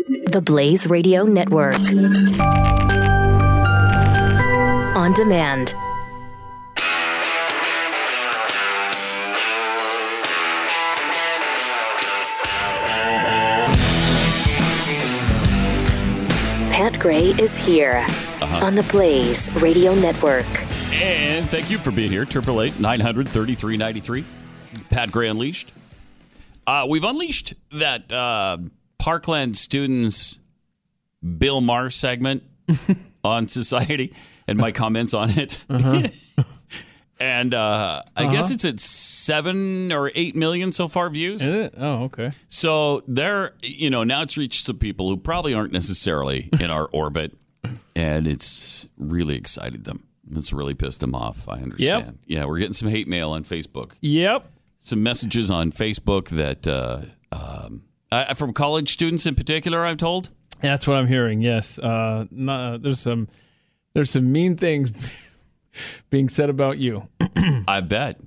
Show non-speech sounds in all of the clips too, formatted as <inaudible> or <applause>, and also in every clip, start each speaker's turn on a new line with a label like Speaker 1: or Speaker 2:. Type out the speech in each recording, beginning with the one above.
Speaker 1: The Blaze Radio Network. On demand. Pat Gray is here on the Blaze Radio Network.
Speaker 2: And thank you for being here. Triple eight nine hundred thirty three ninety three. Pat Gray Unleashed. Uh, we've unleashed that uh, Parkland students Bill Maher segment on society and my comments on it.
Speaker 3: Uh-huh. <laughs>
Speaker 2: and uh, I guess it's at seven or eight million so far views.
Speaker 3: Is it? Oh, okay.
Speaker 2: So there, you know, now it's reached some people who probably aren't necessarily in our <laughs> orbit, and it's really excited them. It's really pissed them off. I understand. Yeah, we're getting some hate mail on Facebook.
Speaker 3: Yep.
Speaker 2: Some messages on Facebook that uh, um, uh, from college students in particular. I'm
Speaker 3: <clears throat>
Speaker 2: told.
Speaker 3: That's what I'm hearing. Yes. Uh, no- uh, there's some there's some mean things <laughs> being said about you.
Speaker 2: I bet.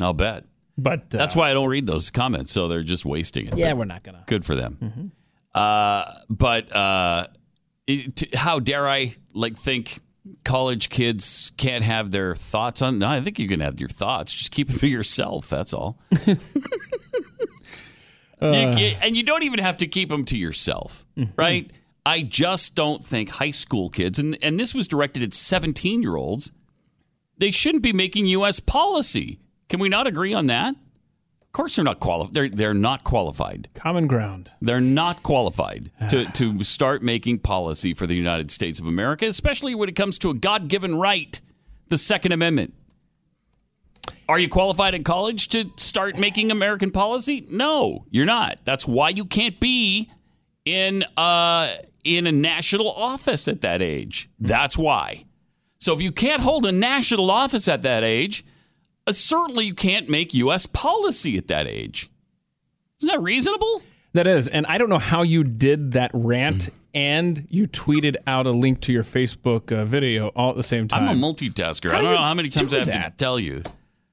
Speaker 2: I'll bet.
Speaker 3: But uh,
Speaker 2: That's why I don't read those comments. So they're just wasting it.
Speaker 3: <coughs> yeah, we're not gonna.
Speaker 2: good for them. Uh, but uh, it, t- how dare I like think college kids can't have their thoughts on? No, I think you can have your thoughts. Just keep it to yourself. That's all. You ca- and you don't even have to keep them to yourself, right? I just don't think high school kids, and, and this was directed at 17 year olds, they shouldn't be making U.S. policy. Can we not agree on that? Of course, they're not qualified. They're, they're not qualified.
Speaker 3: Common ground.
Speaker 2: They're not
Speaker 3: <sighs>
Speaker 2: qualified to, to start making policy for the United States of America, especially when it comes to a God given right, the Second Amendment. Are you qualified at college to start making American policy? No, you're not. That's why you can't be in uh, in a national office at that age. That's why. So if you can't hold a national office at that age, uh, certainly you can't make U.S. policy at that age. Isn't that reasonable?
Speaker 3: That is, and I don't know how you did that
Speaker 2: Mm.
Speaker 3: rant, and you tweeted out a link to your Facebook uh, video all at the same time.
Speaker 2: I'm a multitasker. I
Speaker 3: do
Speaker 2: don't
Speaker 3: you
Speaker 2: know how many
Speaker 3: do
Speaker 2: times I have to
Speaker 3: that?
Speaker 2: tell you.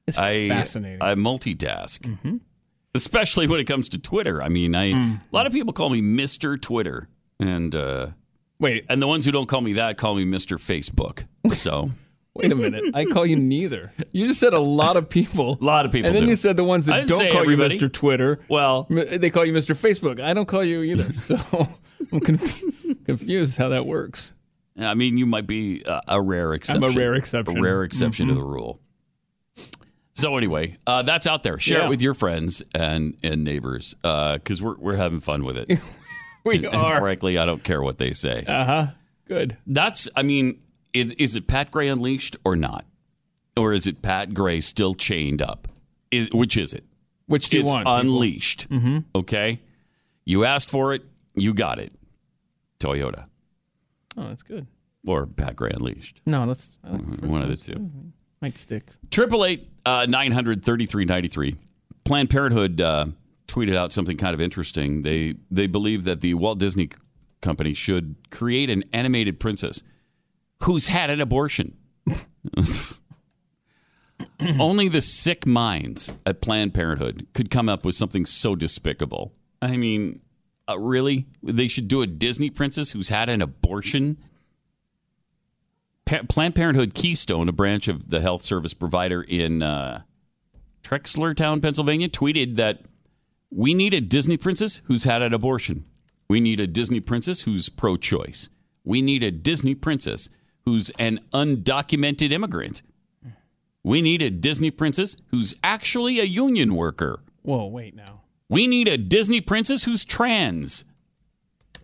Speaker 3: it's
Speaker 2: I
Speaker 3: fascinating.
Speaker 2: I multitask,
Speaker 3: Mm-hmm.
Speaker 2: especially when it comes to Twitter. I mean, I
Speaker 3: Hmm.
Speaker 2: a lot of people call me Mister Twitter, and uh,
Speaker 3: wait,
Speaker 2: and the ones who don't call me that call me Mister
Speaker 3: <laughs>
Speaker 2: Facebook. So
Speaker 3: wait a minute. I call you neither. You just said a lot of people.
Speaker 2: a <laughs> lot of people.
Speaker 3: and then
Speaker 2: do.
Speaker 3: you said the ones
Speaker 2: I
Speaker 3: that
Speaker 2: didn't
Speaker 3: don't
Speaker 2: say
Speaker 3: call
Speaker 2: everybody.
Speaker 3: you Mr. Twitter.
Speaker 2: well,
Speaker 3: M- They call you Mr. Facebook. I don't call you
Speaker 2: <laughs>
Speaker 3: either. So I'm conf- confused how that works.
Speaker 2: I mean, you might be a, a rare exception.
Speaker 3: rare exception. Mm-hmm.
Speaker 2: A rare exception to the rule. So anyway, uh, that's out there. Share
Speaker 3: Yeah.
Speaker 2: it with your friends and and neighbors because we're we're having fun with
Speaker 3: <laughs>
Speaker 2: it.
Speaker 3: We
Speaker 2: And
Speaker 3: are.
Speaker 2: frankly, I don't care what they say.
Speaker 3: Uh huh. Good.
Speaker 2: That's, I mean, is, is it Pat Gray unleashed or not? Or is it Pat Gray still chained up? Is, which is it?
Speaker 3: Which do you
Speaker 2: it's
Speaker 3: want? Mm-hmm.
Speaker 2: unleashed. Okay. You asked for it, you got it. Toyota
Speaker 3: oh, that's good.
Speaker 2: or Pat Gray unleashed.
Speaker 3: No, let's. I like the first
Speaker 2: One of the two.
Speaker 3: Might stick.
Speaker 2: Triple eight uh, nine hundred thirty three ninety three. Planned Parenthood uh, tweeted out something kind of interesting. They they believe that the Walt Disney Company should create an animated princess who's had an abortion. <laughs> Only the sick minds at Planned Parenthood could come up with something so despicable. I mean, uh, really? They should do a Disney princess who's had an abortion? Pa- Planned Parenthood Keystone, a branch of the health service provider in uh, Trexlertown, Pennsylvania, tweeted that we need a Disney princess who's had an abortion. We need a Disney princess who's pro choice. We need a Disney princess who's an undocumented immigrant. We need a Disney princess who's actually a union worker.
Speaker 3: Whoa, wait now.
Speaker 2: We need a Disney princess who's trans.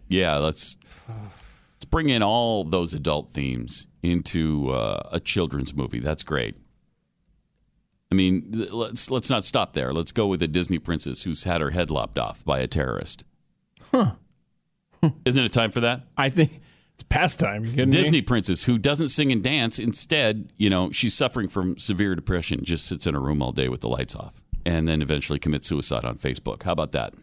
Speaker 2: Yeah, let's let's bring in all those adult themes into uh, a children's movie. That's great. I mean, th- let's let's not stop there. Let's go with a Disney princess who's had her head lopped off by a terrorist. Huh? Isn't it time for that?
Speaker 3: I think it's past time. You kidding me?
Speaker 2: Disney princess who doesn't sing and dance. Instead, you know, she's suffering from severe depression, just sits in a room all day with the lights off, and then eventually commits suicide on Facebook. How about that?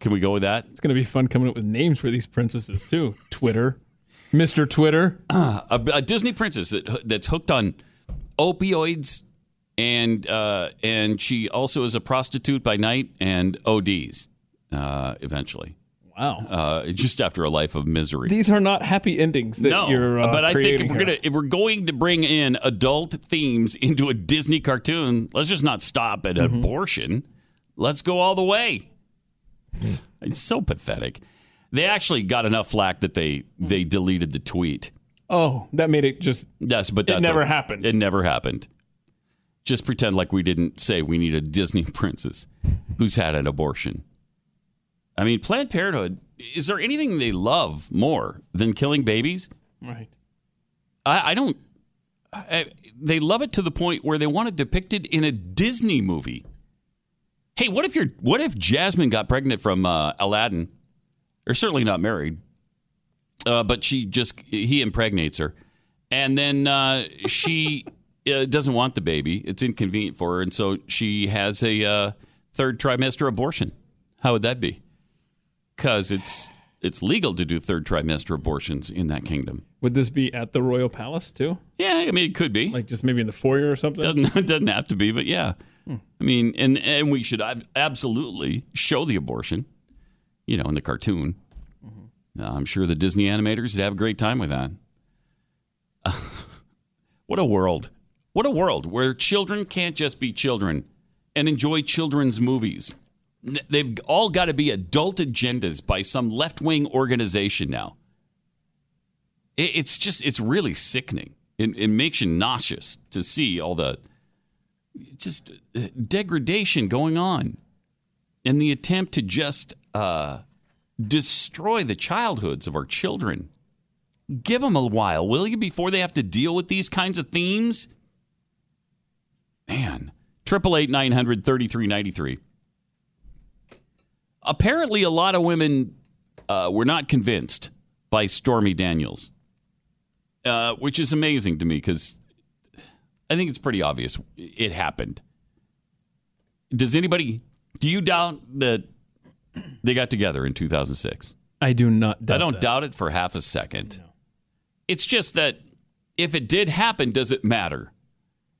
Speaker 2: Can we go with that?
Speaker 3: It's gonna be fun coming up with names for these princesses too. Twitter, Mr. Twitter.
Speaker 2: A, a Disney princess that, that's hooked on opioids, and uh, and she also is a prostitute by night and ODs uh, eventually.
Speaker 3: Wow.
Speaker 2: uh, just after a life of misery.
Speaker 3: These are not happy endings that
Speaker 2: no,
Speaker 3: you're uh,
Speaker 2: but I think if
Speaker 3: creating
Speaker 2: we're
Speaker 3: here.
Speaker 2: gonna if we're going to bring in adult themes into a Disney cartoon, let's just not stop at
Speaker 3: Mm-hmm.
Speaker 2: abortion. Let's go all the way. it's so pathetic. They actually got enough flack that they they deleted the tweet.
Speaker 3: Oh, that made it just
Speaker 2: Yes, but that's
Speaker 3: never happened.
Speaker 2: It never happened. Just pretend like we didn't say we need a Disney <laughs> princess who's had an abortion. I mean, Planned Parenthood, is there anything they love more than killing babies?
Speaker 3: right.
Speaker 2: I, I don't. I, they love it to the point where they want it depicted in a Disney movie. Hey, what if you're? What if Jasmine got pregnant from uh, Aladdin? They're certainly not married, uh, but she just he impregnates her, and then uh, she <laughs> uh, doesn't want the baby. It's inconvenient for her, and so she has a uh, third trimester abortion. How would that be? Because it's it's legal to do third trimester abortions in that kingdom.
Speaker 3: Would this be at the royal palace too?
Speaker 2: Yeah, I mean it could be.
Speaker 3: Like just maybe in the foyer or something?
Speaker 2: doesn't <laughs> it doesn't have to be, but yeah. I mean, and and we should ab- absolutely show the abortion, you know, in the cartoon. Uh, I'm sure the Disney animators would have a great time with that. <laughs> what a world! What a world where children can't just be children and enjoy children's movies. N- They've all got to be adult agendas by some left wing organization now. It, it's just, it's really sickening. It, it makes you nauseous to see all the just uh, degradation going on and the attempt to just uh, destroy the childhoods of our children. Give them a while, will you, before they have to deal with these kinds of themes? Man, 888 900 3393. Apparently, a lot of women uh, were not convinced by Stormy Daniels uh, which is amazing to me because I think it's pretty obvious it happened. Does anybody do you doubt that they got together in 2006?
Speaker 3: I do not doubt
Speaker 2: I don't
Speaker 3: that.
Speaker 2: doubt it for half a second. It's just that if it did happen, does it matter?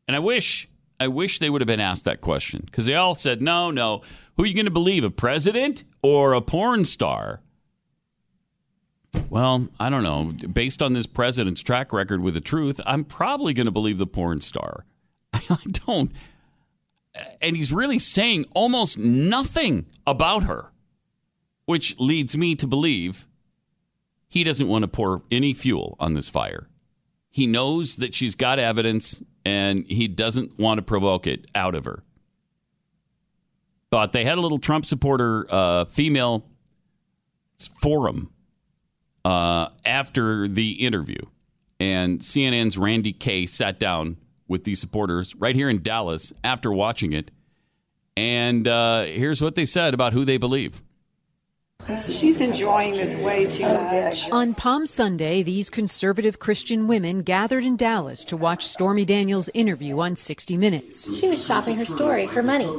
Speaker 2: And I wish I wish they would have been asked that question because they all said, "No, no, who are you going to believe, a president or a porn star?" Well, I don't know. Based on this president's track record with the truth, I'm probably going to believe the porn star. I don't. And he's really saying almost nothing about her, which leads me to believe he doesn't want to pour any fuel on this fire. He knows that she's got evidence and he doesn't want to provoke it out of her. But they had a little Trump supporter uh, female forum uh, after the interview. And CNN's Randy Kay sat down with these supporters right here in Dallas after watching it. And uh, here's what they said about who they believe.
Speaker 4: She's enjoying this way too much.
Speaker 5: On Palm Sunday, these conservative Christian women gathered in Dallas to watch Stormy Daniels' interview on 60 Minutes.
Speaker 6: She was shopping her story for money.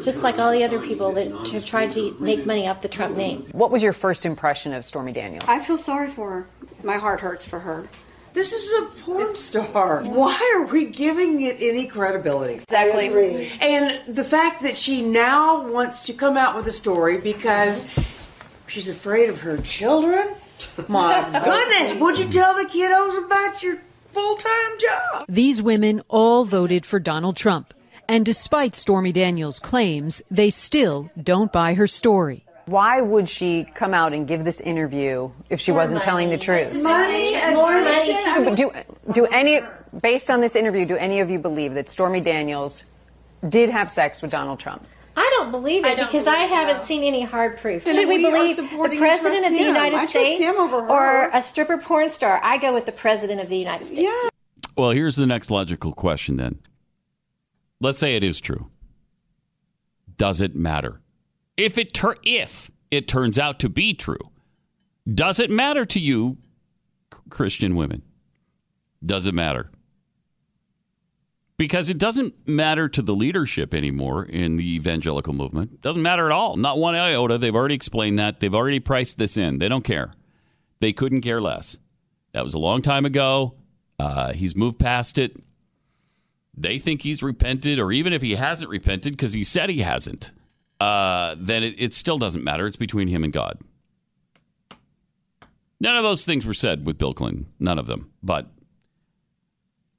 Speaker 6: Just like all the other people that have tried to make money off the Trump name.
Speaker 7: What was your first impression of Stormy Daniels?
Speaker 4: I feel sorry for her. My heart hurts for her.
Speaker 8: This is a porn star. Why are we giving it any credibility? Exactly. And the fact that she now wants to come out with a story because she's afraid of her children? My goodness, would you tell the kiddos about your full time job?
Speaker 5: These women all voted for Donald Trump. And despite Stormy Daniels' claims, they still don't buy her story.
Speaker 7: Why would she come out and give this interview if she wasn't telling the truth?
Speaker 4: Money,
Speaker 6: More money.
Speaker 7: Do do any based on this interview, do any of you believe that Stormy Daniels did have sex with Donald Trump?
Speaker 6: I don't believe it because I haven't seen any hard proof.
Speaker 4: Then
Speaker 6: Should we,
Speaker 4: we are
Speaker 6: believe the
Speaker 4: supporting and
Speaker 6: president of
Speaker 4: trust
Speaker 6: the
Speaker 4: him.
Speaker 6: United
Speaker 4: I trust
Speaker 6: States
Speaker 4: him over her.
Speaker 6: or a stripper porn star? I go with the president of the United States.
Speaker 4: Yeah.
Speaker 2: Well, here's the next logical question then. Let's say it is true. Does it matter? If it tur- if it turns out to be true, does it matter to you C- Christian women? Does it matter? Because it doesn't matter to the leadership anymore in the evangelical movement. Doesn't matter at all. Not one iota. They've already explained that. They've already priced this in. They don't care. They couldn't care less. That was a long time ago. Uh, he's moved past it. They think he's repented, or even if he hasn't repented, because he said he hasn't, uh, then it, it still doesn't matter. It's between him and God. None of those things were said with Bill Clinton. None of them. But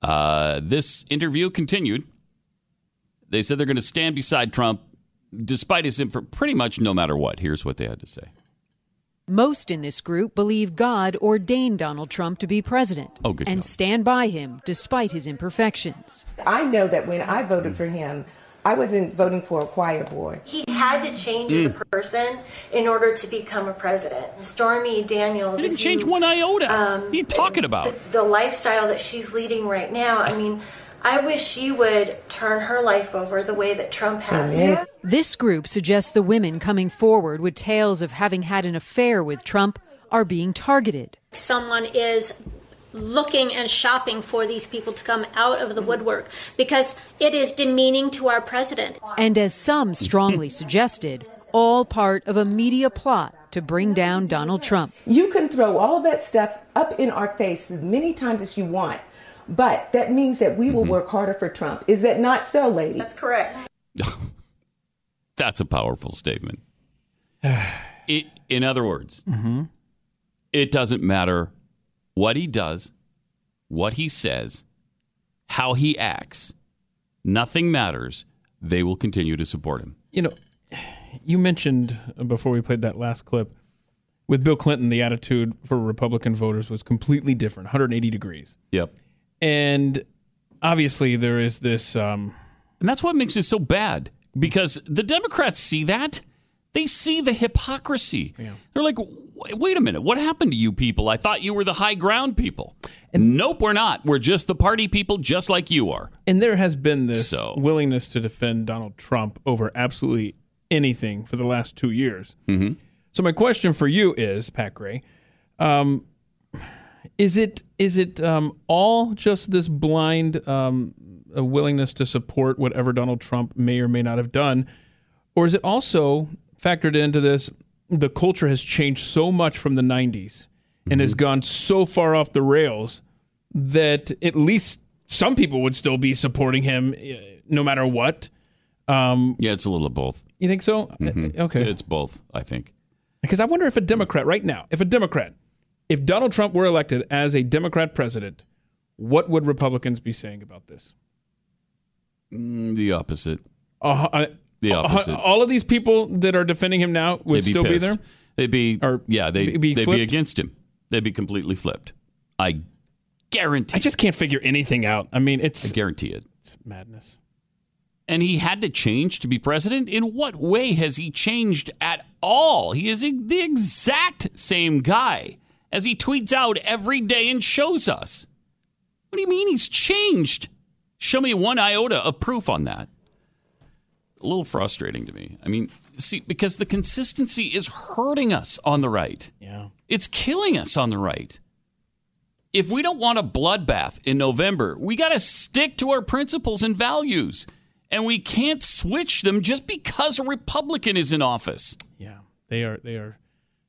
Speaker 2: uh, this interview continued. They said they're going to stand beside Trump despite his info, pretty much no matter what. Here's what they had to say.
Speaker 5: Most in this group believe God ordained Donald Trump to be president
Speaker 2: Oh, good
Speaker 5: and
Speaker 2: God.
Speaker 5: stand by him despite his imperfections.
Speaker 9: I know that when I voted for him, I wasn't voting for a choir boy.
Speaker 10: He had to change as a person in order to become a president. Stormy Daniels
Speaker 2: He didn't
Speaker 10: if you- um,
Speaker 2: change one iota. what are you talking about?
Speaker 10: the lifestyle that she's leading right now. I mean, I wish she would turn her life over the way that Trump has.
Speaker 5: This group suggests the women coming forward with tales of having had an affair with Trump are being targeted.
Speaker 11: someone is looking and shopping for these people to come out of the woodwork because it is demeaning to our president.
Speaker 5: and as some strongly suggested, all part of a media plot to bring down Donald Trump.
Speaker 9: You can throw all of that stuff up in our face as many times as you want, but that means that we will work harder for Trump. Is that not so, ladies? That's
Speaker 10: correct.
Speaker 2: That's a powerful statement. <sighs> it, in other words, it doesn't matter what he does, what he says, how he acts. Nothing matters. They will continue to support him.
Speaker 3: you know, you mentioned before we played that last clip with Bill Clinton, the attitude for Republican voters was completely different, 180 degrees.
Speaker 2: Yep.
Speaker 3: And obviously, there is this. Um,
Speaker 2: and that's what makes it so bad because the Democrats see that. They see the hypocrisy. They're like, "Wait- wait a minute, what happened to you people? I thought you were the high ground people. nope, we're not. We're just the party people, just like you are.
Speaker 3: And there has been this
Speaker 2: So-
Speaker 3: willingness to defend Donald Trump over absolutely anything for the last two years.
Speaker 2: Mm-hmm.
Speaker 3: So my question for you is, Pat Gray, um, is it is it um, all just this blind um, a willingness to support whatever Donald Trump may or may not have done, or is it also factored into this? The culture has changed so much from the '90s and
Speaker 2: Mm-hmm.
Speaker 3: has gone so far off the rails that at least some people would still be supporting him, eh, no matter what. Um,
Speaker 2: yeah, it's a little of both.
Speaker 3: You think so?
Speaker 2: Mhm.
Speaker 3: Okay.
Speaker 2: It's, it's both, I think.
Speaker 3: Because I wonder if a Democrat right now, if a Democrat, if Donald Trump were elected as a Democrat president, what would Republicans be saying about this?
Speaker 2: Mm, the opposite.
Speaker 3: Uh, uh,
Speaker 2: The
Speaker 3: uh,
Speaker 2: opposite.
Speaker 3: all of these people that are defending him now would
Speaker 2: They'd be
Speaker 3: still be
Speaker 2: pissed.
Speaker 3: there.
Speaker 2: They'd be, yeah, they,
Speaker 3: be-
Speaker 2: would
Speaker 3: be
Speaker 2: they'd
Speaker 3: flipped?
Speaker 2: be against him. They'd be completely flipped. I guarantee.
Speaker 3: I just can't figure anything out. I mean, it's
Speaker 2: I guarantee it.
Speaker 3: It's madness.
Speaker 2: And he had to change to be president. In what way has he changed at all? He is the exact same guy as he tweets out every day and shows us. What do you mean he's changed? Show me one iota of proof on that. A little frustrating to me. I mean, see, because the consistency is hurting us on the right.
Speaker 3: Yeah.
Speaker 2: It's killing us on the right. If we don't want a bloodbath in November, we got to stick to our principles and values. And we can't switch them just because a Republican is in office.
Speaker 3: Yeah, they are they are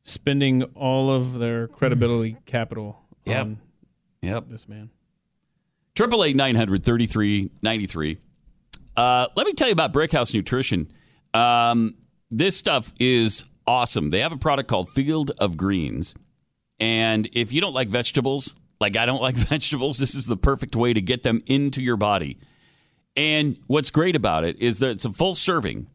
Speaker 3: spending all of their <laughs> credibility capital
Speaker 2: Yep.
Speaker 3: on
Speaker 2: Yep.
Speaker 3: this man.
Speaker 2: Triple eight nine hundred thirty three ninety three. Uh, let me tell you about Brickhouse Nutrition. Um, this stuff is awesome. They have a product called Field of Greens, and if you don't like vegetables, like I don't <laughs> like vegetables, this is the perfect way to get them into your body. And what's great about it is that it's a full serving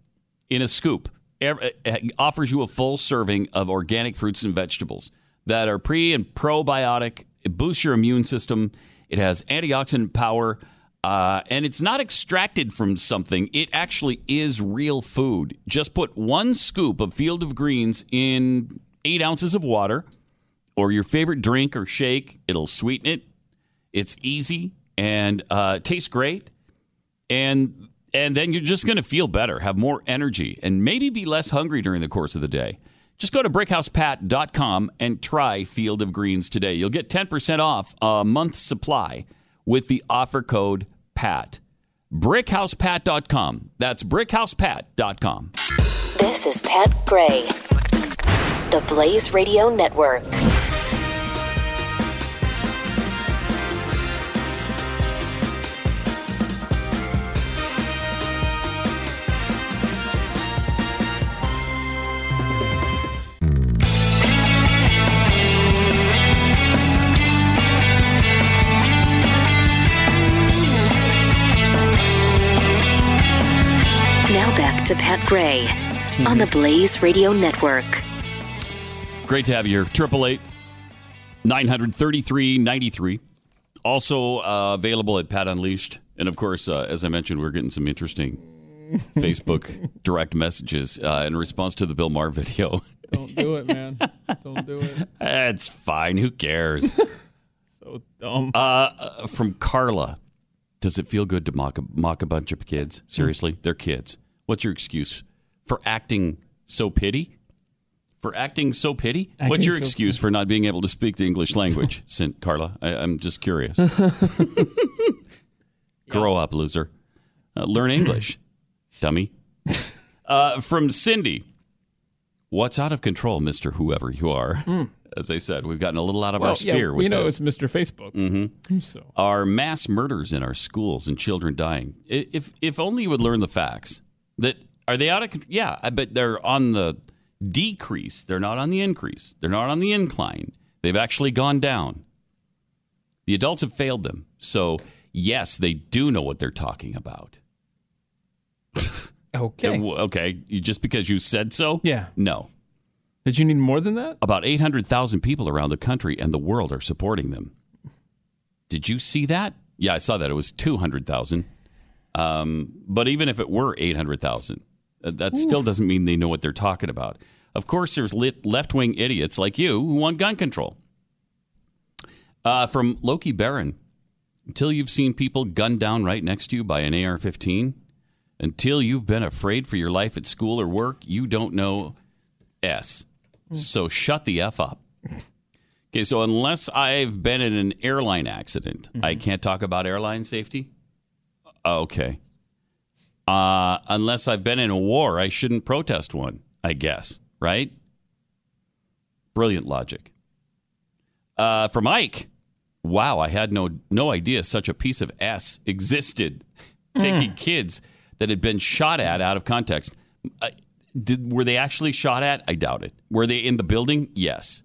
Speaker 2: in a scoop. Ev- It offers you a full serving of organic fruits and vegetables that are pre and probiotic. It boosts your immune system. It has antioxidant power. Uh, and it's not extracted from something. It actually is real food. Just put one scoop of Field of Greens in eight ounces of water or your favorite drink or shake. It'll sweeten it. It's easy and uh, tastes great and and then you're just going to feel better, have more energy, and maybe be less hungry during the course of the day. Just go to brickhousepat.com and try Field of Greens today. You'll get 10% off a month's supply with the offer code PAT. Brickhousepat.com. That's brickhousepat.com.
Speaker 1: This is Pat Gray, the Blaze Radio Network. to Pat Gray on the Blaze Radio Network.
Speaker 2: Great to have you here. Triple eight, nine hundred thirty-three ninety-three. Also uh, available at Pat Unleashed, and of course, uh, as I mentioned, we're getting some interesting Facebook direct messages uh, in response to the Bill Maher video.
Speaker 3: Don't do it, man. Don't do it.
Speaker 2: That's Eh, fine. Who cares?
Speaker 3: so dumb.
Speaker 2: Uh, from Carla. Does it feel good to mock a, mock a bunch of kids? Seriously, they're kids. What's your excuse for acting so pity? For acting so pity?
Speaker 12: Acting
Speaker 2: What's your
Speaker 12: so
Speaker 2: excuse for not being able to speak the English language, sent Carla? I, I'm just curious. Grow up, loser. Uh, learn English,
Speaker 3: <laughs>
Speaker 2: dummy. Uh, from Cindy. What's out of control, Mr. Whoever you are?
Speaker 3: Mm.
Speaker 2: As I said, we've gotten a little out of
Speaker 3: Well,
Speaker 2: our sphere
Speaker 3: yeah,
Speaker 2: with
Speaker 3: we know
Speaker 2: this.
Speaker 3: it's Mr. Facebook.
Speaker 2: Mm-hmm.
Speaker 3: Mm. So.
Speaker 2: Are mass murders in our schools and children dying? I- If if only you would learn the facts. That are they out of control? Yeah, I bet they're on the decrease. They're not on the increase. They're not on the incline. They've actually gone down. The adults have failed them. So yes, they do know what they're talking about.
Speaker 3: Okay.
Speaker 2: Uh, okay. You- Just because you said so?
Speaker 3: Yeah.
Speaker 2: No.
Speaker 3: Did you need more than that?
Speaker 2: About 800,000 people around the country and the world are supporting them. Did you see that? Yeah, I saw that. It was 200,000. Um, but even if it were 800,000, uh, that still
Speaker 12: Oof.
Speaker 2: doesn't mean they know what they're talking about. Of course, there's left wing idiots like you who want gun control. Uh, from Loki Barron until you've seen people gunned down right next to you by an AR 15, until you've been afraid for your life at school or work, you don't know S. So shut the F up. Okay, so unless I've been in an airline accident, I can't talk about airline safety? Okay. Uh, unless I've been in a war, I shouldn't protest one, I guess, right? Brilliant logic. Uh, from Ike. Wow, I had no no idea such a piece of ass existed. Taking kids that had been shot at out of context. Uh, did, were they actually shot at? I doubt it. Were they in the building? Yes.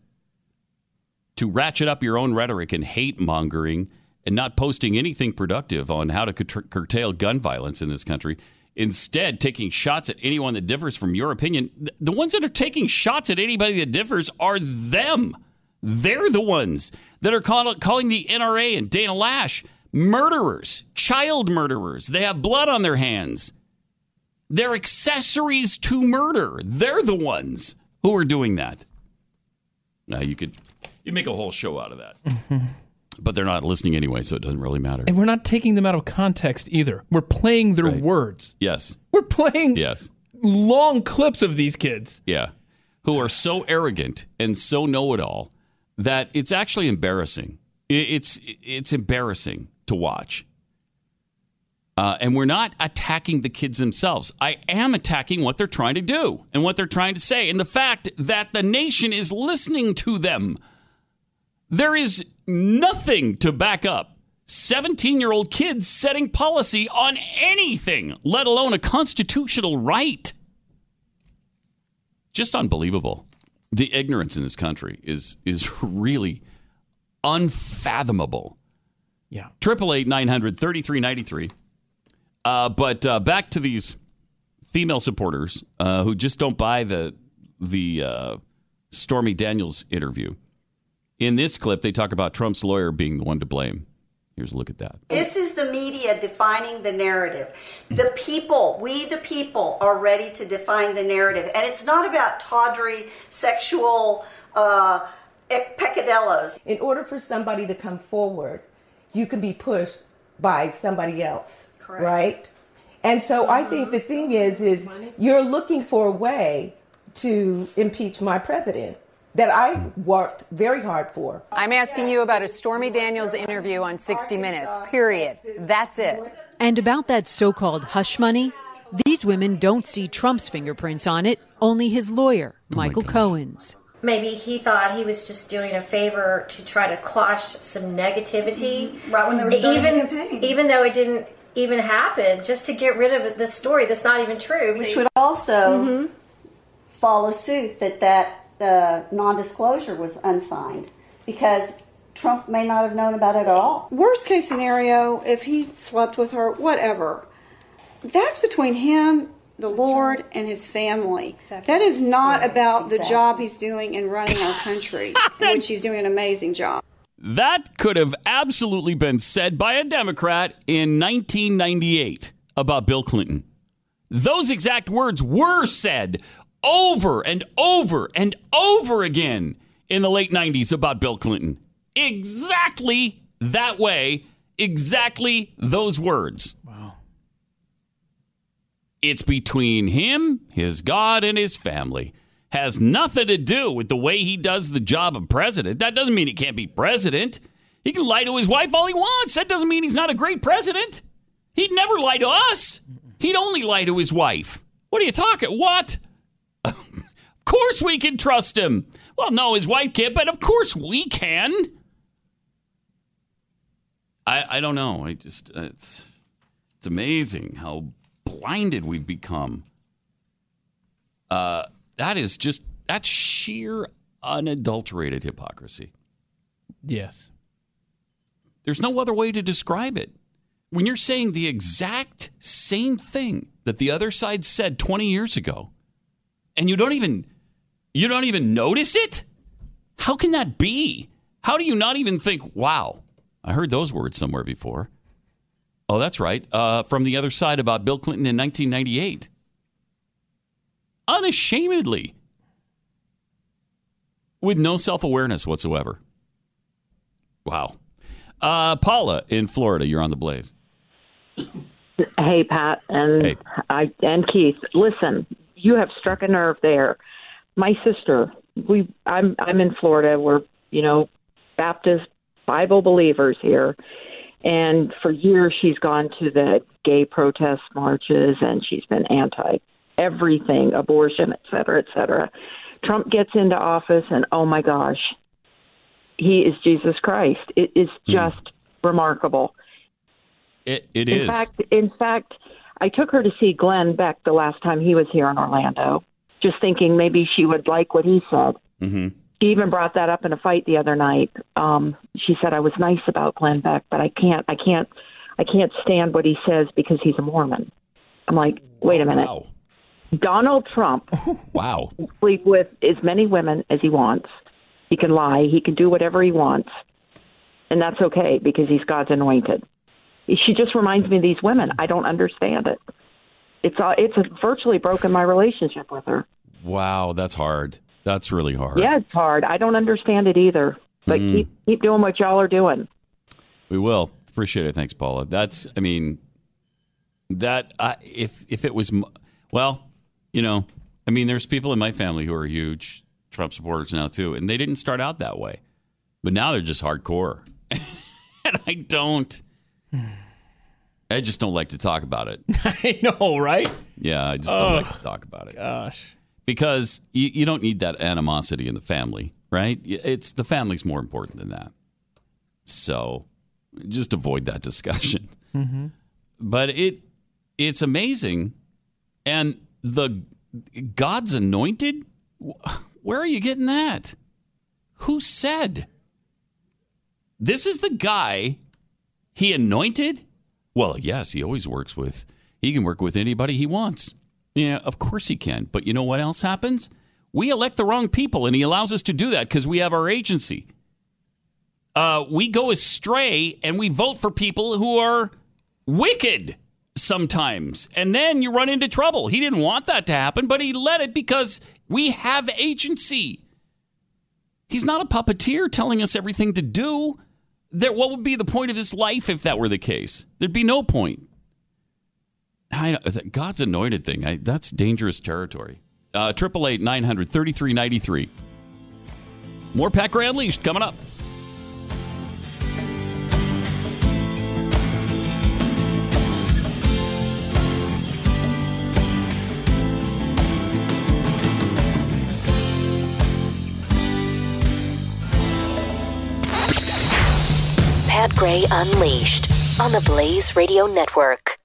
Speaker 2: To ratchet up your own rhetoric and hate mongering and not posting anything productive on how to cur- curtail gun violence in this country, instead taking shots at anyone that differs from your opinion. Th- The ones that are taking shots at anybody that differs are them. They're the ones that are call- calling the NRA and Dana Lash murderers, child murderers. They have blood on their hands. They're accessories to murder. They're the ones who are doing that. Now you could you make a whole show out of that. but they're not listening anyway, so it doesn't really matter.
Speaker 3: And we're not taking them out of context either. We're playing their words.
Speaker 2: Yes.
Speaker 3: We're playing
Speaker 2: Yes.
Speaker 3: long clips of these kids.
Speaker 2: Yeah. Who are so arrogant and so know it all that it's actually embarrassing. I- It's it's embarrassing to watch. Uh, and we're not attacking the kids themselves. I am attacking what they're trying to do and what they're trying to say, and the fact that the nation is listening to them. There is nothing to back up 17 year old kids setting policy on anything, let alone a constitutional right just unbelievable. The ignorance in this country is is <laughs> really unfathomable.
Speaker 3: Yeah.
Speaker 2: Triple eight nine hundred thirty three ninety three. Uh, but uh, back to these female supporters uh, who just don't buy the the uh, Stormy Daniels interview. In this clip, they talk about Trump's lawyer being the one to blame. Here's a look at that.
Speaker 13: This is the media defining the narrative. The people, we the people, are ready to define the narrative. And it's not about tawdry sexual uh, ec- peccadillos.
Speaker 9: In order for somebody to come forward, you can be pushed by somebody else,
Speaker 13: Correct.
Speaker 9: right? And so I think the thing is, is you're looking for a way to impeach my president that I worked very hard for.
Speaker 7: I'm asking you about a Stormy Daniels interview on 60 Minutes, period. That's it.
Speaker 5: And about that so called hush money, these women don't see Trump's fingerprints on it, only his lawyer, Michael Cohen's.
Speaker 10: Maybe he thought he was just doing a favor to try to quash some negativity.
Speaker 4: Mm-hmm.
Speaker 10: Right
Speaker 14: when they were starting
Speaker 10: even
Speaker 14: the campaign.
Speaker 10: even though it didn't even happen, just to get rid of this story that's not even true.
Speaker 13: Which would also follow suit that that uh, non-disclosure was unsigned because Trump may not have known about it at all.
Speaker 14: Worst case scenario, if he slept with her, whatever. That's between him,
Speaker 12: the Lord and his family. That is not about the
Speaker 2: exactly.
Speaker 12: job he's doing in running our
Speaker 8: <laughs>
Speaker 12: country, in which he's doing an amazing job.
Speaker 2: That could have absolutely been said by a Democrat in 1998 about Bill Clinton. Those exact words were said over and over and over again in the late 90s about Bill Clinton. Exactly that way, exactly those words. Wow. It's between him, his God, and his family. Has nothing to do with the way he does the job of president. That doesn't mean he can't be president. He can lie to his wife all he wants. That doesn't mean he's not a great president. He'd never lie to us. He'd only lie to his wife. What are you talking? What? <laughs> of course we can trust him. Well, no, his wife can't, but of course we can. I, I don't know. I just uh, it's it's amazing how blinded we've become. Uh, that is just that's sheer unadulterated hypocrisy.
Speaker 3: Yes.
Speaker 2: There's no other way to describe it. When you're saying the exact same thing that the other side said 20 years ago, and you don't even you don't even notice it, how can that be? How do you not even think, "Wow, I heard those words somewhere before"? Oh, that's right, uh, from the other side about Bill Clinton in 1998. Unashamedly, with no self awareness whatsoever. Wow. Uh, Paula in Florida, you're on the blaze.
Speaker 7: Hey, Pat and I and Keith. Listen, you have struck a nerve there. My sister, we I'm I'm in Florida. We're you know Baptist Bible believers here, and for years she's gone to the gay protest marches and she's been anti everything, abortion, et cetera, et cetera. Trump gets into office, and oh my gosh, he is Jesus Christ. It is just remarkable.
Speaker 2: It, it
Speaker 7: in
Speaker 2: is.
Speaker 7: fact, in fact, I took her to see Glenn Beck the last time he was here in Orlando, just thinking maybe she would like what he said.
Speaker 2: Mm-hmm.
Speaker 7: She even brought that up in a fight the other night. Um, she said I was nice about Glenn Beck, but I can't, I can't, I can't stand what he says because he's a Mormon. I'm like, wait a minute.
Speaker 2: Wow.
Speaker 7: Donald Trump
Speaker 2: <laughs> Wow.
Speaker 7: can sleep with as many women as he wants. He can lie. He can do whatever he wants. And that's okay because he's God's anointed. She just reminds me of these women. I don't understand it. It's uh, it's virtually broken my relationship with her.
Speaker 2: Wow, that's hard. That's really hard.
Speaker 7: Yeah, it's hard. I don't understand it either. But
Speaker 2: Mm.
Speaker 7: keep keep doing what y'all are doing.
Speaker 2: We will appreciate it. Thanks, Paula. That's. I mean, that I, if if it was, m- well, you know, I mean, there's people in my family who are huge Trump supporters now too, and they didn't start out that way, but now they're just hardcore, <laughs> and I don't. I just don't like to talk about it.
Speaker 3: <laughs> I know, right?
Speaker 2: Yeah, I just don't
Speaker 3: Oh,
Speaker 2: like to talk about it. Gosh. Because you, you don't need that animosity in the family, right? Y- It's the family's more important than that. So just avoid that discussion. <laughs>
Speaker 5: Mm-hmm.
Speaker 2: But it it's amazing. And the God's anointed? Wh- Where are you getting that? Who said? This is the guy he anointed? Well, yes, he always works with, he can work with anybody he wants. Yeah, of course he can. But you know what else happens? We elect the wrong people, and he allows us to do that because we have our agency. Uh, we go astray and we vote for people who are wicked sometimes. And then you run into trouble. He didn't want that to happen, but he let it because we have agency. He's not a puppeteer telling us everything to do. There, what would be the point of his life if that were the case? There'd be no point. I, that God's anointed thing, I, that's dangerous territory. Uh, Triple eight nine hundred thirty three ninety three. More Pat Gray Unleashed coming up.
Speaker 1: Pat Gray Unleashed on the Blaze Radio Network.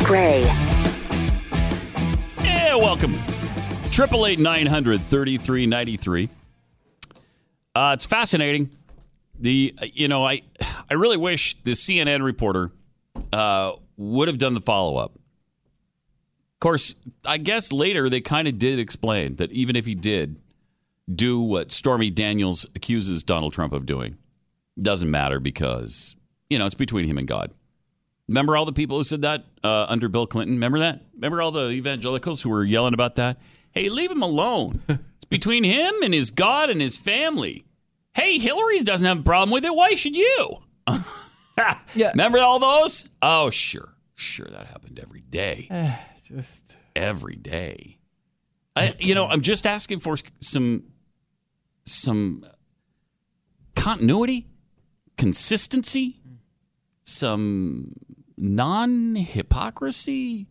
Speaker 1: Gray.
Speaker 2: Yeah, welcome. Triple eight nine hundred thirty three ninety three. Uh, it's fascinating. The you know I I really wish the CNN reporter uh, would have done the follow up. Of course, I guess later they kind of did explain that even if he did do what Stormy Daniels accuses Donald Trump of doing, doesn't matter because you know it's between him and God. Remember all the people who said that uh, under Bill Clinton? Remember that? Remember all the evangelicals who were yelling about that? Hey, leave him alone. it's between him and his God and his family. Hey, Hillary doesn't have a problem with it. Why should you? <laughs> yeah. Remember all those? Oh, sure. Sure, that happened every day.
Speaker 3: Just
Speaker 2: every day. I, you know, I'm just asking for some some continuity, consistency, some non hypocrisy,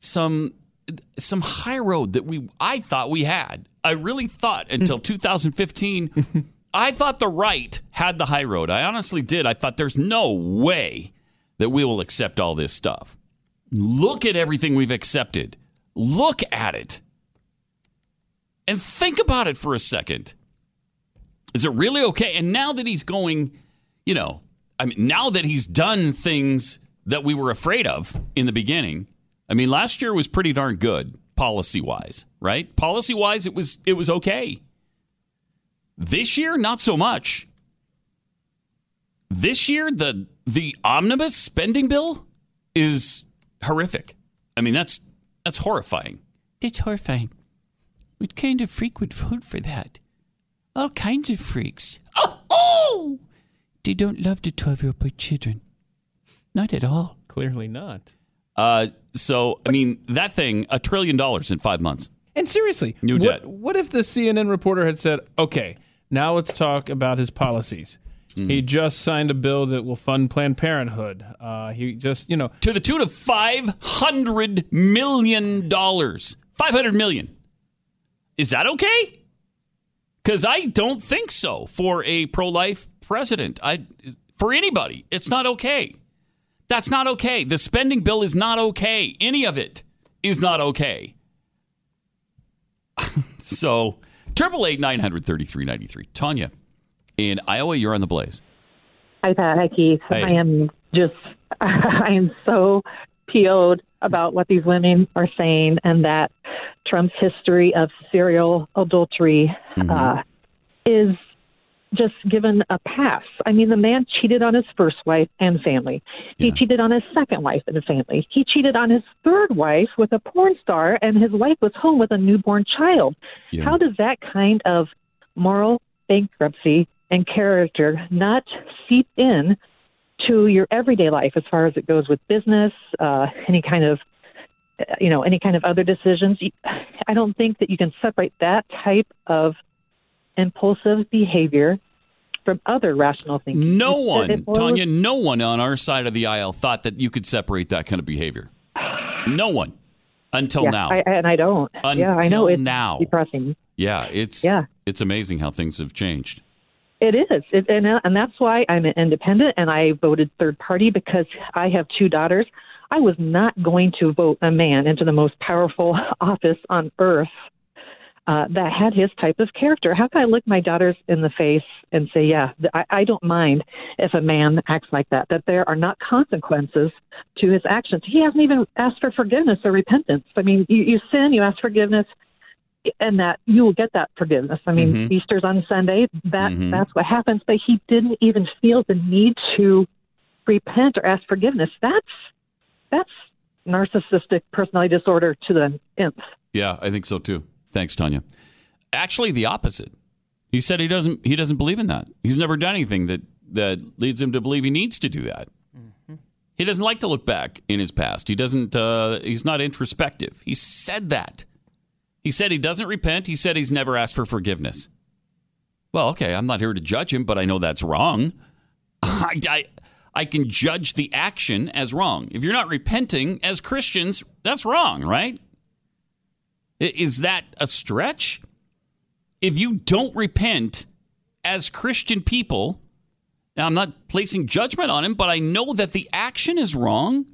Speaker 2: some some high road that we I thought we had. I really thought until 2015, I thought the right had the high road. I honestly did. I thought there's no way that we will accept all this stuff. Look at everything we've accepted. Look at it. And think about it for a second. Is it really okay? And now that he's going, you know, I mean, now that he's done things that we were afraid of in the beginning, I mean, last year was pretty darn good policy wise, right? Policy wise, it was it was okay. This year, not so much. This year, the the omnibus spending bill is horrific. I mean, that's that's horrifying. It's horrifying. What kind of freak would vote for that? All kinds of freaks. Oh, oh! They don't love the 12 year old boy children. Not at all.
Speaker 3: Clearly not.
Speaker 2: Uh, so, I mean, that thing, a trillion dollars in five months.
Speaker 3: And seriously,
Speaker 2: New
Speaker 3: what,
Speaker 2: debt.
Speaker 3: What if the CNN reporter had said, "Okay, now let's talk about his policies."
Speaker 2: Hmm.
Speaker 3: He just signed a bill that will fund Planned Parenthood. Uh, he just, you know,
Speaker 2: to the tune of five hundred million dollars. Five hundred million. Is that okay? Because I don't think so for a pro-life president. I for anybody, it's not okay. That's not okay. The spending bill is not okay. Any of it is not okay. so, triple eight nine hundred thirty three ninety three. Tanya in Iowa, you're on the blaze.
Speaker 14: Hi, Pat. Hi, Keith.
Speaker 2: Hi.
Speaker 14: I am just, <laughs> I am so PO'd about what these women are saying and that Trump's history of serial adultery
Speaker 2: Mm-hmm.
Speaker 14: uh, is just given a pass. I mean, the man cheated on his first wife and family. He cheated on his second wife and family. He cheated on his third wife with a porn star, and his wife was home with a newborn child. How does that kind of moral bankruptcy and character not seep in to your everyday life as far as it goes with business, uh, any kind of you know any kind of other decisions You- i don't think that you can separate that type of impulsive behavior from other rational thinking.
Speaker 2: No
Speaker 14: It-
Speaker 2: one,
Speaker 14: it boils-
Speaker 2: Tanya, no one on our side of the aisle thought that you could separate that kind of behavior. No one until
Speaker 14: Yeah,
Speaker 2: now.
Speaker 14: I, and I don't. yeah, I
Speaker 2: Until
Speaker 14: know it's
Speaker 2: now.
Speaker 14: depressing.
Speaker 2: yeah, it's
Speaker 14: Yeah.
Speaker 2: it's amazing how things have changed.
Speaker 14: It is, it, and uh, and that's why I'm an independent and I voted third party because I have two daughters. I was not going to vote a man into the most powerful <laughs> office on earth uh, that had his type of character. How can I look my daughters in the face and say, "Yeah, th- I, I don't mind if a man acts like that"? That there are not consequences to his actions. He hasn't even asked for forgiveness or repentance. I mean, you, you sin, you ask forgiveness, and that you will get that forgiveness. I mean,
Speaker 15: Mhm.
Speaker 14: Easter's on Sunday. That
Speaker 15: Mhm.
Speaker 14: that's what happens. But he didn't even feel the need to repent or ask forgiveness. That's that's narcissistic personality disorder to the nth.
Speaker 2: Yeah, I think so too. Thanks, Tanya. Actually, the opposite. He said he doesn't he doesn't believe in that. He's never done anything that that leads him to believe he needs to do that. He doesn't like to look back in his past. He doesn't. Uh, he's not introspective. He said that. He said he doesn't repent. He said he's never asked for forgiveness. Well, okay, I'm not here to judge him, but I know that's wrong. <laughs> I, I, I can judge the action as wrong. If you're not repenting as Christians, that's wrong, right? I- Is that a stretch? If you don't repent as Christian people, now I'm not placing judgment on him, but I know that the action is wrong.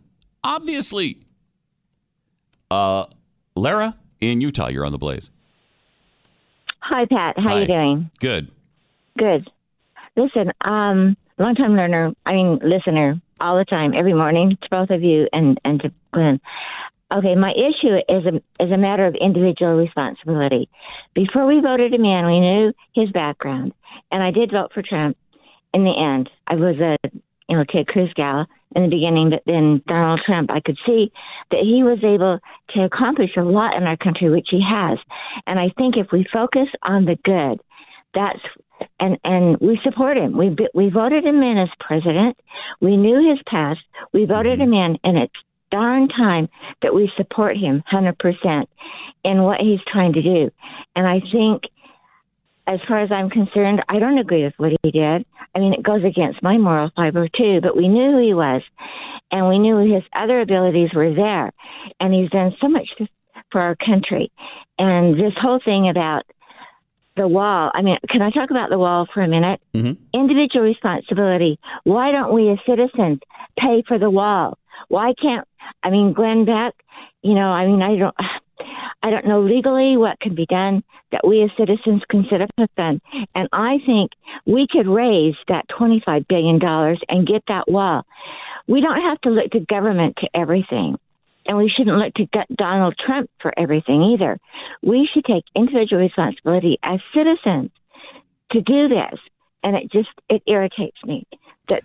Speaker 2: Obviously. Uh, Lara in Utah, you're on the blaze.
Speaker 15: Hi, Pat. How
Speaker 2: Hi.
Speaker 15: you doing?
Speaker 2: Good.
Speaker 15: Good. Listen, um, long time learner. I mean, listener, all the time, every morning to both of you and and to Glenn. Okay, my issue is a is a matter of individual responsibility. Before we voted him in, we knew his background, and I did vote for Trump. In the end, I was a you know Ted Cruz gal in the beginning, but then Donald Trump. I could see that he was able to accomplish a lot in our country, which he has. And I think if we focus on the good, that's and and we support him. We bi- we voted him in as president. We knew his past. We voted him in, and it's darn time that we support him hundred percent in what he's trying to do. And I think, as far as I'm concerned, I don't agree with what he did. I mean, it goes against my moral fiber too. But we knew he was, and we knew his other abilities were there, and he's done so much f- for our country. And this whole thing about the wall. I mean, can I talk about the wall for a minute?
Speaker 2: Mm-hmm.
Speaker 15: Individual responsibility. Why don't we as citizens pay for the wall? Why can't I mean Glenn Beck? You know, I mean, I don't, I don't know legally what can be done that we as citizens can sit up with them. And I think we could raise that twenty-five billion dollars and get that wall. We don't have to look to government to everything and we shouldn't look to D- Donald Trump for everything either. We should take individual responsibility as citizens to do this, and it just it irritates me that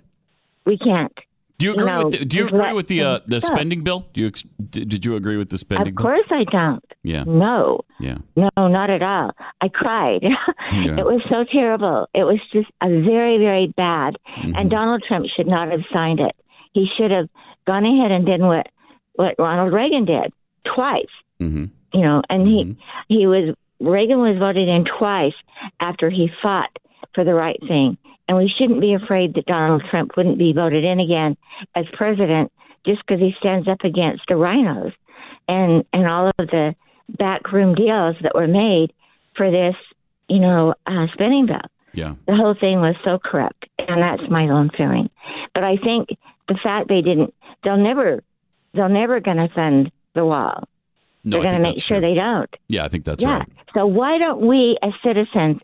Speaker 15: we can't.
Speaker 2: Do you agree
Speaker 15: know,
Speaker 2: with the, Do you
Speaker 15: just
Speaker 2: agree
Speaker 15: let
Speaker 2: with the uh,
Speaker 15: things
Speaker 2: the
Speaker 15: go.
Speaker 2: spending bill? Do you ex- d- did you agree with the spending?
Speaker 15: Of course, I don't.
Speaker 2: Bill? Yeah.
Speaker 15: No,
Speaker 2: Yeah.
Speaker 15: no, not at all. I cried. <laughs>
Speaker 2: Yeah.
Speaker 15: It was so terrible. It was just a very, very bad. And Donald Trump should not have signed it. He should have gone ahead and done what what Ronald Reagan did twice.
Speaker 2: Mm-hmm.
Speaker 15: you know, and he he was Reagan was voted in twice after he fought for the right thing, and we shouldn't be afraid that Donald Trump wouldn't be voted in again as president just because he stands up against the rhinos and and all of the backroom deals that were made for this, you know, uh, spending bill.
Speaker 2: Yeah.
Speaker 15: The whole thing was so corrupt, and that's my own feeling. But I think the fact they didn't, they'll never, they'll never going to fund the wall.
Speaker 2: No, I
Speaker 15: They're going
Speaker 2: think
Speaker 15: to make
Speaker 2: that's
Speaker 15: sure they don't.
Speaker 2: Yeah, I think that's
Speaker 15: yeah.
Speaker 2: right.
Speaker 15: So why don't we as citizens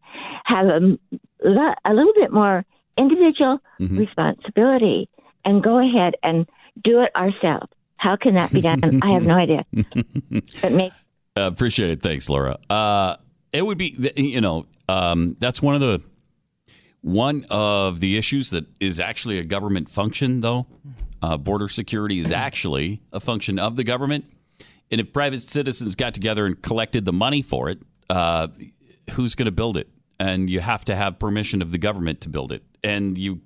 Speaker 15: have a, lo- a little bit more individual
Speaker 2: Mm-hmm.
Speaker 15: responsibility and go ahead and do it ourselves? How can that be
Speaker 2: <laughs>
Speaker 15: done? I have no idea. But maybe
Speaker 2: Uh, appreciate it. Thanks, Laura. Uh, it would be, th- you know, um, that's one of the one of the issues that is actually a government function, though. Uh, border security is actually a function of the government, and if private citizens got together and collected the money for it, uh, who's going to build it? And you have to have permission of the government to build it. And you,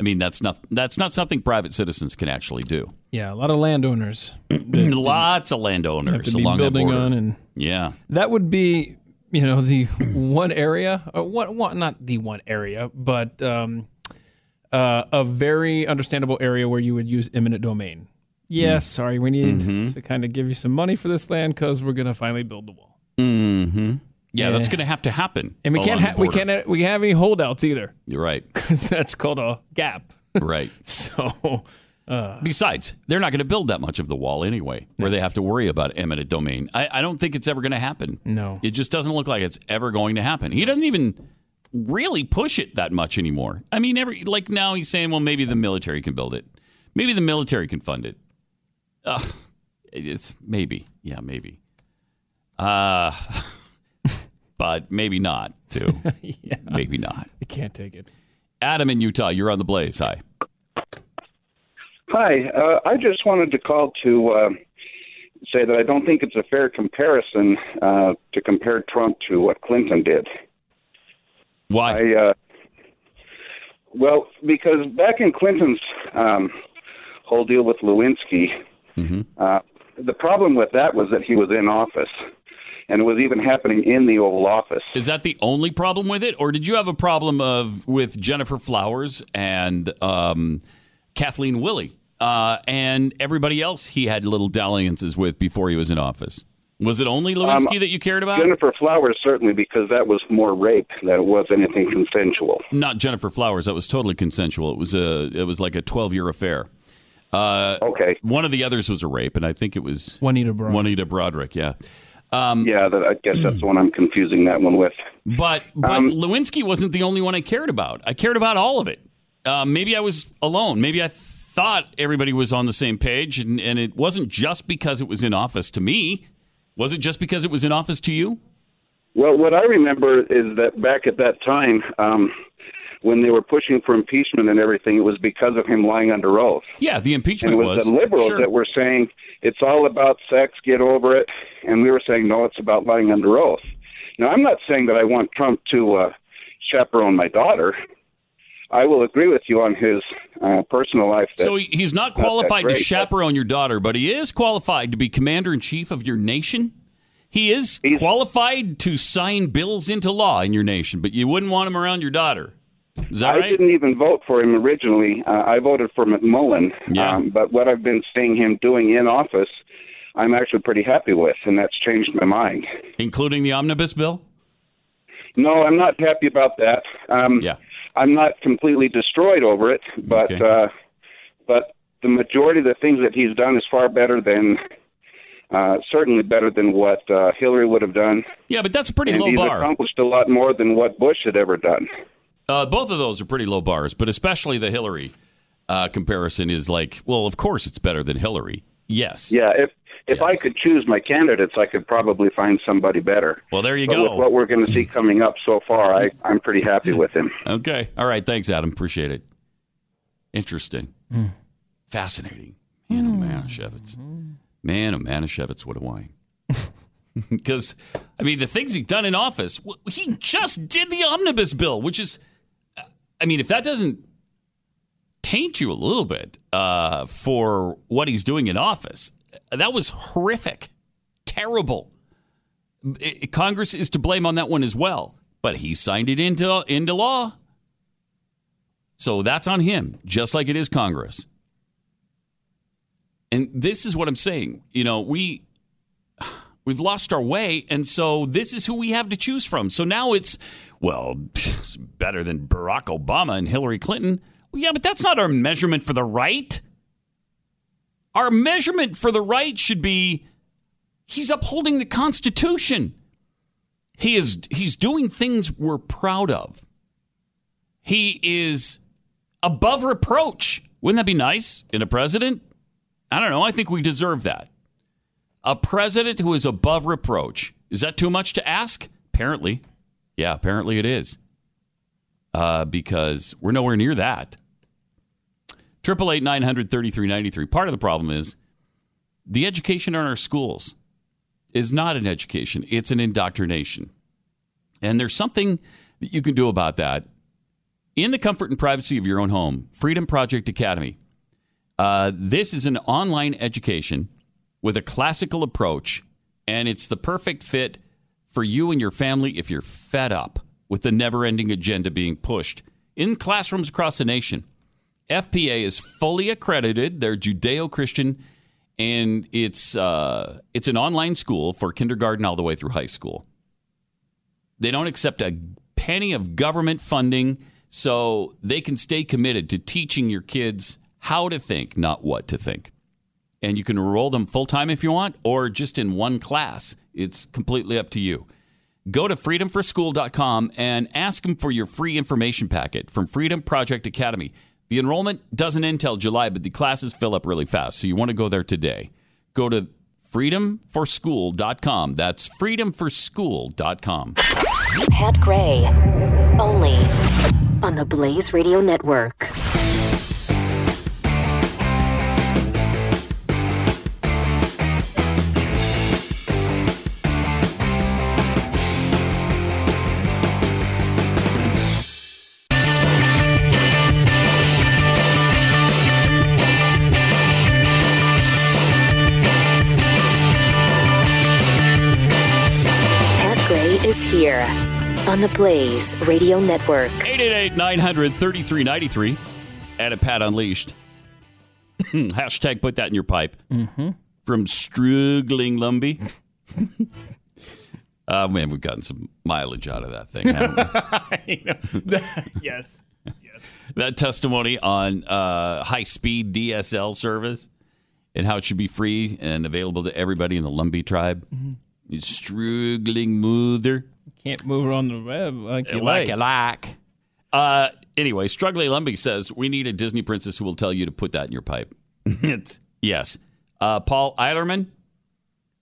Speaker 2: I mean, that's not that's not something private citizens can actually do.
Speaker 3: Yeah, a lot of landowners.
Speaker 2: <clears throat> Lots of
Speaker 3: Have
Speaker 2: landowners
Speaker 3: to be
Speaker 2: along that
Speaker 3: building
Speaker 2: border.
Speaker 3: on and-
Speaker 2: yeah.
Speaker 3: That would be, you know, the <clears throat> one area, uh, one, one, not the one area, but um, uh, a very understandable area where you would use eminent domain. Yeah,
Speaker 2: Mm.
Speaker 3: sorry, we need
Speaker 2: Mhm.
Speaker 3: to kind of give you some money for this land because we're going to finally build the wall.
Speaker 2: Mm-hmm. Yeah,
Speaker 3: Yeah.
Speaker 2: that's going to have to happen.
Speaker 3: And we can't,
Speaker 2: along
Speaker 3: ha-
Speaker 2: the
Speaker 3: we
Speaker 2: border.
Speaker 3: can't, ha- we have any holdouts either <laughs>
Speaker 2: You're right.
Speaker 3: because that's called a gap.
Speaker 2: Right.
Speaker 3: so, uh,
Speaker 2: Besides, they're not going to build that much of the wall anyway, where they have to worry about eminent domain. I, I don't think it's ever going to happen.
Speaker 3: No.
Speaker 2: It just doesn't look like it's ever going to happen. He doesn't even really push it that much anymore. I mean, every like now he's saying, well, maybe the military can build it. Maybe the military can fund it. Uh, it's maybe. Yeah, maybe. Uh, <laughs> but maybe not, too. Maybe not.
Speaker 3: I can't take it.
Speaker 2: Adam in Utah, you're on the blaze. Hi.
Speaker 16: Hi, uh, I just wanted to call to uh, say that I don't think it's a fair comparison uh, to compare Trump to what Clinton did.
Speaker 2: Why?
Speaker 16: I, uh, well, because back in Clinton's um, whole deal with Lewinsky,
Speaker 2: Mm-hmm.
Speaker 16: uh, the problem with that was that he was in office, and it was even happening in the Oval Office.
Speaker 2: Is that the only problem with it, or did you have a problem of with Jennifer Flowers and um, Kathleen Willey uh, and everybody else he had little dalliances with before he was in office? Was it only Lewinsky that you cared about?
Speaker 16: Um, Jennifer Flowers certainly, because that was more rape than it was anything consensual.
Speaker 2: Not Jennifer Flowers. That was totally consensual. It was a it was like a twelve year affair. Uh, okay. One of the others was a rape, and I think it was
Speaker 3: Juanita Brown.
Speaker 2: Juanita Broderick. Yeah. Um,
Speaker 16: yeah, that, I guess that's the one I'm confusing that one with.
Speaker 2: But but
Speaker 16: Um,
Speaker 2: Lewinsky wasn't the only one I cared about. I cared about all of it. Uh, maybe I was alone. Maybe I thought everybody was on the same page, and, and it wasn't just because it was in office to me. Was it just because it was in office to you?
Speaker 16: Well, what I remember is that back at that time, um, when they were pushing for impeachment and everything, it was because of him lying under oath.
Speaker 2: Yeah, the impeachment
Speaker 16: and it was,
Speaker 2: was
Speaker 16: the liberals
Speaker 2: Sure.
Speaker 16: that were saying it's all about sex, get over it, and we were saying no, it's about lying under oath. Now, I'm not saying that I want Trump to uh, chaperone my daughter. I will agree with you on his uh, personal life. That,
Speaker 2: So he- he's not
Speaker 16: that
Speaker 2: qualified to
Speaker 16: great.
Speaker 2: chaperone your daughter, but he is qualified to be commander in chief of your nation. He is qualified to sign bills into law in your nation, but you wouldn't want him around your daughter. Is that
Speaker 16: I
Speaker 2: right?
Speaker 16: didn't even vote for him originally. Uh, I voted for McMullen.
Speaker 2: Yeah.
Speaker 16: Um, but what I've been seeing him doing in office, I'm actually pretty happy with, and that's changed my mind.
Speaker 2: Including the omnibus bill?
Speaker 16: No, I'm not happy about that. Um, yeah. I'm not completely destroyed over it, but uh, but the majority of the things that he's done is far better than, uh, certainly better than what uh, Hillary would have done.
Speaker 2: Yeah, but that's a pretty
Speaker 16: and
Speaker 2: low
Speaker 16: he's
Speaker 2: bar.
Speaker 16: accomplished a lot more than what Bush had ever done.
Speaker 2: Uh, both of those are pretty low bars, but especially the Hillary uh, comparison is like, well, of course it's better than Hillary. Yes.
Speaker 16: Yeah, if if I could choose my candidates, I could probably find somebody better.
Speaker 2: Well, there you
Speaker 16: But
Speaker 2: go.
Speaker 16: With what we're going to see coming up so far, I I'm pretty happy with him.
Speaker 2: Okay. All right. Thanks, Adam. Appreciate it. Interesting. Fascinating. Man, oh, Manischewitz.
Speaker 3: Mm-hmm.
Speaker 2: Man, oh, Manischewitz, what a <laughs> wine. Because, I mean, the things he's done in office, wh- he just did the omnibus bill, which is, I mean, if that doesn't taint you a little bit uh, for what he's doing in office, that was horrific, terrible. I- Congress is to blame on that one as well, but he signed it into into law. So that's on him, just like it is Congress. And this is what I'm saying. You know, we we've lost our way, and so this is who we have to choose from. So now it's well, it's better than Barack Obama and Hillary Clinton. Well, yeah, but that's not our measurement for the right. Our measurement for the right should be he's upholding the Constitution. He is he's doing things we're proud of. He is above reproach. Wouldn't that be nice in a president? I don't know. I think we deserve that. A president who is above reproach. Is that too much to ask? Apparently. Yeah, apparently it is. Uh, because we're nowhere near that. Triple eight nine hundred thirty three ninety three. Part of the problem is the education in our schools is not an education, it's an indoctrination. And there's something that you can do about that in the comfort and privacy of your own home. Freedom Project Academy. Uh, this is an online education with a classical approach, and it's the perfect fit for you and your family if you're fed up with the never ending agenda being pushed in classrooms across the nation. FPA is fully accredited. They're Judeo Christian, and it's uh, it's an online school for kindergarten all the way through high school. They don't accept a penny of government funding, so they can stay committed to teaching your kids how to think, not what to think. And you can enroll them full time if you want, or just in one class. It's completely up to you. Go to freedomforschool.com and ask them for your free information packet from Freedom Project Academy. The enrollment doesn't end till July, but the classes fill up really fast, so you want to go there today. Go to freedomforschool.com. That's freedomforschool.com.
Speaker 1: Pat Gray, only on the Blaze Radio Network. Pat Gray is here on the Blaze Radio Network.
Speaker 2: 888 900 3393 at a Pat Unleashed. Hmm, Hashtag put that in your pipe.
Speaker 3: Mhm.
Speaker 2: From struggling <laughs> Lumby. Oh, man, we've gotten some mileage out of that thing, haven't we?
Speaker 3: <laughs> yes.
Speaker 2: <laughs> that testimony on uh, high speed DSL service and how it should be free and available to everybody in the Lumbee tribe. You struggling mother.
Speaker 3: Can't move her on the web like you
Speaker 2: like
Speaker 3: like.
Speaker 2: you like. Uh, anyway, Struggling Lumbee says we need a Disney princess who will tell you to put that in your pipe. it's yes. Uh, Paul Eilerman,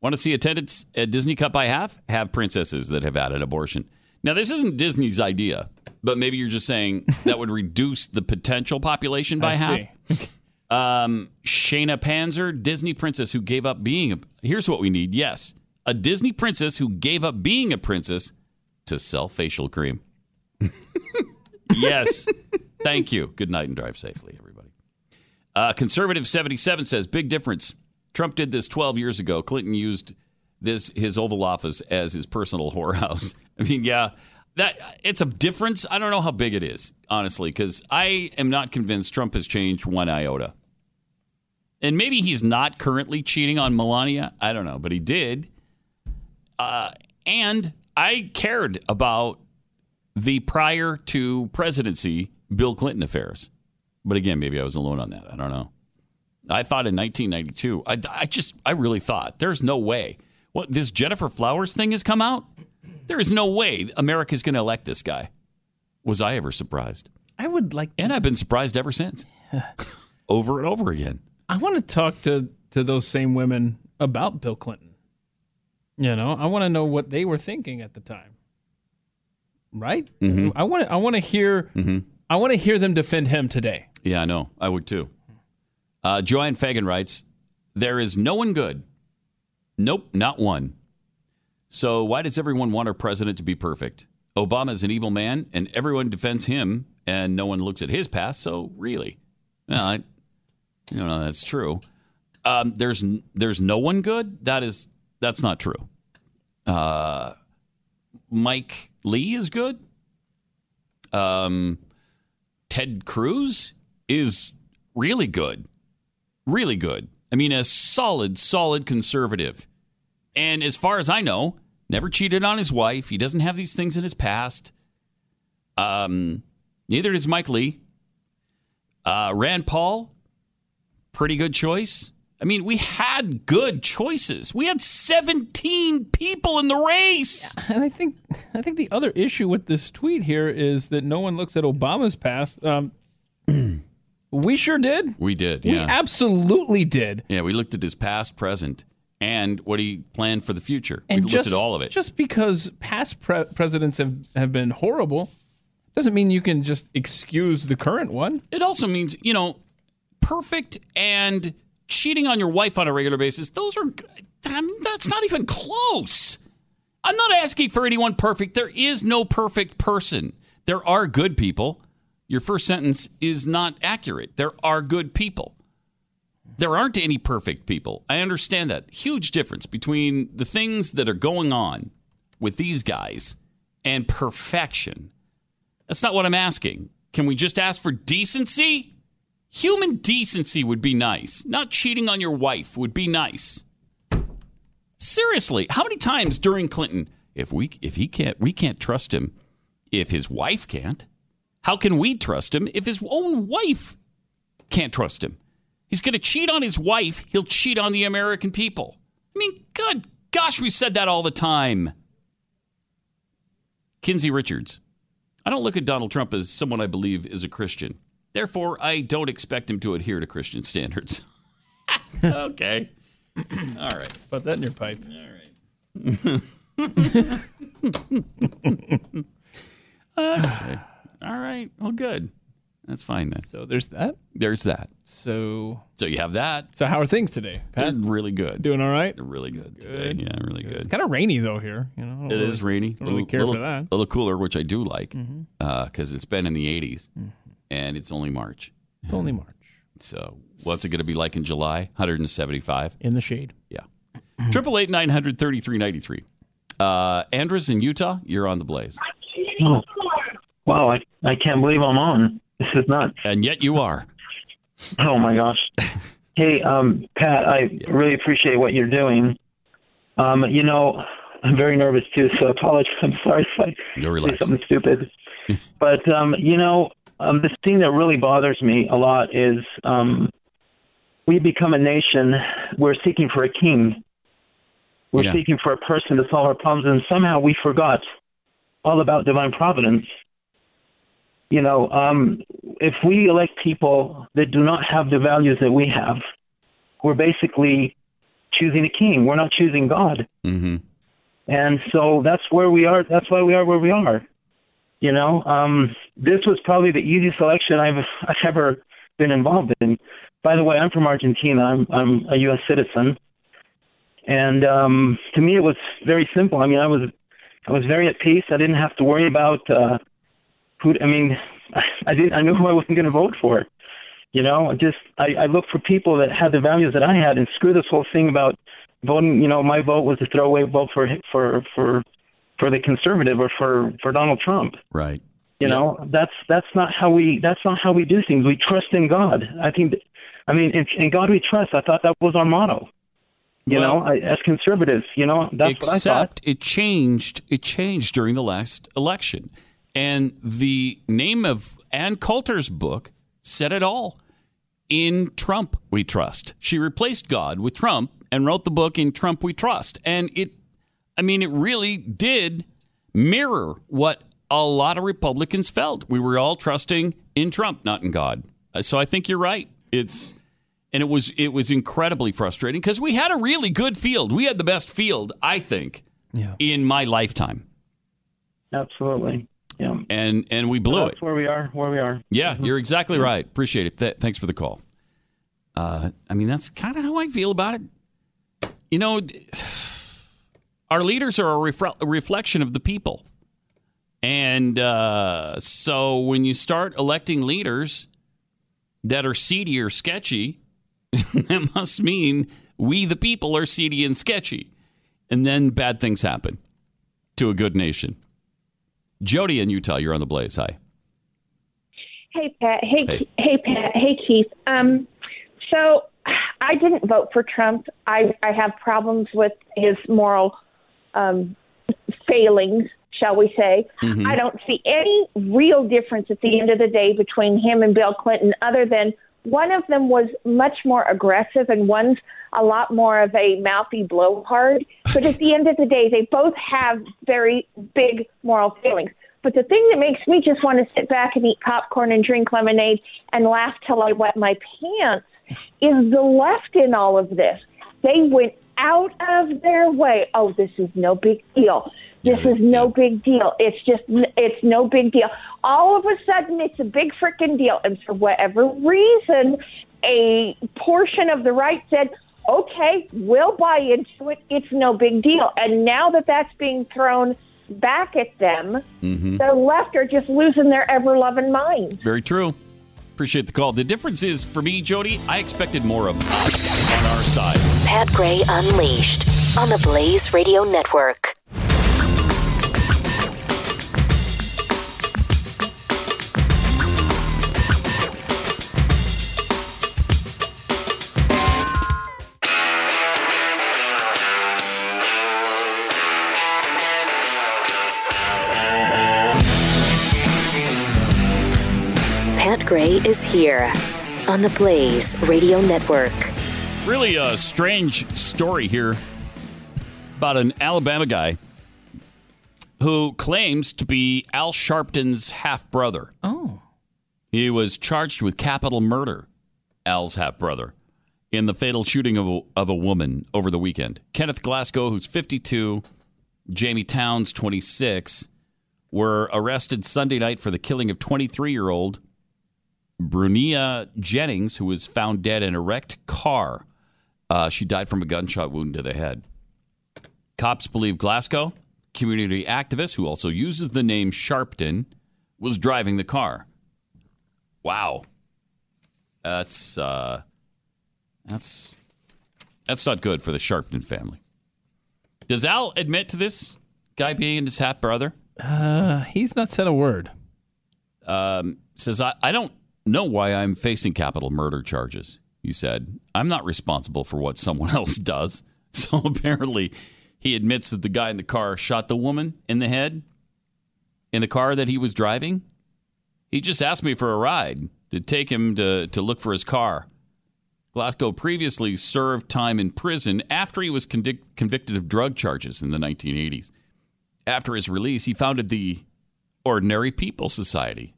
Speaker 2: want to see attendance at Disney Cup? I have have princesses that have had an abortion. Now this isn't Disney's idea, but maybe you're just saying that would reduce the potential population by
Speaker 3: I
Speaker 2: half.
Speaker 3: see.
Speaker 2: Um, Shayna Panzer, Disney princess who gave up being a. Here's what we need. Yes, a Disney princess who gave up being a princess to sell facial cream. <laughs> yes, thank you. Good night and drive safely, everybody. Uh, Conservative 77 says big difference. Trump did this 12 years ago. Clinton used this his Oval Office as his personal <laughs> whorehouse. I mean, yeah, that it's a difference. I don't know how big it is, honestly, because I am not convinced Trump has changed one iota. And maybe he's not currently cheating on Melania. I don't know, but he did. Uh, and I cared about the prior to presidency Bill Clinton affairs. But again, maybe I was alone on that. I don't know. I thought in 1992, I, I just, I really thought there's no way. What this Jennifer Flowers thing has come out? There is no way America's going to elect this guy. Was I ever surprised?
Speaker 3: I would like.
Speaker 2: And I've been surprised ever
Speaker 3: <laughs>
Speaker 2: since, over and over again.
Speaker 3: I want to talk to to those same women about Bill Clinton. You know, I want to know what they were thinking at the time. Right?
Speaker 2: Mhm.
Speaker 3: I want to, I want to hear
Speaker 2: Mhm.
Speaker 3: I want to hear them defend him today.
Speaker 2: Yeah, I know. I would too. Uh, Joanne Fagan writes, "There is no one good. Nope, not one. So why does everyone want our president to be perfect? Obama's an evil man, and everyone defends him, and no one looks at his past. So really, no, I, you know that's true. Um, there's n- there's no one good. That is that's not true. Uh, Mike Lee is good. Um, Ted Cruz is really good. Really good. I mean, a solid, solid conservative. And as far as I know, never cheated on his wife. He doesn't have these things in his past. Um, neither does Mike Lee. Uh, Rand Paul, pretty good choice. I mean, we had good choices. We had 17 people in the race.
Speaker 3: <laughs> And I think I think the other issue with this tweet here is that no one looks at Obama's past. Um, <clears throat> we sure did.
Speaker 2: We did.
Speaker 3: We
Speaker 2: yeah.
Speaker 3: absolutely did.
Speaker 2: Yeah, we looked at his past, present, and what he planned for the future.
Speaker 3: And
Speaker 2: we
Speaker 3: just
Speaker 2: looked at all of it.
Speaker 3: Just because past pre- presidents have, have been horrible doesn't mean you can just excuse the current one.
Speaker 2: It also means, you know, perfect and cheating on your wife on a regular basis, those are, I mean, that's not even close. I'm not asking for anyone perfect. There is no perfect person. There are good people. Your first sentence is not accurate. There are good people. There aren't any perfect people. I understand that. Huge difference between the things that are going on with these guys and perfection. That's not what I'm asking. Can we just ask for decency? Human decency would be nice. Not cheating on your wife would be nice. Seriously, how many times during Clinton, if we if he can't we can't trust him if his wife can't, how can we trust him if his own wife can't trust him? He's going to cheat on his wife, he'll cheat on the American people. I mean, good gosh, we said that all the time. Kinsey Richards. I don't look at Donald Trump as someone I believe is a Christian. Therefore, I don't expect him to adhere to Christian standards. <laughs> <laughs> okay. <clears throat> All right.
Speaker 3: Put that in your pipe.
Speaker 2: Okay. <laughs> All right. Well, good. That's fine then.
Speaker 3: So there's that.
Speaker 2: There's that.
Speaker 3: So
Speaker 2: So you have that.
Speaker 3: so how are things today?
Speaker 2: They're
Speaker 3: Pat?
Speaker 2: really good.
Speaker 3: Doing all right?
Speaker 2: They're really good, today. Yeah, really
Speaker 3: It's
Speaker 2: good.
Speaker 3: kind of rainy though here. You know, I don't
Speaker 2: It
Speaker 3: really-
Speaker 2: is rainy.
Speaker 3: Don't really care
Speaker 2: little,
Speaker 3: for that. Mm-hmm.
Speaker 2: A little cooler, which I do like, because it's been in the 80s, and it's only March.
Speaker 3: It's only March
Speaker 2: So what's it going to be like in July? 175.
Speaker 3: in the shade.
Speaker 2: Yeah. Triple eight nine hundred thirty three ninety three. Uh, Andres in Utah, you're on the blaze,
Speaker 17: Oh, wow, I, I can't believe I'm on. This is nuts.
Speaker 2: and yet you are.
Speaker 17: Oh my
Speaker 2: <laughs>
Speaker 17: gosh. hey, um, Pat, I really appreciate what you're doing. Um, you know, I'm very nervous <laughs> too, so I apologize. I'm sorry if I
Speaker 2: no,
Speaker 17: say something stupid. but um, you know, Um, the thing that really bothers me a lot is um, we become a nation. We're seeking for a king. We're
Speaker 18: Yeah.
Speaker 17: seeking for a person to solve our problems, and somehow we forgot all about divine providence. You know, um, if we elect people that do not have the values that we have, we're basically choosing a king. We're not choosing God.
Speaker 2: Mm-hmm.
Speaker 17: And so that's where we are. That's why we are where we are. You know, um, this was probably the easiest election I've I've ever been involved in. By the way, I'm from Argentina. I'm I'm a U.S. citizen, and um, to me it was very simple. I mean, I was I was very at peace. I didn't have to worry about uh, who. I mean, <laughs> I didn't. I knew who I wasn't going to vote for. You know, I just I, I looked for people that had the values that I had, and screw this whole thing about voting. You know, my vote was a throwaway vote for for for for the conservative or for for Donald Trump.
Speaker 2: Right.
Speaker 17: You know, that's that's not how we that's not how we do things. We trust in God. I think, that- I mean, in, in God we trust. I thought that was our motto. You
Speaker 2: Well-
Speaker 17: know, I, as conservatives, you know, that's what I thought.
Speaker 2: Except it changed. It changed during the last election, and the name of Ann Coulter's book said it all. In Trump we trust. She replaced God with Trump and wrote the book In Trump We Trust, and it. I mean, it really did mirror what a lot of Republicans felt. We were all trusting in Trump, not in God. Uh, So I think you're right. It's and it was it was incredibly frustrating because we had a really good field. We had the best field, I think, in my lifetime.
Speaker 17: Absolutely. Yeah.
Speaker 2: And and we blew
Speaker 17: So
Speaker 2: it.
Speaker 17: That's where we are. Where we are.
Speaker 2: Yeah, you're exactly right. Appreciate it. Th- thanks for the call. Uh, I mean, that's kind of how I feel about it. You know, d- <sighs> our leaders are a, refre- a reflection of the people. And uh, so when you start electing leaders that are seedy or sketchy, <laughs> that must mean we, the people, are seedy and sketchy. And then bad things happen to a good nation. Jody in Utah, you're on the blaze. Hi.
Speaker 19: Hey Pat. Hey
Speaker 2: Hey.
Speaker 19: Ke- hey Pat. Hey Keith. Um, so I didn't vote for Trump. I I have problems with his moral um, failings, shall we say?
Speaker 20: Mhm.
Speaker 19: I don't see any real difference at the end of the day between him and Bill Clinton, other than one of them was much more aggressive and one's a lot more of a mouthy blowhard. But at the end of the day, they both have very big moral feelings. But the thing that makes me just want to sit back and eat popcorn and drink lemonade and laugh till I wet my pants is the left in all of this. They went out of their way. Oh, this is no big deal. This is no big deal. It's just, it's no big deal. All of a sudden, it's a big freaking deal. And for whatever reason, a portion of the right said, okay, we'll buy into it. It's no big deal. And now that that's being thrown back at them,
Speaker 2: Mhm.
Speaker 19: the left are just losing their ever loving mind.
Speaker 2: Very true. Appreciate the call. The difference is for me, Jody, I expected more of us on our side.
Speaker 1: Pat Gray Unleashed on the Blaze Radio Network. Pat Gray is here on the Blaze Radio Network.
Speaker 2: Really a strange story here about an Alabama guy who claims to be Al Sharpton's half brother.
Speaker 3: Oh.
Speaker 2: He was charged with capital murder, Al's half brother, in the fatal shooting of a, of a woman over the weekend. Kenneth Glasgow, who's 52, Jamie Towns, 26, were arrested Sunday night for the killing of 23 year old Brunia Jennings, who was found dead in a wrecked car. Uh, she died from a gunshot wound to the head. Cops believe Glasgow, community activist who also uses the name Sharpton, was driving the car. Wow, that's uh, that's that's not good for the Sharpton family. Does Al admit to this guy being his half brother?
Speaker 3: Uh, he's not said a word.
Speaker 2: um, says, I, I don't know why I'm facing capital murder charges. He said, I'm not responsible for what someone <laughs> else does. So <laughs> apparently, he admits that the guy in the car shot the woman in the head in the car that he was driving. He He just asked me for a ride to take him to, to look for his car. Glasgow previously served time in prison after he was convic- convicted of drug charges in the 1980s. After his release, he founded the Ordinary People Society,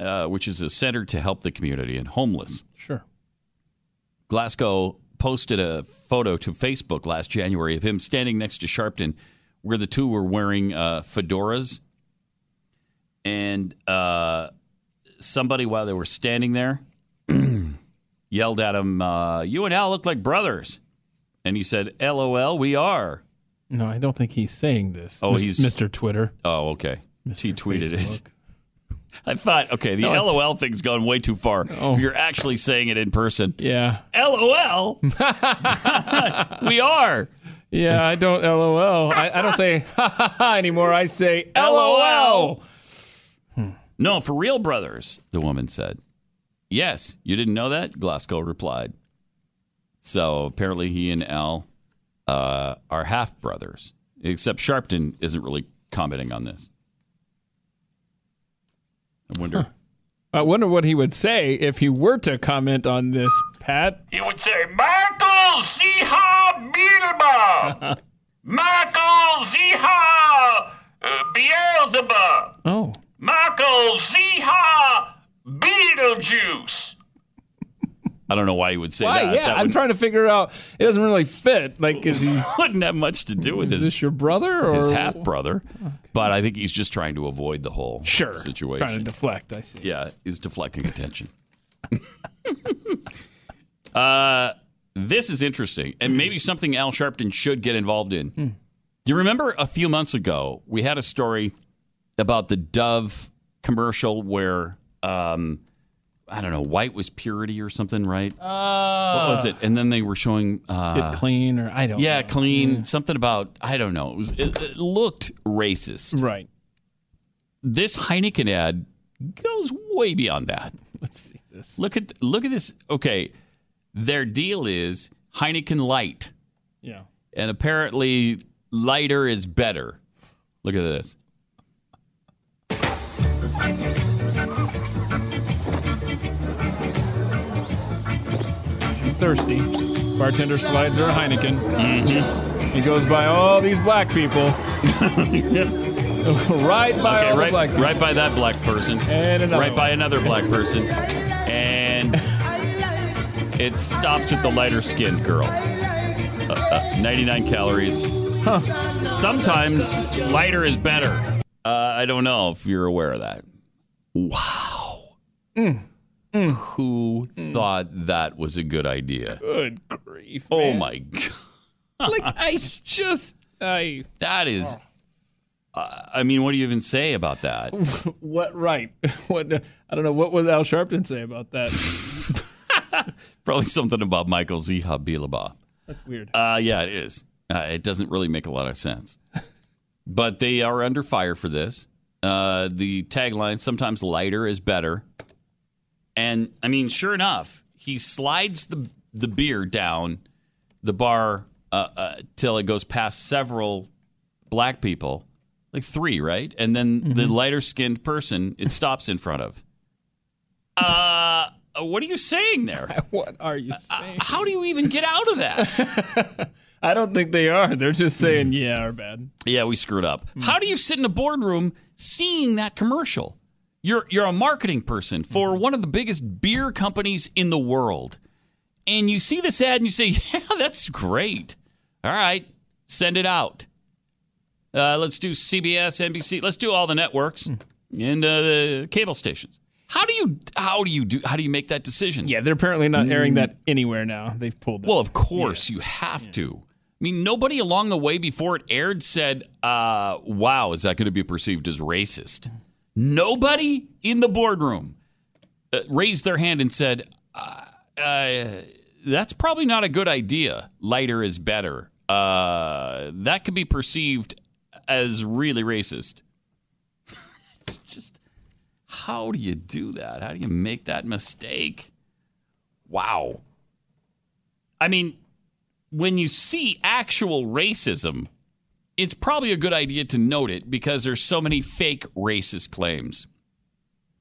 Speaker 2: uh, which is a center to help the community and homeless.
Speaker 3: Sure.
Speaker 2: Glasgow posted a photo to Facebook last January of him standing next to Sharpton, where the two were wearing uh, fedoras. And uh, somebody, while they were standing there, <clears throat> yelled at him, uh, You and Al look like brothers. And he said, LOL, we are.
Speaker 3: No, I don't think he's saying this.
Speaker 2: Oh,
Speaker 3: Mis-
Speaker 2: he's-
Speaker 3: Mr. Twitter.
Speaker 2: Oh, okay. he tweeted
Speaker 3: Facebook.
Speaker 2: it. <laughs> I thought, okay, the
Speaker 3: No, I- Oh.
Speaker 2: LOL thing's gone way too far. You're actually saying it in person.
Speaker 3: Yeah.
Speaker 2: LOL. we are.
Speaker 3: Yeah, I don't LOL. I, I don't say <laughs> ha ha ha anymore. I say LOL.
Speaker 2: No, for real, brothers, the woman said. Yes, you didn't know that? Glasgow replied. So apparently he and Al uh, are half brothers, except Sharpton isn't really commenting on this. I wonder.
Speaker 3: I wonder what he would say if he were to comment on this, Pat.
Speaker 18: <laughs> He would say, Michael Ziha
Speaker 3: <laughs>
Speaker 18: Bilba! Michael Ziha uh, Beelzebub!
Speaker 3: Oh.
Speaker 18: Michael Ziha
Speaker 2: Ah,
Speaker 18: Beetlejuice!
Speaker 2: I don't know why he would say
Speaker 3: Why?
Speaker 2: that.
Speaker 3: yeah,
Speaker 2: That
Speaker 3: I'm
Speaker 2: would-
Speaker 3: trying to figure out. It doesn't really fit. Like, is he?
Speaker 2: <laughs> wouldn't have much to do with
Speaker 3: is
Speaker 2: his-
Speaker 3: this your brother or
Speaker 2: his half brother, but I think he's just trying to avoid the whole
Speaker 3: Sure.
Speaker 2: situation.
Speaker 3: Trying to deflect. I see.
Speaker 2: Yeah, is deflecting attention. <laughs> uh, this is interesting, and maybe something Al Sharpton should get involved in.
Speaker 3: Hmm.
Speaker 2: Do You remember a few months ago we had a story about the Dove commercial where um, I don't know, white was purity or something, right? what was it? And then they were showing uh,
Speaker 3: Get Uh, clean or I don't. Mm.
Speaker 2: yeah, clean. Something about I don't know. It was it, it looked racist.
Speaker 3: Right.
Speaker 2: This Heineken ad goes way beyond that.
Speaker 3: Let's see this.
Speaker 2: Look at look at this. Okay, their deal is Heineken Light,
Speaker 3: Yeah.
Speaker 2: and apparently lighter is better. Look at this.
Speaker 3: She's thirsty. Bartender slides her a Heineken.
Speaker 2: Mm-hmm.
Speaker 3: He goes by all these
Speaker 2: <laughs>
Speaker 3: black people. <laughs> right by all
Speaker 2: okay,
Speaker 3: the
Speaker 2: right,
Speaker 3: black people.
Speaker 2: right by that black person,
Speaker 3: And another
Speaker 2: right by
Speaker 3: one.
Speaker 2: another black person,
Speaker 3: <laughs>
Speaker 2: and it stops with the lighter skinned girl. Uh, uh, 99 calories. Sometimes lighter is better. Uh, I don't know if you're aware of that. Wow.
Speaker 3: Mm.
Speaker 2: Who thought that was a good idea?
Speaker 3: Good grief.
Speaker 2: Oh
Speaker 3: man.
Speaker 2: my god.
Speaker 3: <laughs> Like I just I
Speaker 2: That is uh, I- I mean, what do you even say about
Speaker 3: <laughs>
Speaker 2: that?
Speaker 3: what right? <laughs> What I don't know what would Al Sharpton say about that.
Speaker 2: Probably something about Michael Ziha Bilaba.
Speaker 3: That's weird.
Speaker 2: Uh, yeah, it is. Uh, it doesn't really make a lot of
Speaker 3: <laughs>
Speaker 2: sense. but they are under fire for this. Uh, the tagline, sometimes lighter is better. And I mean, sure enough, he slides the, the beer down the bar uh, uh, till it goes past several black people, like three, right? And then the
Speaker 3: Mm-hmm.
Speaker 18: Mhm.
Speaker 2: lighter skinned person it stops in front of. <laughs> Uh, what are you saying there?
Speaker 3: <laughs>
Speaker 2: Uh,
Speaker 3: What are you saying?
Speaker 2: How do you even get out of that?
Speaker 3: I don't think they are. They're just saying yeah, are bad.
Speaker 2: Hmm. Yeah, we screwed up. How do you sit in a boardroom seeing that commercial? You're you're a marketing person for one of the biggest beer companies in the world. And you see this ad and you say, <laughs> "Yeah, that's great. All right, send it out. Uh, let's do CBS, NBC. Let's do all the networks and uh, the cable stations." How do you how do you do how do you make that decision?
Speaker 3: Yeah, they're apparently not airing that anywhere now. They've pulled it.
Speaker 2: Hmm. Well, of course, you have to. I mean, nobody along the way before it aired said, uh, wow, is that going to be perceived as racist? Nobody in the boardroom uh, raised their hand and said, uh, uh, that's probably not a good idea. Lighter is better. Uh, that could be perceived as really racist. <laughs> it's just, how do you do that? How do you make that mistake? Wow. I mean, when you see actual racism, it's probably a good idea to note it because there's so many fake racist claims.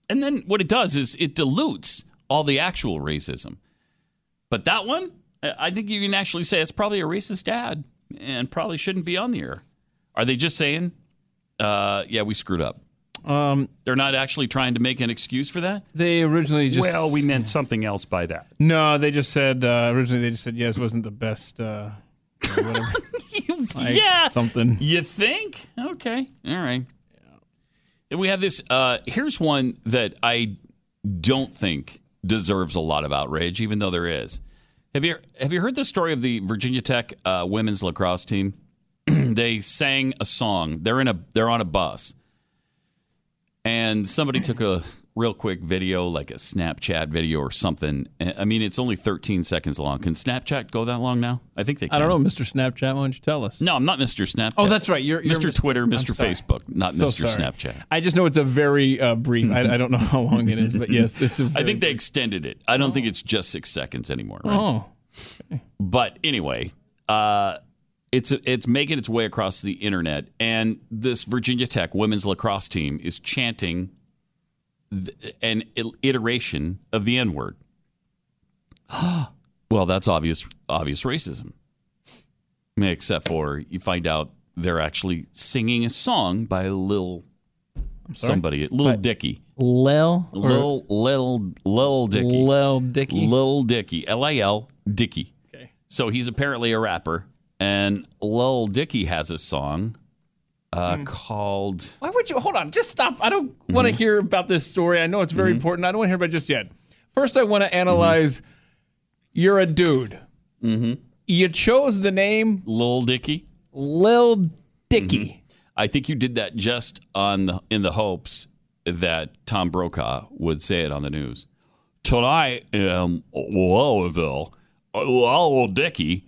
Speaker 2: And then what it does is it dilutes all the actual racism. But that one, I I think you can actually say it's probably a racist ad and probably shouldn't be on the air. Are they just saying, uh, yeah, we screwed up?
Speaker 3: Um,
Speaker 2: They're not actually trying to make an excuse for that?
Speaker 3: they originally just
Speaker 2: Well, we meant something else by that.
Speaker 3: No, they just said uh, originally they just said yes wasn't the
Speaker 2: <laughs>
Speaker 3: best. Uh, whatever. Like,
Speaker 2: yeah.
Speaker 3: something.
Speaker 2: You think? Okay. All right. Then we have this. Uh, here's one that I don't think deserves a lot of outrage, even though there is. Have you have you heard the story of the Virginia Tech uh, women's lacrosse team? <clears throat> they sang a song. They're in a they're on a bus, and somebody took a real quick video, like a Snapchat video or something. I mean, it's only 13 seconds long. Can Snapchat go that long now? I think they. Can.
Speaker 3: I don't know, Mr. Snapchat. Why don't you tell us?
Speaker 2: No, I'm not Mr. Snapchat.
Speaker 3: Oh, that's right. You're, you're
Speaker 2: Mr. Twitter,
Speaker 3: I'm
Speaker 2: Mr.
Speaker 3: sorry.
Speaker 2: Facebook, not
Speaker 3: So
Speaker 2: Mr.
Speaker 3: sorry.
Speaker 2: Snapchat.
Speaker 3: I just know it's a very uh, brief. I, I don't know how long it is, but yes, it's.
Speaker 2: <laughs>
Speaker 3: A
Speaker 2: I
Speaker 3: very-
Speaker 2: think they extended it. I don't think it's just six seconds anymore. Right?
Speaker 3: <laughs> Oh,
Speaker 2: But anyway, uh, it's it's making its way across the internet, and this Virginia Tech women's lacrosse team is chanting th- an il- iteration of the N word. <gasps> well, that's obvious obvious racism. I mean, except for you find out they're actually singing a song by Lil
Speaker 3: sorry?
Speaker 2: somebody, Lil Dicky.
Speaker 3: Lil or-
Speaker 2: Lil Lil Lil Dicky.
Speaker 3: Lil Dicky.
Speaker 2: Lil Dicky. L I L Dicky. Okay. So he's apparently a rapper, and Lil Dicky has a song uh, called.
Speaker 3: Why would you hold on? Just stop. I don't want to
Speaker 2: Mm-hmm.
Speaker 3: hear about this story. I know it's very important. I don't want to hear about it just yet. First, I want to analyze. You're a dude.
Speaker 2: Mm-hmm.
Speaker 3: You chose the name
Speaker 2: Lil Dicky. Mm-hmm.
Speaker 3: Lil Dicky.
Speaker 2: I think you did that just on the, in the hopes that Tom Brokaw would say it on the news tonight um, in Louisville. uh, Lil Dicky,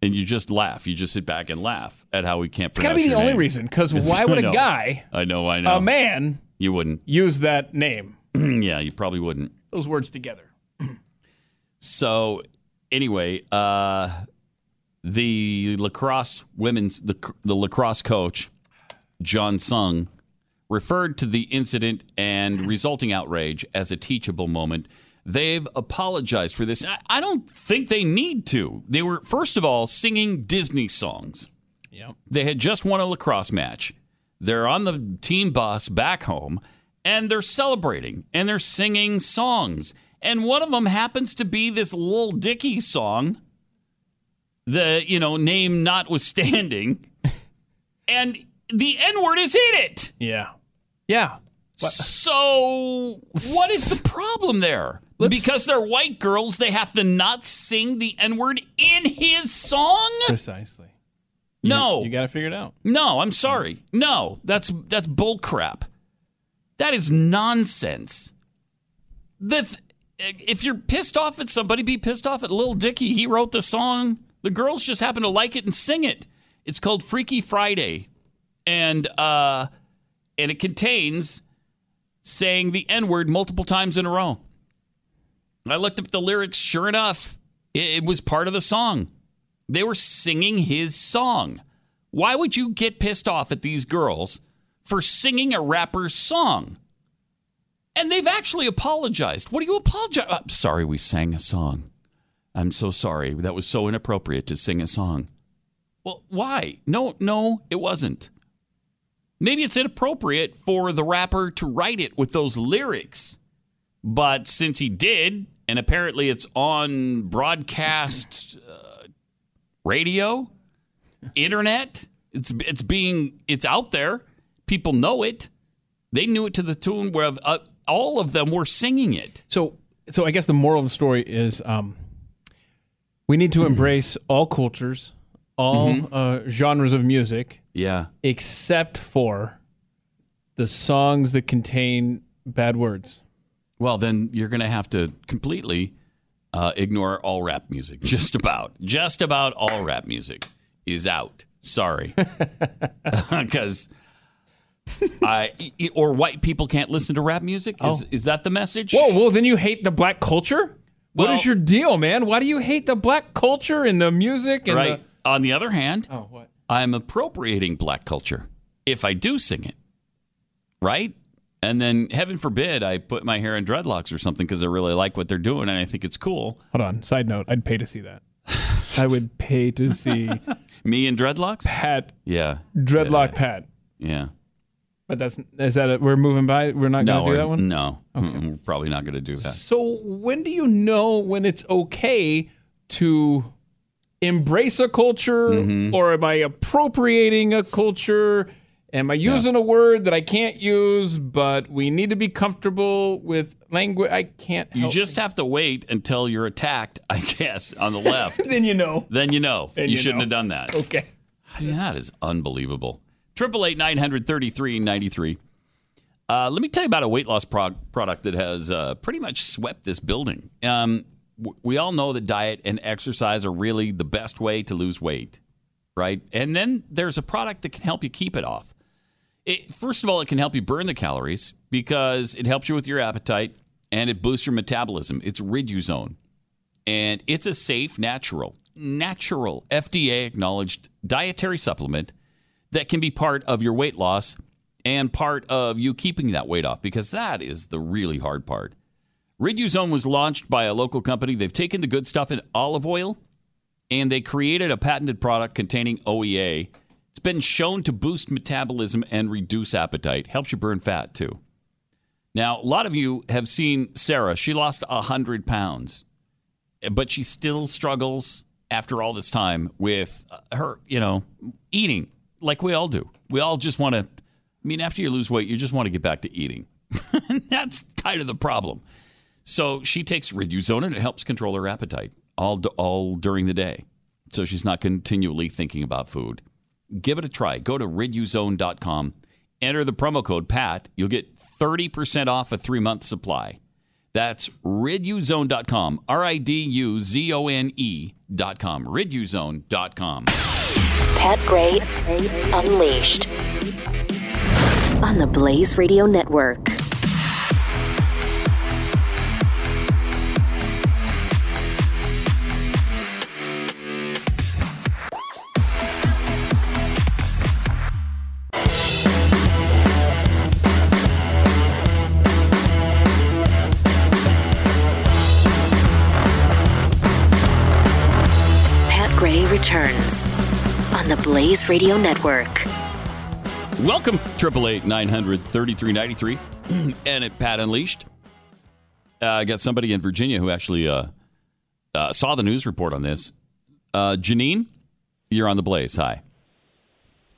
Speaker 2: and you just laugh. You just sit back and laugh at how we can't.
Speaker 3: It's gotta
Speaker 2: pronounce
Speaker 3: be
Speaker 2: your
Speaker 3: the only
Speaker 2: name. <laughs>
Speaker 3: reason, 'cause
Speaker 2: It's-
Speaker 3: why
Speaker 2: I
Speaker 3: would a
Speaker 2: know.
Speaker 3: guy,
Speaker 2: I know. I know.
Speaker 3: A man
Speaker 2: You wouldn't.
Speaker 3: use that name.
Speaker 2: <clears throat> yeah, you probably wouldn't.
Speaker 3: Those words together.
Speaker 2: So anyway, uh, the lacrosse women's the the lacrosse coach John Sung referred to the incident and resulting outrage as a teachable moment. They've apologized for this. I, I don't think they need to. They were first of all singing Disney songs.
Speaker 3: Yep.
Speaker 2: They had just won a lacrosse match. They're on the team bus back home and they're celebrating and they're singing songs. And one of them happens to be this Lil Dicky song, the, you know, name notwithstanding. and the N word is in it.
Speaker 3: Yeah. Yeah.
Speaker 2: So what is the problem there? because they're white girls, they have to not sing the N word in his song?
Speaker 3: <laughs> Precisely.
Speaker 2: No.
Speaker 3: You got to figure it out.
Speaker 2: No, I'm sorry. No, that's that's bull crap. That is nonsense. The th- if you're pissed off at somebody, be pissed off at Lil Dicky. He wrote the song. The girls just happen to like it and sing it. It's called Freaky Friday, and uh, and it contains saying the N word multiple times in a row. I looked up the lyrics. Sure enough, it, it was part of the song. They were singing his song. Why would you get pissed off at these girls for singing a rapper's song? And they've actually apologized. What do you apologize? uh, I'm sorry we sang a song. I'm so sorry. That was so inappropriate to sing a song. Well, why? No, no, it wasn't. Maybe it's inappropriate for the rapper to write it with those lyrics. But since he did, and apparently it's on broadcast uh, radio, internet, it's it's being it's out there. People know it. They knew it to the tune where uh, all of them were singing it.
Speaker 3: So, so I guess the moral of the story is um, we
Speaker 2: <clears throat>
Speaker 3: need to embrace all cultures, all
Speaker 2: Mhm.
Speaker 3: uh, genres of music,
Speaker 2: Yeah.
Speaker 3: except for the songs that contain bad words.
Speaker 2: Well, then you're going to have to completely uh, ignore all rap music. <laughs> Just about, just about all rap music is out. Sorry, <laughs> because I e, or white people can't listen to rap music. Is,
Speaker 3: Oh.
Speaker 2: is that the message?
Speaker 3: Whoa, well, then you hate the black culture? what
Speaker 2: Well-
Speaker 3: is your deal, man? Why do you hate the black culture and the music and
Speaker 2: right. On the other hand,
Speaker 3: the. Oh, what?
Speaker 2: I'm appropriating black culture if I do sing it, right? And then, heaven forbid, I put my hair in dreadlocks or something because I really like what they're doing and I think it's cool.
Speaker 3: Hold on. Side note, I'd pay to
Speaker 2: <laughs>
Speaker 3: see that. I would pay to see
Speaker 2: Me and dreadlocks?
Speaker 3: Pat.
Speaker 2: Yeah.
Speaker 3: Dreadlock Pat.
Speaker 2: Yeah.
Speaker 3: But that's is that it? We're moving by. We're not
Speaker 2: no,
Speaker 3: going to do
Speaker 2: we're-
Speaker 3: that one.
Speaker 2: No. Mm-mm, We're probably not going to do that.
Speaker 3: So when do you know when it's okay to embrace a culture,
Speaker 2: Mm-hmm.
Speaker 3: or am I appropriating a culture? Am I using a word that I can't use, but we need to be comfortable with language? I can't.
Speaker 2: You
Speaker 3: help-
Speaker 2: just have to wait until you're attacked, I <laughs> guess, on the
Speaker 3: <laughs>
Speaker 2: left.
Speaker 3: then you know.
Speaker 2: then you know.
Speaker 3: Then
Speaker 2: you,
Speaker 3: you
Speaker 2: shouldn't
Speaker 3: know.
Speaker 2: have done that.
Speaker 3: Okay.
Speaker 2: I mean, that is unbelievable. Triple eight nine hundred thirty three ninety three. Uh, let me tell you about a weight loss prog- product that has uh, pretty much swept this building. Um, w- we all know that diet and exercise are really the best way to lose weight, right? And then there's a product that can help you keep it off. It, first of all, it can help you burn the calories because it helps you with your appetite and it boosts your metabolism. It's Riduzone and it's a safe, natural, natural FDA acknowledged dietary supplement that can be part of your weight loss and part of you keeping that weight off because that is the really hard part. Riduzone was launched by a local company. They've taken the good stuff in olive oil and they created a patented product containing OEA. It's been shown to boost metabolism and reduce appetite, helps you burn fat too. Now, a lot of you have seen Sarah. She lost 100 pounds, but she still struggles after all this time with uh, her, you know, eating like we all do. We all just want to, I mean, after you lose weight, you just want to get back to eating. <laughs> That's kind of the problem. So she takes Riduzone and it helps control her appetite all, all during the day. So she's not continually thinking about food. Give it a try. Go to riduzone.com, enter the promo code PAT. You'll get 30% off a three month supply. That's riduzone.com, R I D U Z O N E E.com, riduzone.com.
Speaker 1: Pat Gray Unleashed on the Blaze Radio Network. Pat Gray returns on the Blaze Radio Network.
Speaker 2: Welcome, 888 900 3393, <clears throat> and at Pat Unleashed. Uh, I got somebody in Virginia who actually uh, uh, saw the news report on this. Uh, Janine, you're on the blaze. Hi.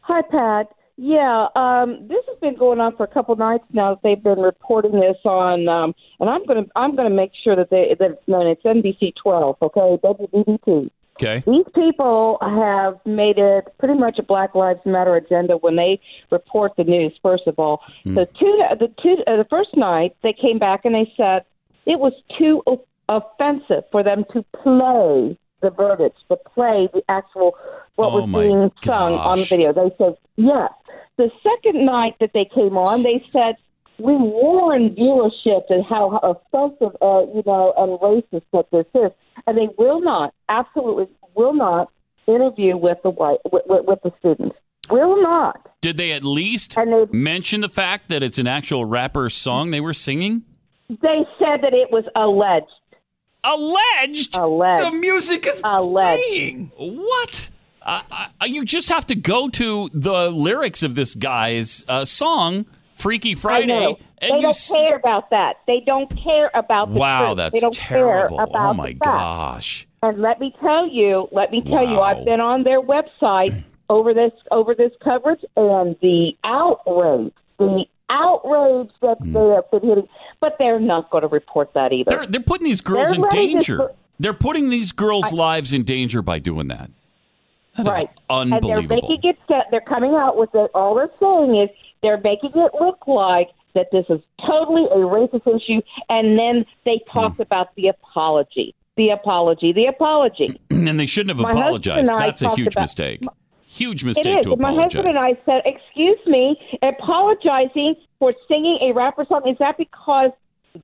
Speaker 20: Hi, Pat. Yeah, um, this has been going on for a couple nights now. that They've been reporting this on, um, and I'm going to I'm going to make sure that they that it's known. It's NBC 12, okay? WBBT.
Speaker 2: Okay.
Speaker 20: These people have made it pretty much a Black Lives Matter agenda when they report the news. First of all,
Speaker 21: Hmm.
Speaker 20: the two the two uh, the first night they came back and they said it was too o- offensive for them to play the verdicts, to play the actual what
Speaker 21: Oh,
Speaker 20: was
Speaker 21: my
Speaker 20: being sung on the
Speaker 21: gosh.
Speaker 20: video. They said yes. The second night that they came on, they said we warned viewership and how offensive, uh, you know, and racist that this is, and they will not, absolutely will not interview with the white with, with, with the students. Will not.
Speaker 2: Did they at least mention the fact that it's an actual rapper song they were singing?
Speaker 20: They said that it was alleged.
Speaker 2: Alleged.
Speaker 20: Alleged.
Speaker 2: The music is
Speaker 20: alleged.
Speaker 2: What? I, I, you just have to go to the lyrics of this guy's uh, song, Freaky
Speaker 20: I
Speaker 2: Friday,
Speaker 20: know. They
Speaker 2: and you
Speaker 20: don't
Speaker 2: s-
Speaker 20: care about that. They don't care about the
Speaker 2: Wow,
Speaker 20: truth.
Speaker 2: that's
Speaker 20: they don't
Speaker 2: terrible.
Speaker 20: Care about
Speaker 2: oh my
Speaker 20: the fact.
Speaker 2: gosh.
Speaker 20: And let me tell you, let me tell you,
Speaker 2: Wow.
Speaker 20: I've been on their
Speaker 2: <clears throat>
Speaker 20: website over this over this coverage and the outrage, the outrage that they have been hitting. But they're not going to report that either.
Speaker 2: Hmm. They're, they're putting these girls
Speaker 20: They're
Speaker 2: in
Speaker 20: ready to-
Speaker 2: danger. they're putting these girls' lives in danger by doing that. That is
Speaker 20: right. And they're
Speaker 2: unbelievable.
Speaker 20: making it. so- They're coming out with it. All they're saying is they're making it look like that this is totally a racist issue, and then they talk
Speaker 2: Hmm.
Speaker 20: about the apology, the apology, the apology.
Speaker 2: <clears throat> and they shouldn't have
Speaker 20: My husband
Speaker 2: apologized.
Speaker 20: and I
Speaker 2: That's a
Speaker 20: talked
Speaker 2: huge
Speaker 20: about-
Speaker 2: mistake. Huge
Speaker 20: It
Speaker 2: mistake
Speaker 20: is.
Speaker 2: to
Speaker 20: And My
Speaker 2: apologize.
Speaker 20: husband and I said, "Excuse me, apologizing for singing a rap or something. Is that because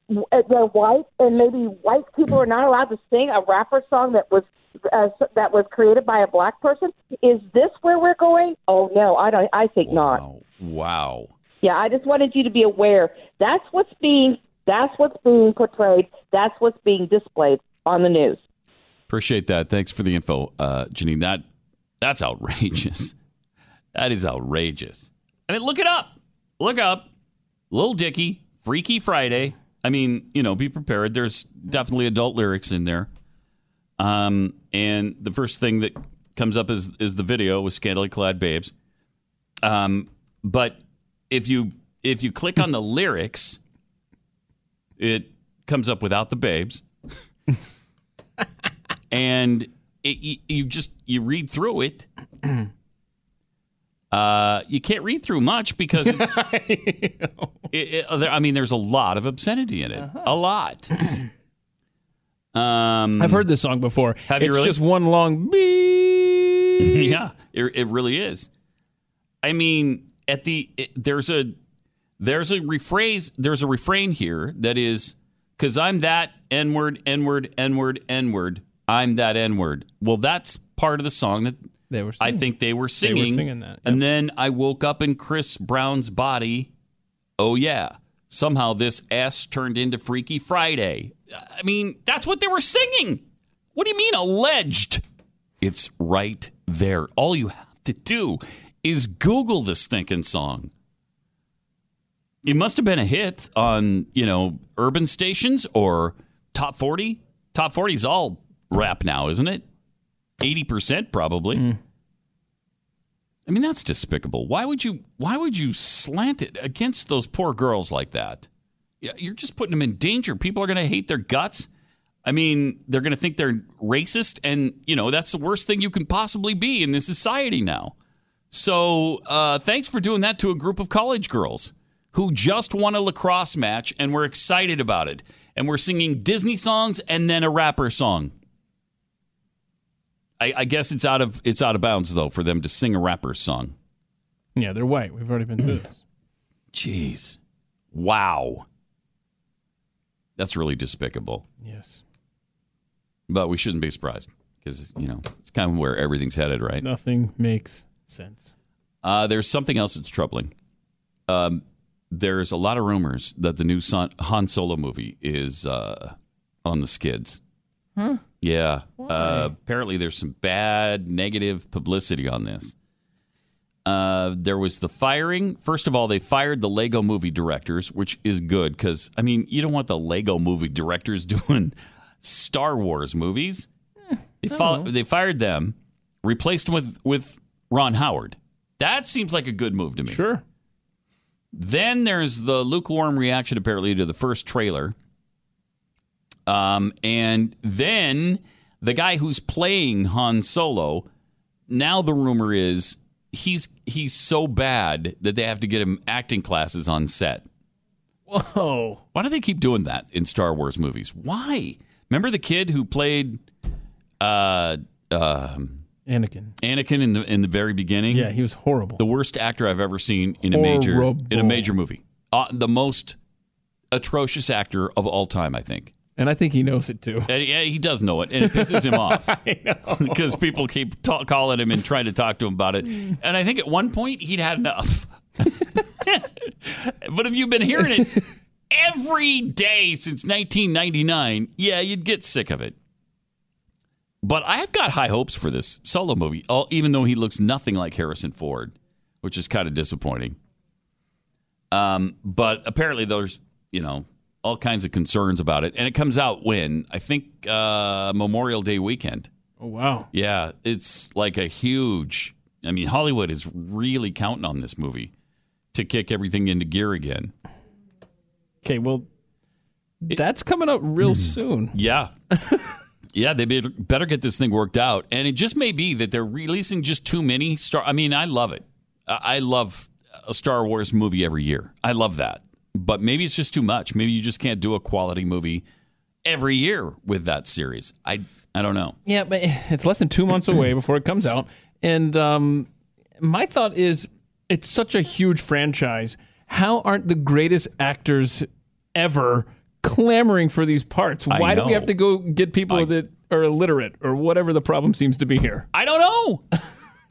Speaker 20: uh, they're white and maybe white people are not allowed to sing a rapper song that was uh, that was created by a black person? Is this where we're going? Oh no, I don't. I think not.
Speaker 2: Wow.
Speaker 20: Yeah, I just wanted you to be aware. That's what's being that's what's being portrayed. That's what's being displayed on the news.
Speaker 2: Appreciate that. Thanks for the info, uh, Janine. That that's outrageous. <laughs> that is outrageous. I mean, look it up. Look up Lil Dicky, Freaky Friday. I mean, you know, be prepared. There's definitely adult lyrics in there. Um, and the first thing that comes up is is the video with scantily clad babes. Um, but if you if you click on the <laughs> lyrics, it comes up without the babes, and it, you, you just you read through it. Mm. Uh, you can't read through much because it's. it, it- I mean, there's a lot of obscenity in it. A lot. <clears throat> Um,
Speaker 3: I've heard this song before.
Speaker 2: Have you
Speaker 3: it's
Speaker 2: really?
Speaker 3: just one long <laughs>
Speaker 2: <laughs>
Speaker 3: beep.
Speaker 2: yeah, it, it really is. I mean, at the it, there's a there's a rephrase there's a refrain here that is because I'm that n word n word n word n word I'm that n word. Well, that's part of the song that
Speaker 3: They were
Speaker 2: I think they were
Speaker 3: They were
Speaker 2: singing.
Speaker 3: singing that,
Speaker 2: And then I woke up in Chris Brown's body. Oh yeah. Somehow this S turned into Freaky Friday. I mean, that's what they were singing. What do you mean alleged? It's right there. All you have to do is Google the stinking song. It must have been a hit on, you know, urban stations or top 40. Top 40 is all rap now, isn't it? 80% probably. I mean, that's despicable. Why would you why would you slant it against those poor girls like that? Yeah, You're just putting them in danger. People are going to hate their guts. I mean, they're going to think they're racist and, you know, that's the worst thing you can possibly be in this society now. So, uh, thanks for doing that to a group of college girls who just won a lacrosse match and were excited about it. And we're singing Disney songs and then a rapper song. I, I guess it's out of it's out of bounds though for them to sing a rapper song.
Speaker 3: Yeah, they're white. We've already been through
Speaker 2: <clears throat>
Speaker 3: this.
Speaker 2: Jeez. Wow. That's really despicable.
Speaker 3: Yes.
Speaker 2: But we shouldn't be surprised because, you know, it's kind of where everything's headed, right?
Speaker 3: Nothing makes sense.
Speaker 2: Uh, there's something else that's troubling. Um, there's a lot of rumors that the new Son- Han Solo movie is uh, on the skids.
Speaker 18: Huh?
Speaker 2: Yeah. Uh, apparently, there's some bad negative publicity on this. Uh, there was the firing. First of all, they fired the Lego movie directors, which is good because, I mean, you don't want the Lego movie directors <laughs> doing Star Wars movies. They, fol- they fired them, replaced them with, with Ron Howard. That seems like a good move to me.
Speaker 3: Sure.
Speaker 2: Then there's the lukewarm reaction, apparently, to the first trailer. Um, and then the guy who's playing Han Solo, now the rumor is he's he's so bad that they have to get him acting classes on set.
Speaker 3: Whoa.
Speaker 2: Why do they keep doing that in Star Wars movies? Why? Remember the kid who played uh, um
Speaker 3: Anakin.
Speaker 2: Anakin in the in the very beginning?
Speaker 3: Yeah, he was horrible.
Speaker 2: The worst actor I've ever seen in a major
Speaker 3: Horrible.
Speaker 2: in a major movie. Uh, the most atrocious actor of all time, I think.
Speaker 3: And I think he knows it too.
Speaker 2: And yeah, he does know it, and it pisses him off because people keep ta- calling him and trying to talk to him about it. And I think at one point he'd had enough. <laughs> but if you've been hearing it every day since 1999, yeah, you'd get sick of it. But I've got high hopes for this solo movie, all, even though he looks nothing like Harrison Ford, which is kind of disappointing. Um, but apparently, there's you know all kinds of concerns about it, and it comes out when I think uh, Memorial Day weekend.
Speaker 3: Oh wow.
Speaker 2: Yeah, it's like a huge. I mean, Hollywood is really counting on this movie to kick everything into gear again.
Speaker 3: Okay, well that's coming up real
Speaker 2: Hmm.
Speaker 3: soon.
Speaker 2: Yeah. <laughs> yeah, they be- better get this thing worked out. And it just may be that they're releasing just too many Star. I mean, I love it. I I love a Star Wars movie every year. I love that. But maybe it's just too much. Maybe you just can't do a quality movie every year with that series. I I don't know.
Speaker 3: Yeah, but <laughs> it's less than two months away before it comes out. And um, my thought is, it's such a huge franchise. How aren't the greatest actors ever clamoring for these parts?
Speaker 2: I
Speaker 3: Why do we
Speaker 2: know.
Speaker 3: have to go get people that are illiterate or whatever the problem seems to be here?
Speaker 2: <laughs> I don't know.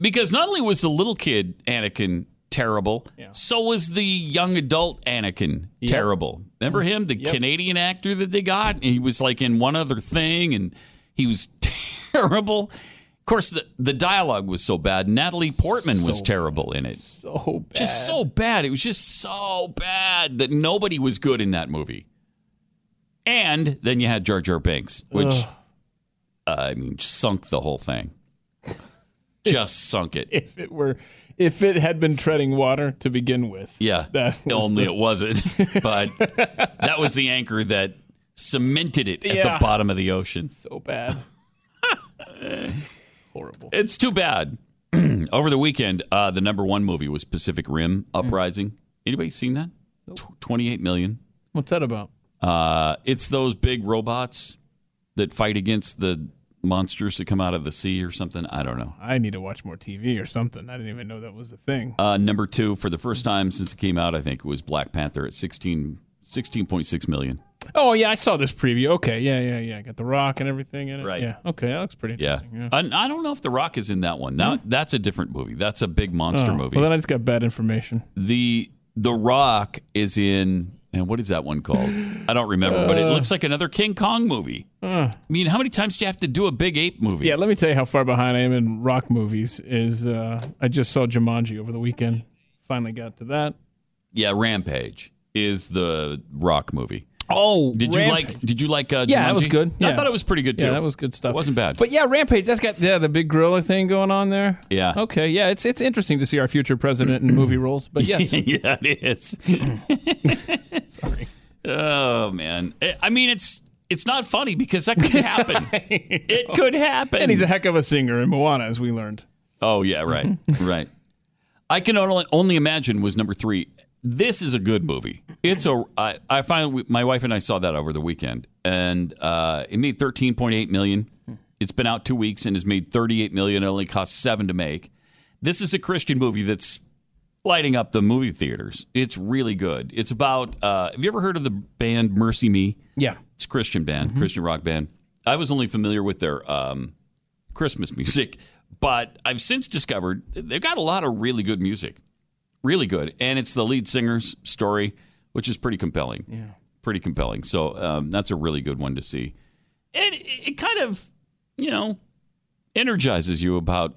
Speaker 2: because not only was the little kid Anakin terrible. So was the young adult Anakin terrible. Remember
Speaker 3: Mm-hmm.
Speaker 2: him, the Canadian actor that they got? And he was like in one other thing and he was <laughs> terrible. Of course, the, the dialogue was so bad. Natalie Portman was terrible in it.
Speaker 3: So bad.
Speaker 2: Just so bad. It was just so bad that nobody was good in that movie. And then you had Jar Jar Binks, which uh,
Speaker 18: Ugh.
Speaker 2: I mean sunk the whole
Speaker 3: <laughs>
Speaker 2: thing. Just sunk it.
Speaker 3: <laughs> If it were, if it had been treading water to begin with,
Speaker 2: Yeah.
Speaker 3: <laughs> That was
Speaker 2: Only
Speaker 3: the-
Speaker 2: it wasn't. <laughs> But that was the anchor that cemented it at the
Speaker 3: Yeah.
Speaker 2: bottom of the ocean. <laughs>
Speaker 3: so bad.
Speaker 2: It's too bad. <clears throat> Over the weekend, uh, the number one movie was Pacific Rim Uprising. Anybody seen that? Tw- 28 million.
Speaker 3: What's that about?
Speaker 2: Uh, it's those big robots that fight against the monsters that come out of the sea or something. I don't know.
Speaker 3: I need to watch more TV or something. I didn't even know that was a thing.
Speaker 2: Uh, number two, for the first time since it came out, I think, was Black Panther at 16, 16.6 million.
Speaker 3: Oh yeah, I saw this preview. Okay, yeah, yeah, yeah. Got the Rock and everything in it. Right. Yeah. Okay, that looks pretty
Speaker 2: Yeah.
Speaker 3: interesting.
Speaker 2: And I don't know if The Rock is in that one. That, That's a different movie. That's a big monster
Speaker 3: Oh,
Speaker 2: movie.
Speaker 3: Well, then I just got bad information.
Speaker 2: the The Rock is in, and what is that one called? I don't remember, but it
Speaker 3: Uh.
Speaker 2: looks like another King Kong movie.
Speaker 3: Uh.
Speaker 2: I mean, how many times do you have to do a big ape movie?
Speaker 3: Yeah, let me tell you how far behind I am in rock movies. Is uh, I just saw Jumanji over the weekend. Finally got to that.
Speaker 2: Yeah, Rampage is the Rock movie.
Speaker 3: Oh,
Speaker 2: Did you like? Did you like? Uh,
Speaker 3: Yeah, that was
Speaker 2: Jumanji?
Speaker 3: good.
Speaker 2: I
Speaker 3: Yeah.
Speaker 2: thought it was pretty good too.
Speaker 3: Yeah, that was good stuff.
Speaker 2: It wasn't bad.
Speaker 3: But yeah, Rampage. That's got yeah the big gorilla thing going on there.
Speaker 2: Yeah.
Speaker 3: Okay. Yeah, it's it's interesting to see our future president in movie roles. But
Speaker 2: <laughs>
Speaker 3: yes,
Speaker 2: yeah, it
Speaker 3: <laughs>
Speaker 2: is. Oh man, I- I mean it's it's not funny because that
Speaker 3: <laughs>
Speaker 2: could happen. it could happen.
Speaker 3: Oh. and he's a heck of a singer in Moana, as we learned.
Speaker 2: Oh yeah, right, right. I can only, only imagine was number three. This is a good movie. It's a. I, I finally, my wife and I saw that over the weekend, and uh, it made thirteen point eight million. It's been out two weeks and has made thirty eight million. It only cost seven to make. This is a Christian movie that's lighting up the movie theaters. It's really good. It's about. Uh, have you ever heard of the band Mercy Me?
Speaker 3: Yeah. Mm-hmm.
Speaker 2: It's a Christian band, Christian rock band. I was only familiar with their um, Christmas music, but I've since discovered they've got a lot of really good music, really good, and it's the lead singer's story, which is pretty compelling.
Speaker 3: Yeah.
Speaker 2: pretty compelling. So um, that's a really good one to see. It it kind of you know energizes you about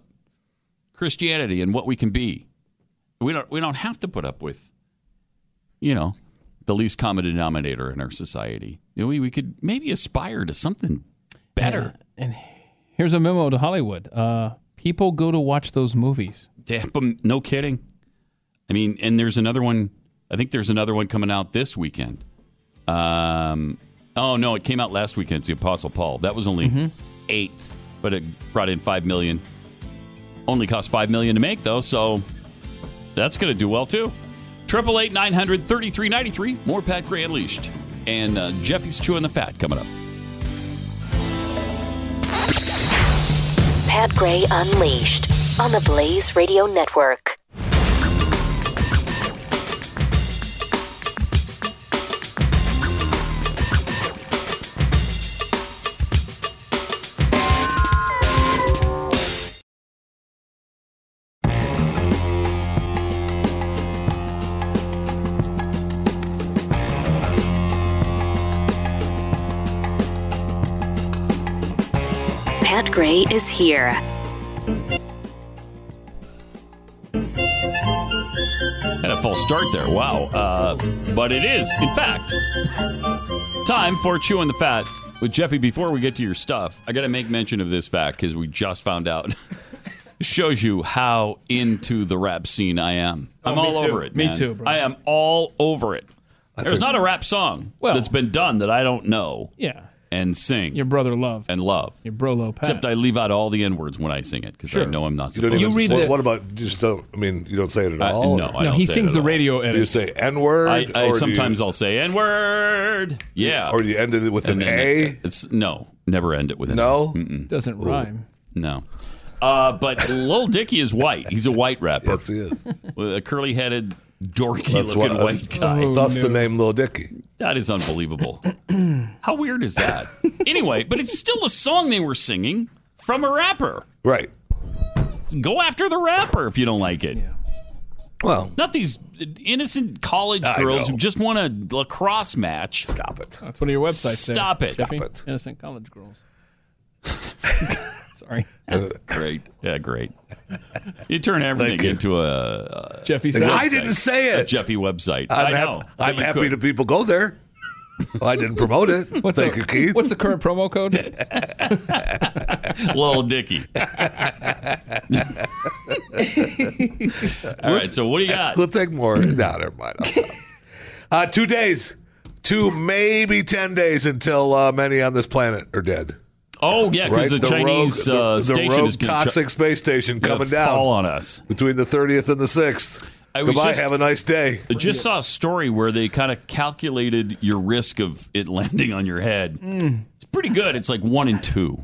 Speaker 2: Christianity and what we can be. We don't we don't have to put up with you know the least common denominator in our society. You know, we we could maybe aspire to something better.
Speaker 3: Here's a memo to Hollywood. Uh, people go to watch those movies.
Speaker 2: Yeah, but no kidding. I mean, and there's another one. I think there's another one coming out this weekend. Um, oh no, it came out last weekend. It's the Apostle Paul. That was only
Speaker 18: Mhm.
Speaker 2: eighth, but it brought in five million. Only cost five million to make though, so that's going to do well too. Triple eight nine hundred thirty three ninety three. More Pat Gray unleashed, and uh, Jeffy's chewing the fat coming up.
Speaker 1: Pat Gray Unleashed on the Blaze Radio Network. Pat Gray is here.
Speaker 2: Had a false start there. Wow. Uh, but it is, in fact, time for Chewing the Fat with Jeffy. Before we get to your stuff, I got to make mention of this fact because we just found out. <laughs> Shows you how into the rap scene I am. I'm
Speaker 3: Oh, me
Speaker 2: all
Speaker 3: too.
Speaker 2: over it.
Speaker 3: Me
Speaker 2: man.
Speaker 3: too, bro.
Speaker 2: I am all over it. There's
Speaker 3: think-
Speaker 2: not a rap song that's been done that I don't know
Speaker 3: Yeah.
Speaker 2: and sing. Your
Speaker 3: brother love
Speaker 2: and love.
Speaker 3: Your brolo Pat.
Speaker 2: Except I leave out all the n words when I sing it because I know I'm not
Speaker 21: You don't
Speaker 2: supposed
Speaker 21: even
Speaker 2: to.
Speaker 21: read
Speaker 2: say
Speaker 21: what,
Speaker 2: it.
Speaker 21: what about you just don't? I mean, you don't say it at
Speaker 2: I-
Speaker 21: all.
Speaker 2: no,
Speaker 21: or-
Speaker 2: I No, don't he say it sings at the all. radio
Speaker 21: Do you
Speaker 2: edits.
Speaker 21: say N word?
Speaker 2: I, I sometimes I'll say N word. Yeah. Or
Speaker 21: you end it with an
Speaker 2: A? It's no, never end it with an
Speaker 21: No?
Speaker 2: A. Mm-mm.
Speaker 3: Doesn't rhyme.
Speaker 2: No. Uh, but Lil Dicky is white. He's a white rapper. Yes, he is. With a curly headed, dorky looking white guy.
Speaker 21: uh, <laughs> Thus
Speaker 3: Oh,
Speaker 21: the name Lil Dicky.
Speaker 2: That is unbelievable. <clears throat> How weird is that? anyway, but it's still a song they were singing from a rapper.
Speaker 21: Right.
Speaker 2: Go after the rapper if you don't like it. Well, not these innocent college
Speaker 3: I
Speaker 2: girls
Speaker 3: know.
Speaker 2: who just want a lacrosse match. Stop it.
Speaker 3: That's one of your websites.
Speaker 2: Stop
Speaker 3: there,
Speaker 2: it.
Speaker 3: Steffi. Innocent college girls. Sorry.
Speaker 2: great. Yeah, great. You turn everything into a, a
Speaker 3: Jeffy
Speaker 2: a
Speaker 3: said it. I
Speaker 2: website.
Speaker 3: didn't say
Speaker 2: A
Speaker 3: it.
Speaker 2: Jeffy website.
Speaker 3: I'm
Speaker 2: I
Speaker 3: hap-
Speaker 2: know.
Speaker 3: I'm
Speaker 2: You
Speaker 3: happy
Speaker 2: could.
Speaker 3: to
Speaker 2: be
Speaker 21: People go there. Well, I didn't promote it.
Speaker 3: What's
Speaker 21: Thank
Speaker 3: the-
Speaker 21: you, Keith.
Speaker 3: What's the current promo code?
Speaker 21: <laughs>
Speaker 2: Lil Dicky. All right, so what do you got?
Speaker 21: We'll take more. No, never mind. I'll stop. uh, two days, two maybe ten days until uh, many on this planet are dead.
Speaker 2: Oh yeah, because the, Chinese
Speaker 21: rogue,
Speaker 2: uh,
Speaker 21: the, the
Speaker 2: station
Speaker 21: rogue
Speaker 2: is gonna try-
Speaker 21: toxic space station
Speaker 2: gonna
Speaker 21: coming down
Speaker 2: fall on us
Speaker 21: between the thirtieth and the sixth.
Speaker 2: I was
Speaker 21: Goodbye.
Speaker 2: just-
Speaker 21: have a nice day.
Speaker 2: I just saw a story where they kind of calculated your risk of it landing on your head.
Speaker 3: Hmm.
Speaker 2: It's pretty good. It's like one in two.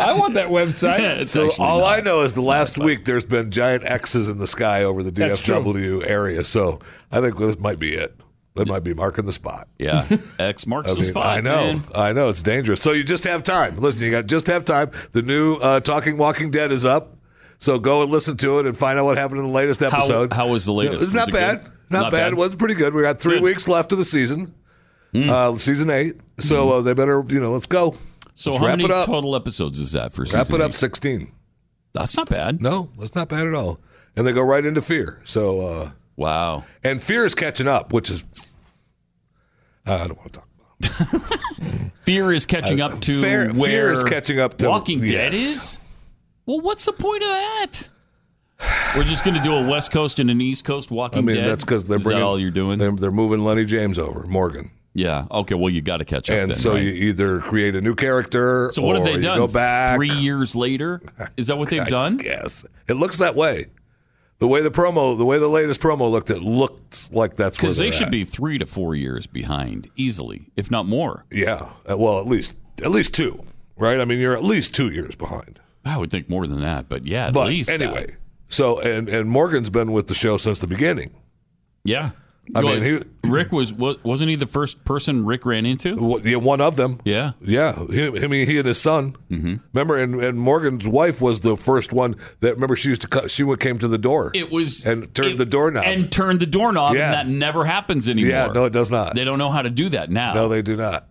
Speaker 3: I want
Speaker 2: <laughs>
Speaker 3: that website.
Speaker 21: so all I know is the last week there's been giant X's in the sky over the
Speaker 3: That's true.
Speaker 21: DFW area. So I think this might be it. That might be marking the spot.
Speaker 2: Yeah, X marks
Speaker 21: I
Speaker 2: the
Speaker 21: mean,
Speaker 2: spot.
Speaker 21: I know,
Speaker 2: man.
Speaker 21: I know, it's dangerous. So you just have time. Listen, you got just have time. The new uh, Talking Walking Dead is up, so go and listen to it and find out what happened in the latest
Speaker 2: How-
Speaker 21: episode.
Speaker 2: how was the latest?
Speaker 21: It's not
Speaker 2: Was it
Speaker 21: bad.
Speaker 2: good?
Speaker 21: Not,
Speaker 2: Not
Speaker 21: bad.
Speaker 2: bad. Hmm.
Speaker 21: It wasn't pretty good. We got three weeks left of the season, uh, season eight. So uh, they better, you know, let's go.
Speaker 2: So
Speaker 21: Let's
Speaker 2: how
Speaker 21: wrap
Speaker 2: many
Speaker 21: it up.
Speaker 2: total episodes is that for
Speaker 21: wrap
Speaker 2: season
Speaker 21: it up.
Speaker 2: eight?
Speaker 21: Sixteen.
Speaker 2: That's not bad.
Speaker 21: No, that's not bad at all. And they go right into fear. So uh,
Speaker 2: wow.
Speaker 21: And fear is catching up, which is I don't want to talk.
Speaker 2: Fear is catching up to
Speaker 21: Uh, Fear- fear
Speaker 2: where
Speaker 21: is catching up to-
Speaker 2: Walking Dead
Speaker 21: yes.
Speaker 2: is. Well, what's the point of that? We're just going to do a West Coast and an East Coast Walking
Speaker 21: I mean,
Speaker 2: Dead.
Speaker 21: that's because they're
Speaker 2: Is that
Speaker 21: bringing
Speaker 2: all you're doing.
Speaker 21: They're, they're moving Lenny James over Morgan,
Speaker 2: Yeah. Okay. Well, you got to catch up.
Speaker 21: and
Speaker 2: then,
Speaker 21: so
Speaker 2: right?
Speaker 21: you either create a new character.
Speaker 2: So what
Speaker 21: or
Speaker 2: have they
Speaker 21: you
Speaker 2: done?
Speaker 21: Go back.
Speaker 2: Three years later, is
Speaker 21: <laughs>
Speaker 2: that what they've done?
Speaker 21: Yes, it looks that way. The way the promo, the way the latest promo looked, it looked like that's where
Speaker 2: Because they
Speaker 21: they're
Speaker 2: should
Speaker 21: at.
Speaker 2: be three to four years behind easily, if not more.
Speaker 21: Yeah. Uh, Well, at least at least two, right? I mean, you're at least two years behind.
Speaker 2: I would think more than that, but yeah, at
Speaker 21: but
Speaker 2: least uh, that.
Speaker 21: anyway, so and and Morgan's been with the show since the beginning.
Speaker 2: Yeah.
Speaker 21: I
Speaker 2: Well,
Speaker 21: mean,
Speaker 2: Rick was wa- wasn't he the first person Rick ran into?
Speaker 21: Yeah, one of them.
Speaker 2: Yeah.
Speaker 21: Yeah, him, him he and his son. Mm-hmm. Remember, and, and Morgan's wife was the first one that. Remember, she used to cut, she would- came to the door.
Speaker 2: It was
Speaker 21: and turned the doorknob. <laughs>
Speaker 2: and turned the doorknob,
Speaker 21: Yeah.
Speaker 2: and that never happens anymore.
Speaker 21: Yeah, no, it does not.
Speaker 2: They don't know how to do that now. No,
Speaker 21: they do not.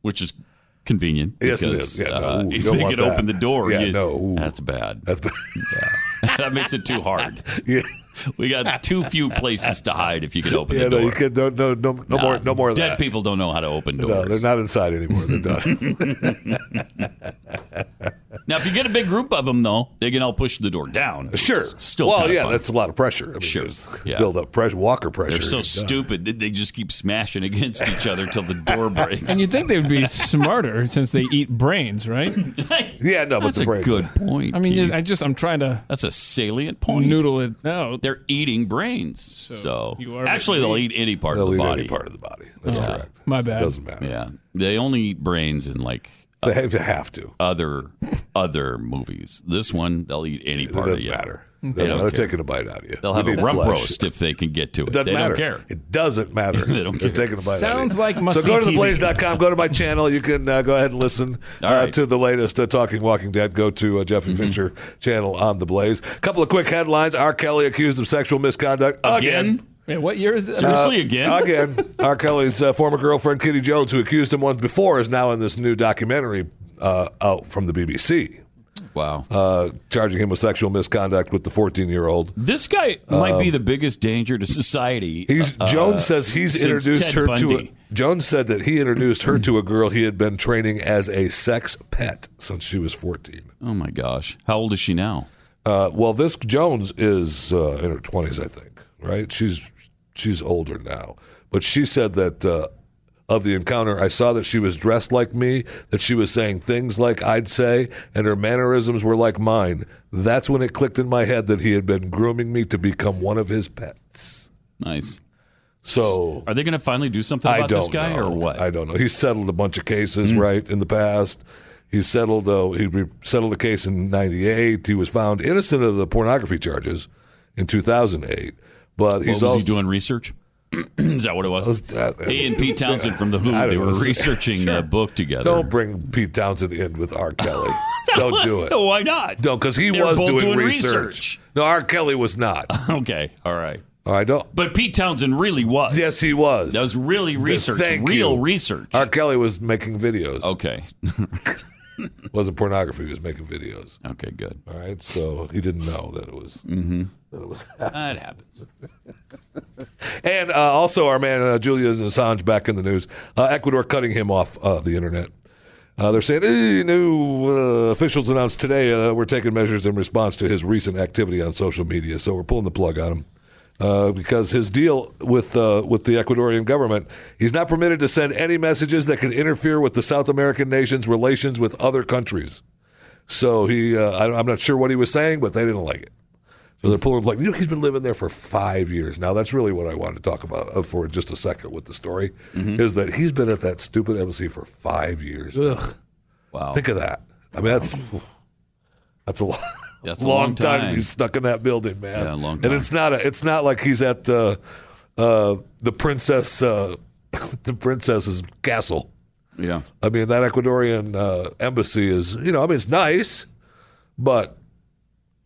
Speaker 2: Which is convenient.
Speaker 21: Yes, it
Speaker 2: because,
Speaker 21: is. Yeah, no,
Speaker 2: uh,
Speaker 21: ooh, you
Speaker 2: if
Speaker 21: don't
Speaker 2: they
Speaker 21: want
Speaker 2: could
Speaker 21: that.
Speaker 2: open the door,
Speaker 21: Yeah,
Speaker 2: you-
Speaker 21: no,
Speaker 2: that's bad.
Speaker 21: That's bad.
Speaker 2: <laughs> that makes it too hard.
Speaker 21: <laughs> Yeah.
Speaker 2: <laughs> We got too few places to hide if you could open
Speaker 21: yeah,
Speaker 2: the door.
Speaker 21: no, you can no no no, no
Speaker 2: Nah,
Speaker 21: more no more of
Speaker 2: Dead
Speaker 21: that.
Speaker 2: people don't know how to open doors.
Speaker 21: No, they're not inside anymore. They're done.
Speaker 2: Now, if you get a big group of them, though, they can all push the door down.
Speaker 21: Uh, Sure.
Speaker 2: Still.
Speaker 21: well,
Speaker 2: kinda
Speaker 21: yeah,
Speaker 2: fun.
Speaker 21: that's a lot of pressure. I mean, sure.
Speaker 2: <laughs> Yeah.
Speaker 21: Build up pressure, Walker pressure. uh,
Speaker 2: They're so
Speaker 21: You're done.
Speaker 2: stupid that they just keep smashing <laughs> against each other till
Speaker 21: <laughs>
Speaker 2: the door breaks.
Speaker 3: And you'd think they would be smarter since they eat brains, right?
Speaker 2: <laughs>
Speaker 21: Yeah, no,
Speaker 2: That's a good point.
Speaker 3: I mean,
Speaker 2: Keith.
Speaker 3: I just I'm trying to
Speaker 2: that's a salient point.
Speaker 3: Noodle it out.
Speaker 2: They're eating brains, so,
Speaker 3: are-
Speaker 2: actually they'll eat any part of
Speaker 21: They'll
Speaker 2: the
Speaker 21: eat
Speaker 2: body.
Speaker 21: any part of the body. That's
Speaker 2: Yeah.
Speaker 21: correct.
Speaker 3: My bad.
Speaker 21: Doesn't matter.
Speaker 2: Yeah, they only eat brains in like
Speaker 21: They have to have to
Speaker 2: other other movies. This one, they'll eat any part of
Speaker 21: doesn't
Speaker 2: you.
Speaker 21: matter.
Speaker 2: They
Speaker 21: They're
Speaker 2: don't care.
Speaker 21: taking a bite out of you.
Speaker 2: They'll
Speaker 21: You
Speaker 2: have a
Speaker 21: need
Speaker 2: rump
Speaker 21: flesh.
Speaker 2: roast if they can get to it.
Speaker 21: It doesn't
Speaker 2: they
Speaker 21: matter.
Speaker 2: don't care.
Speaker 21: It doesn't matter.
Speaker 2: <laughs> They don't
Speaker 21: They're
Speaker 2: care.
Speaker 21: taking a bite.
Speaker 2: Sounds
Speaker 21: out of
Speaker 2: like
Speaker 21: you.
Speaker 2: must-see
Speaker 21: so. Go to
Speaker 2: TV.
Speaker 21: theblaze.com. Go to my channel. You can uh, go ahead and listen uh, to the latest uh, Talking Walking Dead. Go to uh, Jeffy
Speaker 2: Mm-hmm.
Speaker 21: Fincher channel on the Blaze. A couple of quick headlines: R. Kelly accused of sexual misconduct again.
Speaker 3: Man, what year is it?
Speaker 21: Uh, Again. <laughs> R. Kelly's uh, former girlfriend, Kitty Jones, who accused him once before, is now in this new documentary uh, out from the BBC.
Speaker 2: Wow.
Speaker 21: Uh, charging him with sexual misconduct with the 14 year old.
Speaker 2: This guy might be
Speaker 21: Um,
Speaker 2: the biggest danger to society.
Speaker 21: He's
Speaker 2: uh,
Speaker 21: Jones says he's
Speaker 2: since
Speaker 21: introduced
Speaker 2: Ted
Speaker 21: her to
Speaker 2: Bundy.
Speaker 21: a, Jones said that he introduced her to a girl he had been training as a sex pet since she was 14.
Speaker 2: Oh my gosh. How old is she now?
Speaker 21: Uh, well, this Jones is uh, in her 20s, I think, right? She's she's older now. But she said that uh, of the encounter, I saw that she was dressed like me, that she was saying things like I'd say, and her mannerisms were like mine. That's when it clicked in my head that he had been grooming me to become one of his pets.
Speaker 2: Nice.
Speaker 21: So
Speaker 2: Are they going to finally do something about this guy
Speaker 21: know.
Speaker 2: or what? Hmm.
Speaker 21: I don't know. He's settled a bunch of cases, right, in the past. He settled uh, he re- settled a case in '98. He was found innocent of the pornography charges in 2008. But
Speaker 2: What
Speaker 21: he's
Speaker 2: was
Speaker 21: also uh,
Speaker 2: he doing research? <clears throat> Is that what it was? he and
Speaker 21: <laughs>
Speaker 2: Pete Townsend from the Who.
Speaker 21: I don't
Speaker 2: They were
Speaker 21: know.
Speaker 2: researching a book together.
Speaker 21: Don't bring Pete Townsend in with R.
Speaker 2: <laughs>
Speaker 21: Kelly. don't do it.
Speaker 2: No, why not?
Speaker 21: No, because he
Speaker 2: They were
Speaker 21: was
Speaker 2: both
Speaker 21: doing,
Speaker 2: doing
Speaker 21: research. No, R. Kelly was not.
Speaker 2: <laughs> okay, all right.
Speaker 21: All right, don't.
Speaker 2: But Pete Townsend really was.
Speaker 21: Yes, he was.
Speaker 2: That was really
Speaker 21: Th-
Speaker 2: research,
Speaker 21: thank
Speaker 2: real
Speaker 21: you.
Speaker 2: research.
Speaker 21: R. Kelly was making videos.
Speaker 2: Okay.
Speaker 21: <laughs> wasn't pornography. He was making videos.
Speaker 2: Okay, good. Mm-hmm.
Speaker 21: All right, so he didn't know that it was that it was
Speaker 2: That happens.
Speaker 21: And uh, also, our man uh, Julian Assange back in the news. Uh, Ecuador cutting him off uh, the internet. Uh, they're saying "Eh, new uh, officials announced today uh, we're taking measures in response to his recent activity on social media. So we're pulling the plug on him uh, because his deal with uh, with the Ecuadorian government, he's not permitted to send any messages that could interfere with the South American nation's relations with other countries. So he, uh, I, I'm not sure what he was saying, but they didn't like it. So they're pulling like, you know, he's been living there for five years now. That's really what I wanted to talk about uh, for just a second with the story, is that he's been at that stupid embassy for five years. Ugh.
Speaker 2: Wow.
Speaker 21: Think of that. I mean, that's that's a long,
Speaker 2: <laughs> That's a long
Speaker 21: time.
Speaker 2: time.
Speaker 21: to be stuck in that building, man.
Speaker 2: Yeah, a long
Speaker 21: And it's not a, it's not like he's at uh, uh, the princess uh, <laughs> the princess's castle.
Speaker 2: Yeah.
Speaker 21: I mean, that Ecuadorian uh, embassy is, you know, I mean, it's nice, but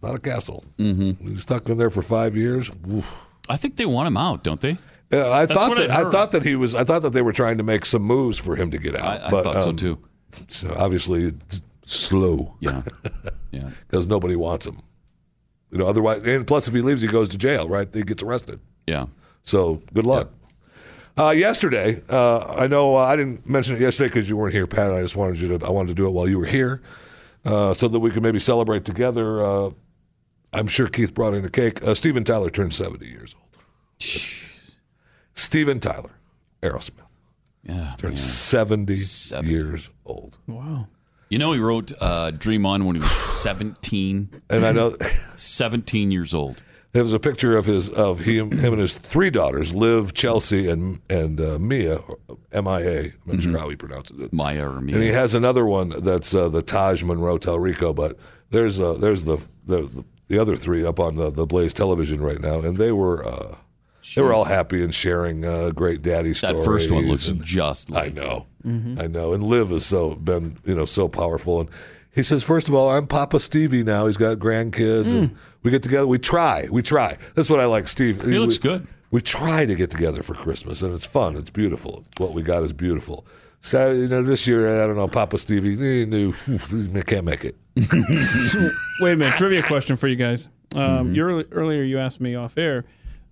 Speaker 21: not a castle. Mm-hmm. He was stuck in there for five years. Oof.
Speaker 2: I think they want him out, don't they?
Speaker 21: Yeah, I
Speaker 2: That's
Speaker 21: thought
Speaker 2: what I
Speaker 21: that I,
Speaker 2: heard.
Speaker 21: thought that he was. I thought that they were trying to make some moves for him to get out. um,
Speaker 2: I- I thought so, too.
Speaker 21: So obviously, it's slow. <laughs>
Speaker 2: Yeah, yeah.
Speaker 21: Because nobody wants him. You know, otherwise, and plus, if he leaves, he goes to jail. Right? He gets arrested.
Speaker 2: Yeah.
Speaker 21: So good luck. Uh, yesterday, uh, I know uh, I didn't mention it yesterday because you weren't here, Pat. and I just wanted you to. I wanted to do it while you were here, uh, so that we could maybe celebrate together. Uh, I'm sure Keith brought in a cake. Uh, Steven Tyler turned 70 years old. Steven Tyler, Aerosmith.
Speaker 2: Yeah,
Speaker 21: turned 70, years old.
Speaker 3: Wow.
Speaker 2: You know, he wrote uh, Dream On when he was 17.
Speaker 21: And I
Speaker 2: <laughs>
Speaker 21: know
Speaker 2: 17 years old.
Speaker 21: There was a picture of his of he, him and his three daughters, Liv, Chelsea, and and uh, Mia, M I A. I'm not
Speaker 2: Mm-hmm.
Speaker 21: sure how he pronounces it.
Speaker 2: Maya or Mia.
Speaker 21: And he has another one that's uh, the Taj Monroe Tel Rico, but there's uh, there's the, the the other three up on the, the Blaze television right now, and they were uh, they were all happy and sharing uh, great daddy
Speaker 2: That
Speaker 21: stories.
Speaker 2: first one looks
Speaker 21: and-
Speaker 2: just like
Speaker 21: I know, I know. And Liv has so been you know so powerful, and he says, first of all, I'm Papa Stevie now. He's got grandkids, and we get together. We try, we try. That's what I like, Steve.
Speaker 2: He looks
Speaker 21: We-
Speaker 2: good.
Speaker 21: we try to get together for Christmas, and it's fun. It's beautiful. What we got is beautiful. So you know, this year I don't know. Papa Stevie, eh, no, we can't make it.
Speaker 3: Wait a minute. Trivia question for you guys. Um,
Speaker 2: Mm-hmm.
Speaker 3: you earl- earlier you asked me off air.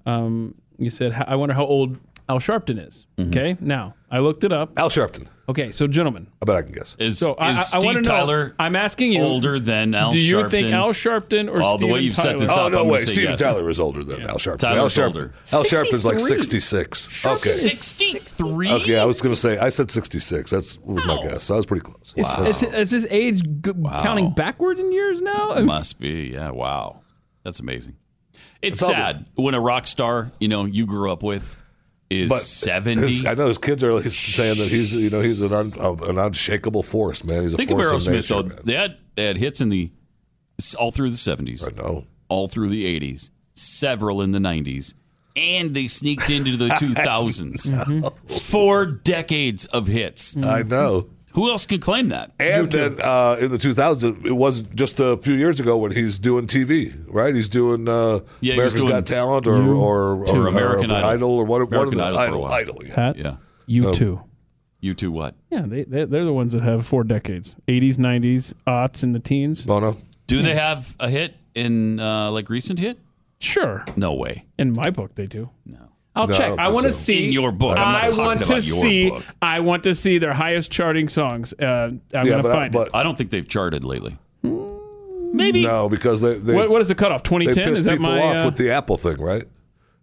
Speaker 3: Um, you said, "H- "I wonder how old Al Sharpton is."
Speaker 2: Mm-hmm.
Speaker 3: Okay. Now I looked it up.
Speaker 21: Al Sharpton.
Speaker 3: Okay. So, gentlemen,
Speaker 21: I bet I can guess.
Speaker 2: Is,
Speaker 3: So, I-
Speaker 2: is
Speaker 3: I- I
Speaker 2: Steve
Speaker 3: wanna know-
Speaker 2: Tyler
Speaker 3: I'm asking you,
Speaker 2: older than Al
Speaker 3: do you
Speaker 2: Sharpton?
Speaker 3: think Al Sharpton or
Speaker 2: Oh, the way
Speaker 3: Steven
Speaker 2: you've set
Speaker 3: Tyler?
Speaker 2: this
Speaker 21: oh
Speaker 2: up,
Speaker 21: no
Speaker 2: I'm gonna
Speaker 21: way!
Speaker 2: say
Speaker 21: Stephen
Speaker 2: yes.
Speaker 21: Tyler is older than Al Sharpton.
Speaker 2: Tyler's
Speaker 21: Al Sharpton.
Speaker 2: older.
Speaker 21: Al Sharpton's like
Speaker 2: 63.
Speaker 21: sixty-six. Okay.
Speaker 2: 63?
Speaker 21: Okay, I was going to say I said sixty-six. That's was my guess. So I was pretty close.
Speaker 3: Is, is, is his age g- counting backward in years now? I mean,
Speaker 2: Must be. Yeah. Wow. That's amazing. It's,
Speaker 21: It's all
Speaker 2: sad when a rock star, you know, you grew up with is
Speaker 21: But
Speaker 2: 70.
Speaker 21: his- I know his kids are saying that he's you know he's an un, uh, an unshakable force, man. He's a
Speaker 2: Think of
Speaker 21: force
Speaker 2: Aerosmith,
Speaker 21: nature,
Speaker 2: though.
Speaker 21: man.
Speaker 2: They had, they had hits in the all through the 70s. I
Speaker 21: know.
Speaker 2: All through the 80s, several in the 90s, and they sneaked into
Speaker 21: <laughs>
Speaker 2: the 2000s.
Speaker 3: Mm-hmm.
Speaker 2: Four decades of hits.
Speaker 21: I know.
Speaker 2: Who else can claim that?
Speaker 21: And then uh, in the 2000s, it was just a few years ago when he's doing TV, right? He's doing uh,
Speaker 2: Yeah, he
Speaker 21: America's
Speaker 2: was doing
Speaker 21: Got Talent or or, uh,
Speaker 2: Or American Idol.
Speaker 21: or one, one of
Speaker 2: American
Speaker 21: the
Speaker 2: Idol for a
Speaker 21: Idol,
Speaker 2: while.
Speaker 21: Idol, yeah.
Speaker 3: Pat,
Speaker 2: yeah.
Speaker 3: you
Speaker 21: Um,
Speaker 3: too.
Speaker 2: You two what?
Speaker 3: Yeah, they, they they're the ones that have four decades: '80s, '90s, aughts, and the teens.
Speaker 21: Bono.
Speaker 2: Do they have a hit in uh, like recent hit?
Speaker 3: Sure.
Speaker 2: No way.
Speaker 3: In my book, they do. No. I'll
Speaker 2: No, I
Speaker 3: check.
Speaker 2: don't
Speaker 3: I
Speaker 2: think
Speaker 3: want to
Speaker 2: so.
Speaker 3: see
Speaker 2: In your book. I'm not
Speaker 3: I
Speaker 2: talking
Speaker 3: want to
Speaker 2: about your
Speaker 3: see.
Speaker 2: book.
Speaker 3: I want to see their highest charting songs. Uh, I'm gonna find it.
Speaker 2: I don't think they've charted lately.
Speaker 3: Maybe.
Speaker 21: No, because they, they
Speaker 3: what, what is the cutoff?
Speaker 21: they
Speaker 3: 2010?
Speaker 21: pissed
Speaker 3: Is that
Speaker 21: people
Speaker 3: my?
Speaker 21: off
Speaker 3: uh,
Speaker 21: with
Speaker 3: <laughs>
Speaker 21: the Apple thing, right?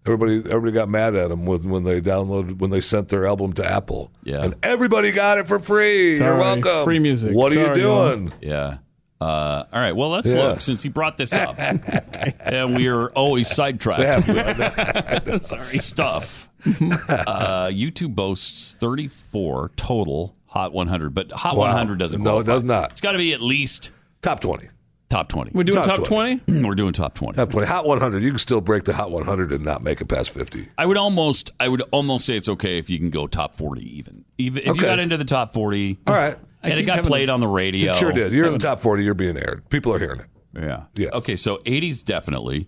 Speaker 21: Everybody, everybody got mad at him with, when they downloaded when they sent their album to Apple. Yeah, and <laughs> everybody got it for free. You're
Speaker 2: Sorry,
Speaker 21: welcome.
Speaker 2: free music.
Speaker 21: What are
Speaker 2: Sorry,
Speaker 21: you
Speaker 2: y'all.
Speaker 21: doing?
Speaker 2: Yeah. Uh, all right. Well, let's
Speaker 21: Yeah.
Speaker 2: look since he brought
Speaker 21: <laughs>
Speaker 2: this up, and we are always sidetracked. <laughs> with Stuff.
Speaker 21: Mm-hmm.
Speaker 2: <laughs> Uh, YouTube boasts 34 total Hot 100, but Hot
Speaker 21: Wow.
Speaker 2: 100 doesn't.
Speaker 21: No, it
Speaker 2: qualify.
Speaker 21: does not.
Speaker 2: It's got to be at least
Speaker 21: top 20.
Speaker 2: Top 20.
Speaker 3: We're doing top 20?
Speaker 2: <clears throat> We're doing top 20.
Speaker 21: Top 20. Hot 100. You can still break the Hot 100 and not make it past 50.
Speaker 2: I would almost I would almost say it's okay if you can go top 40 even. Even if you
Speaker 21: Okay.
Speaker 2: got into the top 40.
Speaker 21: All right.
Speaker 2: And it got played on the radio.
Speaker 21: It sure did. You're in the top 40. You're being aired. People are hearing it.
Speaker 2: Yeah. Yeah. Okay, so 80s definitely.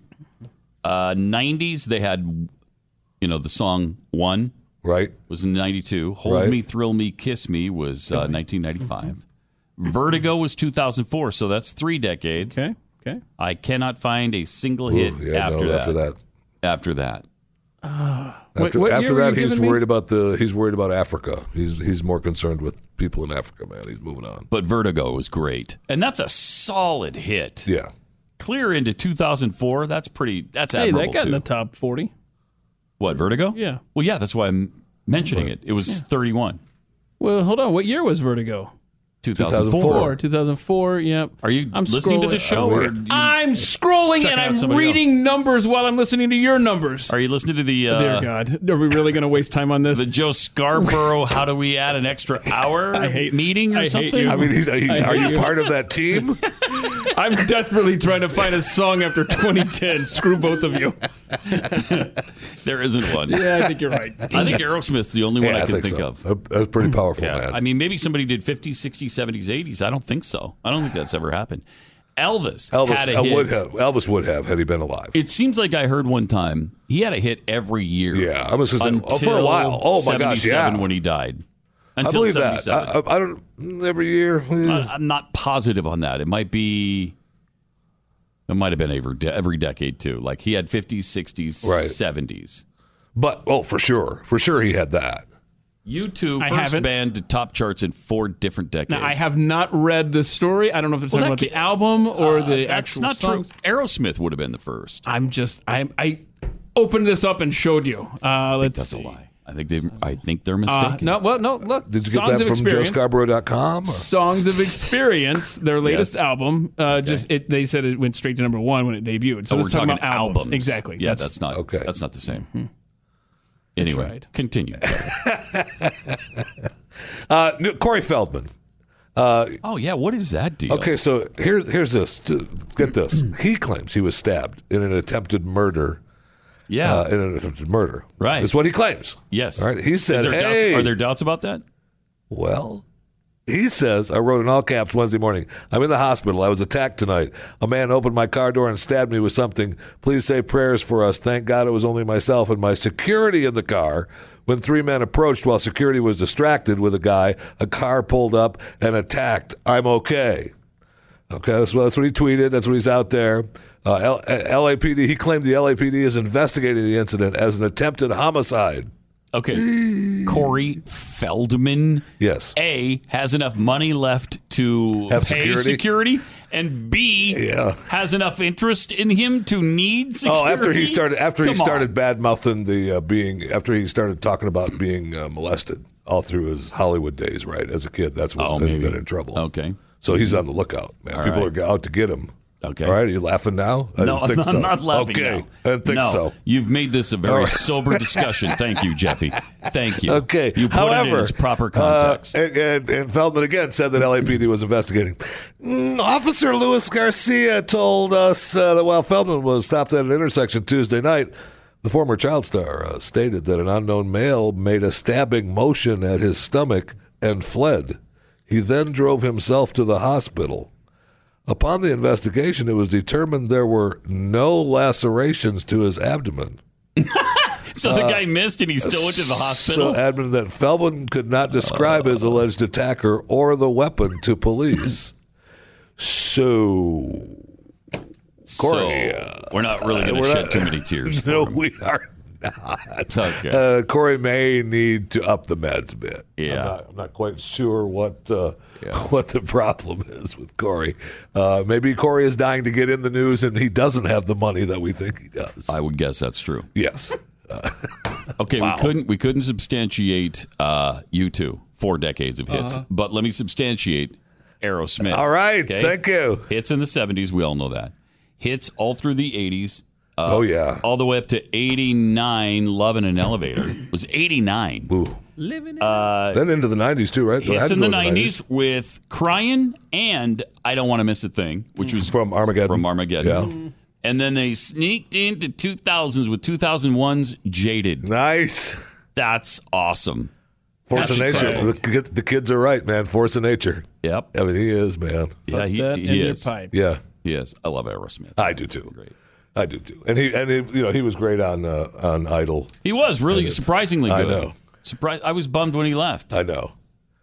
Speaker 2: Uh 90s they had you know the song One.
Speaker 21: Right.
Speaker 2: Was in 92. Hold
Speaker 21: Right.
Speaker 2: Me, Thrill Me, Kiss Me was uh, 1995. Vertigo was 2004, so that's 3 decades. Okay.
Speaker 3: Okay.
Speaker 2: I cannot find a single
Speaker 21: Ooh,
Speaker 2: hit
Speaker 21: yeah,
Speaker 2: after,
Speaker 21: no,
Speaker 2: that.
Speaker 21: after that.
Speaker 2: After that.
Speaker 3: Wait,
Speaker 21: After,
Speaker 3: what year
Speaker 21: after
Speaker 3: were
Speaker 21: that,
Speaker 3: you
Speaker 21: he's
Speaker 3: giving me?
Speaker 21: worried about the. He's worried about Africa. He's he's more concerned with people in Africa, man. He's moving on.
Speaker 2: But Vertigo was great. And that's a solid hit.
Speaker 21: Yeah.
Speaker 2: Clear into 2004. That's pretty. That's
Speaker 3: <sighs> Hey,
Speaker 2: admirable
Speaker 3: that got
Speaker 2: too.
Speaker 3: in the top 40.
Speaker 2: what Vertigo?
Speaker 3: Yeah.
Speaker 2: Well, yeah. That's why I'm mentioning it. It was 31.
Speaker 3: Well, hold on. What year was Vertigo?
Speaker 2: 2004.
Speaker 3: 2004. 2004 yep.
Speaker 2: Are you
Speaker 3: I'm
Speaker 2: listening to the
Speaker 3: scrolling-
Speaker 2: show? Or
Speaker 3: I'm, scrolling
Speaker 2: Checking
Speaker 3: and
Speaker 2: out
Speaker 3: I'm
Speaker 2: somebody else.
Speaker 3: reading numbers while I'm listening to your numbers.
Speaker 2: are you listening to the? Uh,
Speaker 3: Dear God, are we really going to waste time on
Speaker 2: <laughs>
Speaker 3: this?
Speaker 2: The Joe Scarborough. how do we add an extra hour
Speaker 3: <laughs> I hate-
Speaker 2: meeting or
Speaker 3: I hate
Speaker 2: something?
Speaker 3: you.
Speaker 21: I mean, he's, are you,
Speaker 3: I
Speaker 21: are
Speaker 3: hate
Speaker 21: you
Speaker 3: you.
Speaker 21: part of that team?
Speaker 3: <laughs> I'm desperately trying to find a song after 2010. Screw both of you.
Speaker 2: <laughs> there isn't one.
Speaker 3: Yeah, I think you're right.
Speaker 2: <laughs> I think Aerosmith's the only one I can think, of.
Speaker 21: of. That's pretty powerful,
Speaker 2: Yeah.
Speaker 21: man.
Speaker 2: I mean, maybe somebody did 50s, 60s, 70s, 80s. I don't think so. I don't think that's ever happened. Elvis,
Speaker 21: Elvis
Speaker 2: had a
Speaker 21: I
Speaker 2: hit.
Speaker 21: would have. Elvis would have had he been alive.
Speaker 2: It seems like I heard one time he had a hit every year. Yeah,
Speaker 21: I was gonna say, oh, for a while. Oh, my gosh, yeah.
Speaker 2: when he died.
Speaker 21: I
Speaker 2: Until
Speaker 21: believe that.
Speaker 2: 77.
Speaker 21: I, I, I don't. Every year. eh.
Speaker 2: I, am not positive on that. It might be. It might have been every de- every decade too. Like he had 50s, 60s,
Speaker 21: Right.
Speaker 2: 70s.
Speaker 21: But oh, for sure, for sure, he had that.
Speaker 2: You two
Speaker 3: I
Speaker 2: first
Speaker 3: haven't.
Speaker 2: band to top charts in four different decades.
Speaker 3: Now, I have not read the story. I don't know if they're talking
Speaker 2: Well,
Speaker 3: about
Speaker 2: that Uh,
Speaker 3: the album or the
Speaker 2: That's
Speaker 3: actual
Speaker 2: not
Speaker 3: songs.
Speaker 2: true. Aerosmith would have been the first.
Speaker 3: I'm just I'm I opened this up and showed you. Uh, let's
Speaker 2: That's
Speaker 3: see.
Speaker 2: a lie. I think they. I think they're
Speaker 3: Uh,
Speaker 2: mistaken.
Speaker 3: no, well, no. Look,
Speaker 21: Did you
Speaker 3: songs
Speaker 21: get that
Speaker 3: of
Speaker 21: from
Speaker 3: experience.
Speaker 21: JoeScarborough.com?
Speaker 3: Songs of Experience, their latest album. Uh, Just it, they said it went straight to number one when it debuted. So
Speaker 2: Oh,
Speaker 3: let's
Speaker 2: we're
Speaker 3: talk
Speaker 2: talking
Speaker 3: about albums.
Speaker 2: albums.
Speaker 3: Exactly. Hmm.
Speaker 2: Yeah, that's, not okay. That's not the same. Anyway,
Speaker 3: <laughs>
Speaker 2: continue.
Speaker 21: Uh, no, Corey Feldman. Uh,
Speaker 2: oh yeah, what is that deal?
Speaker 21: Okay, so here's here's this. T- Get
Speaker 2: <clears throat>
Speaker 21: this. He claims he was stabbed in an attempted murder.
Speaker 2: Yeah.
Speaker 21: uh, in an attempted murder.
Speaker 2: Right.
Speaker 21: That's what he claims.
Speaker 2: Yes.
Speaker 21: All right. He
Speaker 2: Is
Speaker 21: says,
Speaker 2: there doubts-
Speaker 21: "Hey,
Speaker 2: are there doubts about that?"
Speaker 21: Well, he says, I wrote in all caps Wednesday morning, I'm in the hospital. I was attacked tonight. A man opened my car door and stabbed me with something. Please say prayers for us. Thank God it was only myself and my security in the car. When three men approached while security was distracted with a guy, a car pulled up and attacked. I'm okay. Okay, that's what, that's what he tweeted. That's what he's out there. Uh, L- LAPD, he claimed the LAPD is investigating the incident as an attempted homicide. <gasps>
Speaker 2: Okay. Corey Feldman.
Speaker 21: Yes.
Speaker 2: A has enough money left to
Speaker 21: Have
Speaker 2: pay
Speaker 21: security?
Speaker 2: security, and B
Speaker 21: Yeah.
Speaker 2: has enough interest in him to need security.
Speaker 21: Oh, after he started, after he
Speaker 2: Come on.
Speaker 21: started bad mouthing the uh, being, after he started talking about being uh, molested all through his Hollywood days, right? As a kid, that's when
Speaker 2: Oh,
Speaker 21: he
Speaker 2: maybe.
Speaker 21: been in trouble.
Speaker 2: Okay.
Speaker 21: So he's on the lookout, man.
Speaker 2: All
Speaker 21: People
Speaker 2: right.
Speaker 21: are out to get him.
Speaker 2: Okay.
Speaker 21: All right. Are you laughing now? I
Speaker 2: no,
Speaker 21: didn't think
Speaker 2: <laughs> I'm
Speaker 21: so.
Speaker 2: not laughing.
Speaker 21: Okay.
Speaker 2: now.
Speaker 21: I didn't think
Speaker 2: no,
Speaker 21: so.
Speaker 2: You've made this a very
Speaker 21: All right. <laughs>
Speaker 2: sober discussion. Thank you, Jeffy. Thank you.
Speaker 21: Okay.
Speaker 2: You put
Speaker 21: However,
Speaker 2: it in its proper
Speaker 21: uh,
Speaker 2: context.
Speaker 21: and, and, and Feldman again said that LAPD was investigating. Mm, Officer Luis Garcia told us uh, that while Feldman was stopped at an intersection Tuesday night, the former child star uh, stated that an unknown male made a stabbing motion at his stomach and fled. He then drove himself to the hospital. Upon the investigation, it was determined there were no lacerations to his abdomen.
Speaker 2: so the guy missed, and he still went to the hospital.
Speaker 21: Uh, So adamant that Feldman could not describe his alleged attacker or the weapon to police. so, Corey, uh,
Speaker 2: So, we're not really going to
Speaker 21: we're
Speaker 2: shed
Speaker 21: not-
Speaker 2: too
Speaker 21: <laughs>
Speaker 2: many tears.
Speaker 21: no,
Speaker 2: for him.
Speaker 21: we are not.
Speaker 2: Okay.
Speaker 21: Uh, Corey may need to up the meds a bit.
Speaker 2: Yeah.
Speaker 21: I'm not, I'm not quite sure what uh, <laughs> what the problem is with Corey. Uh, maybe Corey is dying to get in the news, and he doesn't have the money that we think he does.
Speaker 2: I would guess that's true.
Speaker 21: Yes. Uh,
Speaker 2: <laughs> Okay, we couldn't we couldn't substantiate uh, you two four decades of hits,
Speaker 21: Uh-huh.
Speaker 2: but let me substantiate Aerosmith.
Speaker 21: All right, thank
Speaker 2: you. Hits in the seventies, we all know that. Hits all through the eighties. Uh,
Speaker 21: Oh, yeah.
Speaker 2: all the way up to eighty nine. Love in an elevator was eighty nine.
Speaker 21: Ooh,
Speaker 3: Living
Speaker 2: Uh,
Speaker 21: then into the 90s, too, right? They had
Speaker 2: Hits
Speaker 21: to
Speaker 2: in
Speaker 21: go
Speaker 2: the
Speaker 21: to
Speaker 2: 90s with Crying and I Don't Want to Miss a Thing, which was
Speaker 21: from Armageddon.
Speaker 2: From Armageddon. Mm-hmm. And then they sneaked into 2000s with 2001's Jaded.
Speaker 21: Nice.
Speaker 2: That's awesome.
Speaker 21: Force
Speaker 2: That's
Speaker 21: of nature.
Speaker 2: incredible.
Speaker 21: The, kid- the kids are right, man. Force of nature.
Speaker 2: Yep.
Speaker 21: I mean, he is, man.
Speaker 2: Yeah, he, he is.
Speaker 21: Yeah.
Speaker 2: Yes, I love Aerosmith.
Speaker 21: I do too. Great. I do too. And he and he, you know he was great on uh, on Idol.
Speaker 2: He was really
Speaker 21: And it's-
Speaker 2: surprisingly good.
Speaker 21: I know.
Speaker 2: Surprise! I was bummed when he left.
Speaker 21: I know.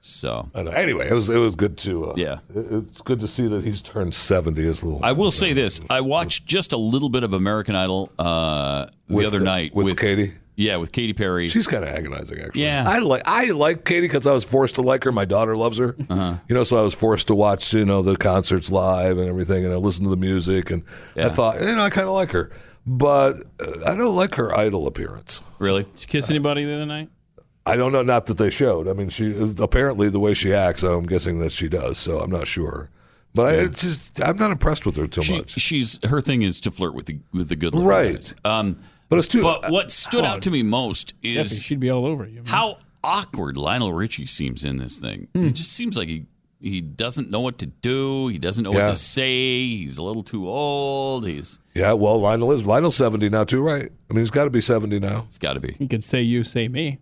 Speaker 2: So
Speaker 21: I know. Anyway, it was it was good to uh,
Speaker 2: yeah.
Speaker 21: it- it's good to see that he's turned seventy. His little
Speaker 2: I will say this: I watched just a little bit of American Idol uh, the
Speaker 21: With-
Speaker 2: other night
Speaker 21: with Katy?
Speaker 2: Yeah, with Katy Perry.
Speaker 21: She's kind of agonizing, actually.
Speaker 2: Yeah.
Speaker 21: I like I like Katie because I was forced to like her. My daughter loves her,
Speaker 2: Uh-huh.
Speaker 21: you know, so I was forced to watch you know the concerts live and everything, and I listened to the music, and I
Speaker 2: Yeah.
Speaker 21: thought you know I kind of like her, but uh, I don't like her idol appearance.
Speaker 2: Really?
Speaker 3: Did you kiss anybody the other night?
Speaker 21: I don't know. Not that they showed. I mean, she apparently the way she acts, I'm guessing that she does. So I'm not sure, but I, it's just I'm not impressed with her too
Speaker 2: She-
Speaker 21: much.
Speaker 2: she's her thing is to flirt with the with the good looking
Speaker 21: Right.
Speaker 2: guys. Um,
Speaker 21: but it's too. uh,
Speaker 2: But what stood
Speaker 3: Oh.
Speaker 2: out to me most
Speaker 3: Jeffy,
Speaker 2: is
Speaker 3: she'd be all over you.
Speaker 2: how awkward Lionel Richie seems in this thing.
Speaker 21: Hmm.
Speaker 2: It just seems like he he doesn't know what to do. He doesn't know
Speaker 21: Yeah.
Speaker 2: what to say. He's a little too old. He's
Speaker 21: Yeah, well, Lionel is Lionel's seventy now too, right? I mean, he's got to be seventy now.
Speaker 2: It's got to be.
Speaker 3: You could say you, say me.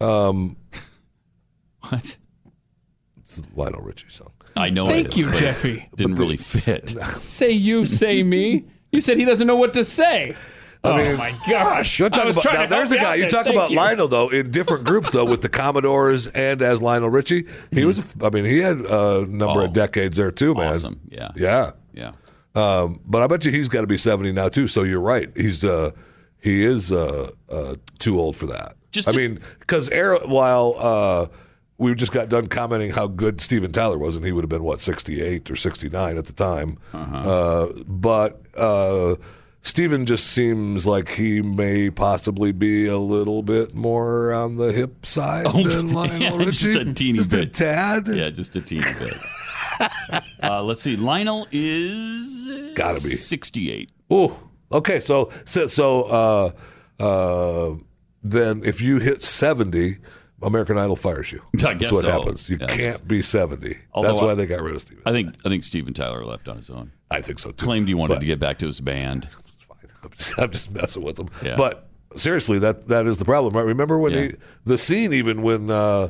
Speaker 21: Um,
Speaker 2: <laughs> what?
Speaker 21: It's a Lionel Richie song.
Speaker 2: I know.
Speaker 3: Thank
Speaker 2: it is,
Speaker 3: you,
Speaker 2: but it
Speaker 3: Jeffy.
Speaker 2: Didn't really fit.
Speaker 3: Say you, say me. You said he doesn't know what to say.
Speaker 21: I mean-
Speaker 3: oh my gosh!
Speaker 21: You wanna talk
Speaker 3: I was
Speaker 21: about-
Speaker 3: trying
Speaker 21: now,
Speaker 3: to
Speaker 21: there's a
Speaker 3: help
Speaker 21: guy.
Speaker 3: out
Speaker 21: You
Speaker 3: there.
Speaker 21: talk
Speaker 3: Thank
Speaker 21: about
Speaker 3: you.
Speaker 21: Lionel though in different groups though with the Commodores and as Lionel Richie. He was. a f- I mean, he had a number of decades there too, man.
Speaker 2: Awesome. Yeah.
Speaker 21: Yeah.
Speaker 2: Yeah.
Speaker 21: Um, but I bet you he's got to be seventy now too. So you're right. He's uh, he is uh, uh, too old for that.
Speaker 2: Just
Speaker 21: I
Speaker 2: to-
Speaker 21: mean, because while uh, we just got done commenting how good Steven Tyler was, and he would have been what sixty eight or sixty nine at the time.
Speaker 2: Uh-huh.
Speaker 21: Uh, but uh, Steven just seems like he may possibly be a little bit more on the hip side
Speaker 2: <laughs>
Speaker 21: than Lionel Richie.
Speaker 2: Oh, just a teeny
Speaker 21: Just a
Speaker 2: bit.
Speaker 21: tad.
Speaker 2: Yeah, just
Speaker 21: <laughs>
Speaker 2: a teeny bit. uh, let's see. Lionel is
Speaker 21: Gotta be.
Speaker 2: sixty-eight.
Speaker 21: Oh, okay. So so, so uh, uh, then if you hit seventy, American Idol fires you.
Speaker 2: I
Speaker 21: That's
Speaker 2: guess
Speaker 21: what
Speaker 2: so.
Speaker 21: happens. You
Speaker 2: Yeah, I guess.
Speaker 21: can't be seventy.
Speaker 2: Although
Speaker 21: That's why
Speaker 2: I-
Speaker 21: they got rid of Steven.
Speaker 2: I think I think Steven Tyler left on his own.
Speaker 21: I think so too.
Speaker 2: Claimed he wanted to get back to his band.
Speaker 21: I'm just, <laughs> I'm just messing with them.
Speaker 2: Yeah.
Speaker 21: But seriously, that that is the problem, right? Remember when
Speaker 2: Yeah.
Speaker 21: he, the scene, even when uh,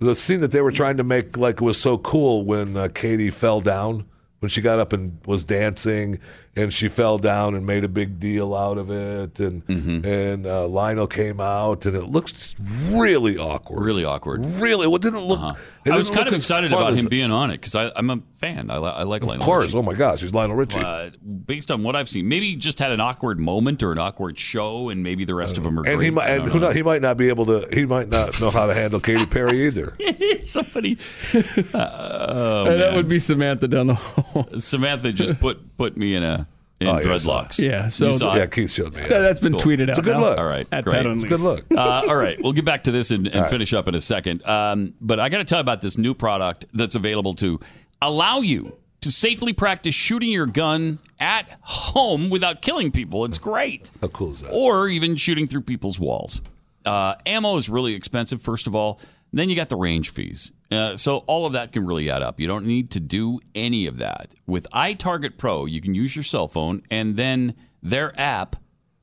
Speaker 21: the scene that they were trying to make like was so cool when uh, Katie fell down when she got up and was dancing and she fell down and made a big deal out of it and
Speaker 2: Mm-hmm.
Speaker 21: and uh, Lionel came out and it looks really awkward.
Speaker 2: Really awkward. Uh-huh.
Speaker 21: Really, what didn't look. it
Speaker 2: I was
Speaker 21: didn't
Speaker 2: kind
Speaker 21: look
Speaker 2: of
Speaker 21: as
Speaker 2: excited
Speaker 21: fun
Speaker 2: about
Speaker 21: as
Speaker 2: him
Speaker 21: it-
Speaker 2: being on it because I'm a fan. I, li- I like
Speaker 21: Of
Speaker 2: Lionel.
Speaker 21: course,
Speaker 2: Richie.
Speaker 21: oh my gosh, he's Lionel Richie.
Speaker 2: Uh, based on what I've seen, maybe he just had an awkward moment or an awkward show, and maybe the rest of them are.
Speaker 21: Uh, and
Speaker 2: great.
Speaker 21: he might,
Speaker 2: I
Speaker 21: and
Speaker 2: don't
Speaker 21: who
Speaker 2: know. <laughs>
Speaker 21: not, he might not be able to. He might not know how to handle Katy Perry either. <laughs>
Speaker 2: Somebody. uh, Oh,
Speaker 3: And Uh, that
Speaker 2: man.
Speaker 3: would be Samantha down the hall.
Speaker 2: Samantha just put put me in a in
Speaker 21: Oh, yeah, I saw
Speaker 2: dreadlocks.
Speaker 3: it. Yeah, so-
Speaker 2: You saw it?
Speaker 21: Yeah, Keith showed me.
Speaker 3: That- that's been tweeted
Speaker 21: It's a out good now. look.
Speaker 2: All right,
Speaker 3: At
Speaker 2: great.
Speaker 3: Pat It's a
Speaker 21: good look.
Speaker 2: Uh, all right, we'll get back to this and, and
Speaker 21: All right.
Speaker 2: finish up in a second. Um, but I got to tell you about this new product that's available to allow you to safely practice shooting your gun at home without killing people. It's great.
Speaker 21: How cool is that?
Speaker 2: Or even shooting through people's walls. Uh, ammo is really expensive, first of all. Then you got the range fees. Uh, so all of that can really add up. You don't need to do any of that. With iTarget Pro, you can use your cell phone and then their app,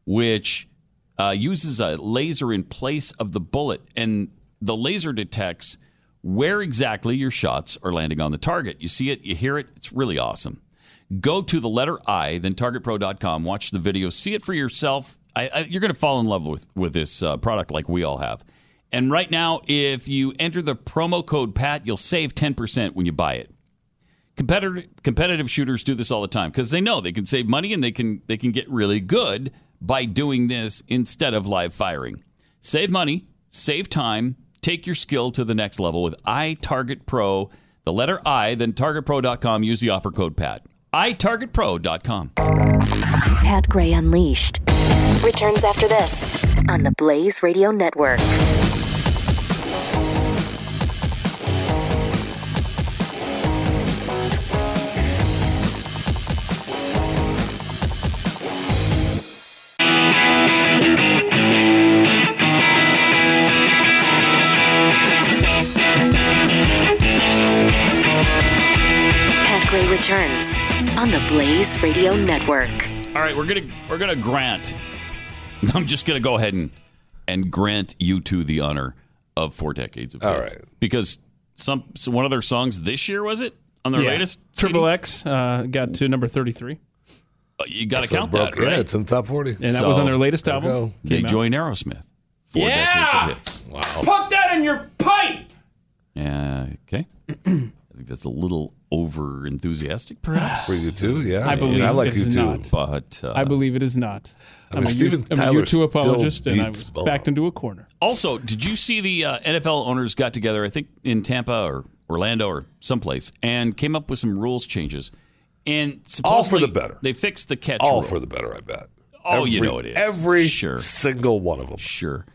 Speaker 2: which uh, uses a laser in place of the bullet, and the laser detects where exactly your shots are landing on the target. You see it, you hear it, it's really awesome. Go to the letter I, then targetpro.com, watch the video, see it for yourself. I, I, you're going to fall in love with, with this uh, product like we all have. And right now, if you enter the promo code PAT, you'll save 10% when you buy it competitive competitive shooters do this all the time because they know they can save money and they can they can get really good by doing this instead of live firing. Save money, save time, take your skill to the next level with iTarget Pro. The letter I, then targetpro.com. Use the offer code PAT. iTargetPro.com.
Speaker 1: Pat Gray Unleashed returns after this on the Blaze Radio Network. on the Blaze Radio Network.
Speaker 2: All right, we're gonna we're gonna grant. <laughs> I'm just gonna go ahead and and grant you two the honor of four decades of All right. because some so one of their songs this year was it on their
Speaker 3: Yeah.
Speaker 2: latest
Speaker 3: Triple X uh, got to number 33.
Speaker 2: Uh, You got to
Speaker 3: So it
Speaker 2: count
Speaker 3: broke-
Speaker 2: that, right?
Speaker 3: yeah,
Speaker 21: it's in the top 40.
Speaker 3: And that was on their latest album.
Speaker 2: They
Speaker 3: Came out.
Speaker 2: joined Aerosmith. Four
Speaker 18: Yeah!
Speaker 2: decades of hits. Wow.
Speaker 18: Put that in your pipe.
Speaker 2: Yeah, okay. <clears throat> I think that's a little over enthusiastic, perhaps.
Speaker 21: For you too, yeah.
Speaker 3: Mm. I believe
Speaker 21: I like
Speaker 3: it's
Speaker 21: you too.
Speaker 3: not.
Speaker 2: But uh,
Speaker 3: I believe it is not.
Speaker 21: I mean,
Speaker 3: I'm a
Speaker 21: Steven
Speaker 3: U- I'm a
Speaker 21: Tyler
Speaker 3: U2 apologist,
Speaker 21: still
Speaker 3: and I
Speaker 21: beats
Speaker 3: was
Speaker 21: Bono.
Speaker 3: backed into a corner.
Speaker 2: also, did you see the uh, NFL owners got together? I think in Tampa or Orlando or someplace, and came up with some rules changes. And
Speaker 21: All for
Speaker 2: supposedly
Speaker 21: the better.
Speaker 2: They fixed the catch.
Speaker 21: All
Speaker 2: rule.
Speaker 21: for the better, I bet.
Speaker 2: Oh, you
Speaker 21: Every-
Speaker 2: know it is.
Speaker 21: Every
Speaker 2: Sure.
Speaker 21: single one of them.
Speaker 2: Sure.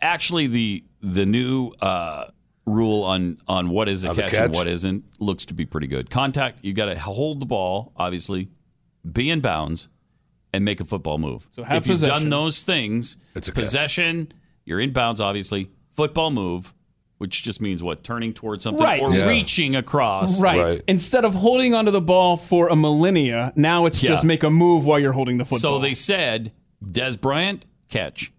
Speaker 2: Actually, the the new uh, rule on on what is a
Speaker 21: On the
Speaker 2: catch,
Speaker 21: catch?
Speaker 2: and what isn't looks to be pretty good. Contact. You got to hold the ball, obviously, be in bounds, and make a football move.
Speaker 3: So have
Speaker 2: if you've
Speaker 3: possession.
Speaker 2: done those things, it's a
Speaker 21: catch.
Speaker 2: possession. You're in bounds, obviously. Football move, which just means what turning towards something
Speaker 3: Right.
Speaker 2: or
Speaker 3: Yeah.
Speaker 2: reaching across.
Speaker 3: Right. Instead of holding onto the ball for a millennia, now it's
Speaker 2: Yeah.
Speaker 3: just make a move while you're holding the football.
Speaker 2: So they said Des Bryant catch,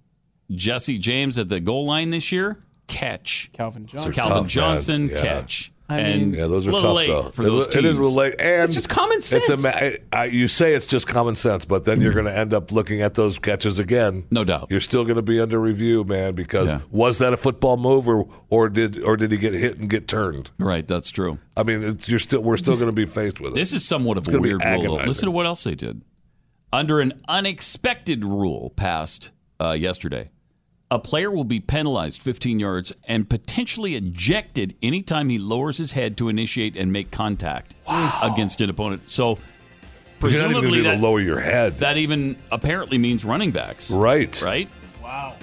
Speaker 2: Jesse James at the goal line this year catch,
Speaker 3: Calvin
Speaker 21: Those are
Speaker 2: Calvin
Speaker 21: tough, man.
Speaker 2: Johnson
Speaker 21: Yeah.
Speaker 2: catch.
Speaker 3: I
Speaker 2: and
Speaker 21: yeah, those are
Speaker 2: little
Speaker 21: tough
Speaker 2: late
Speaker 21: though.
Speaker 2: for
Speaker 21: It-
Speaker 2: those
Speaker 21: it is
Speaker 2: teams.
Speaker 21: late, and
Speaker 3: It's just common
Speaker 21: It's
Speaker 3: sense.
Speaker 21: a, ma- I, you say it's just common sense, but then you're going to end up looking at those catches again.
Speaker 2: Mm. No doubt,
Speaker 21: you're still going to be under review, man. Because
Speaker 2: Yeah.
Speaker 21: was that a football move, or or did or did he get hit and get turned?
Speaker 2: Right, that's true.
Speaker 21: I mean, it's, you're still we're still going to be faced with it.
Speaker 2: This is somewhat of
Speaker 21: It's
Speaker 2: a
Speaker 21: gonna be
Speaker 2: weird rule. though.
Speaker 21: agonizing.
Speaker 2: Listen to what else they did. Under an unexpected rule passed uh, yesterday, a player will be penalized 15 yards and potentially ejected anytime he lowers his head to initiate and make contact against an opponent. So,
Speaker 21: You're not even gonna
Speaker 2: presumably,
Speaker 21: be able
Speaker 2: that
Speaker 21: to lower your head.
Speaker 2: That even apparently means running backs.
Speaker 21: Right.
Speaker 2: Right.
Speaker 3: Wow.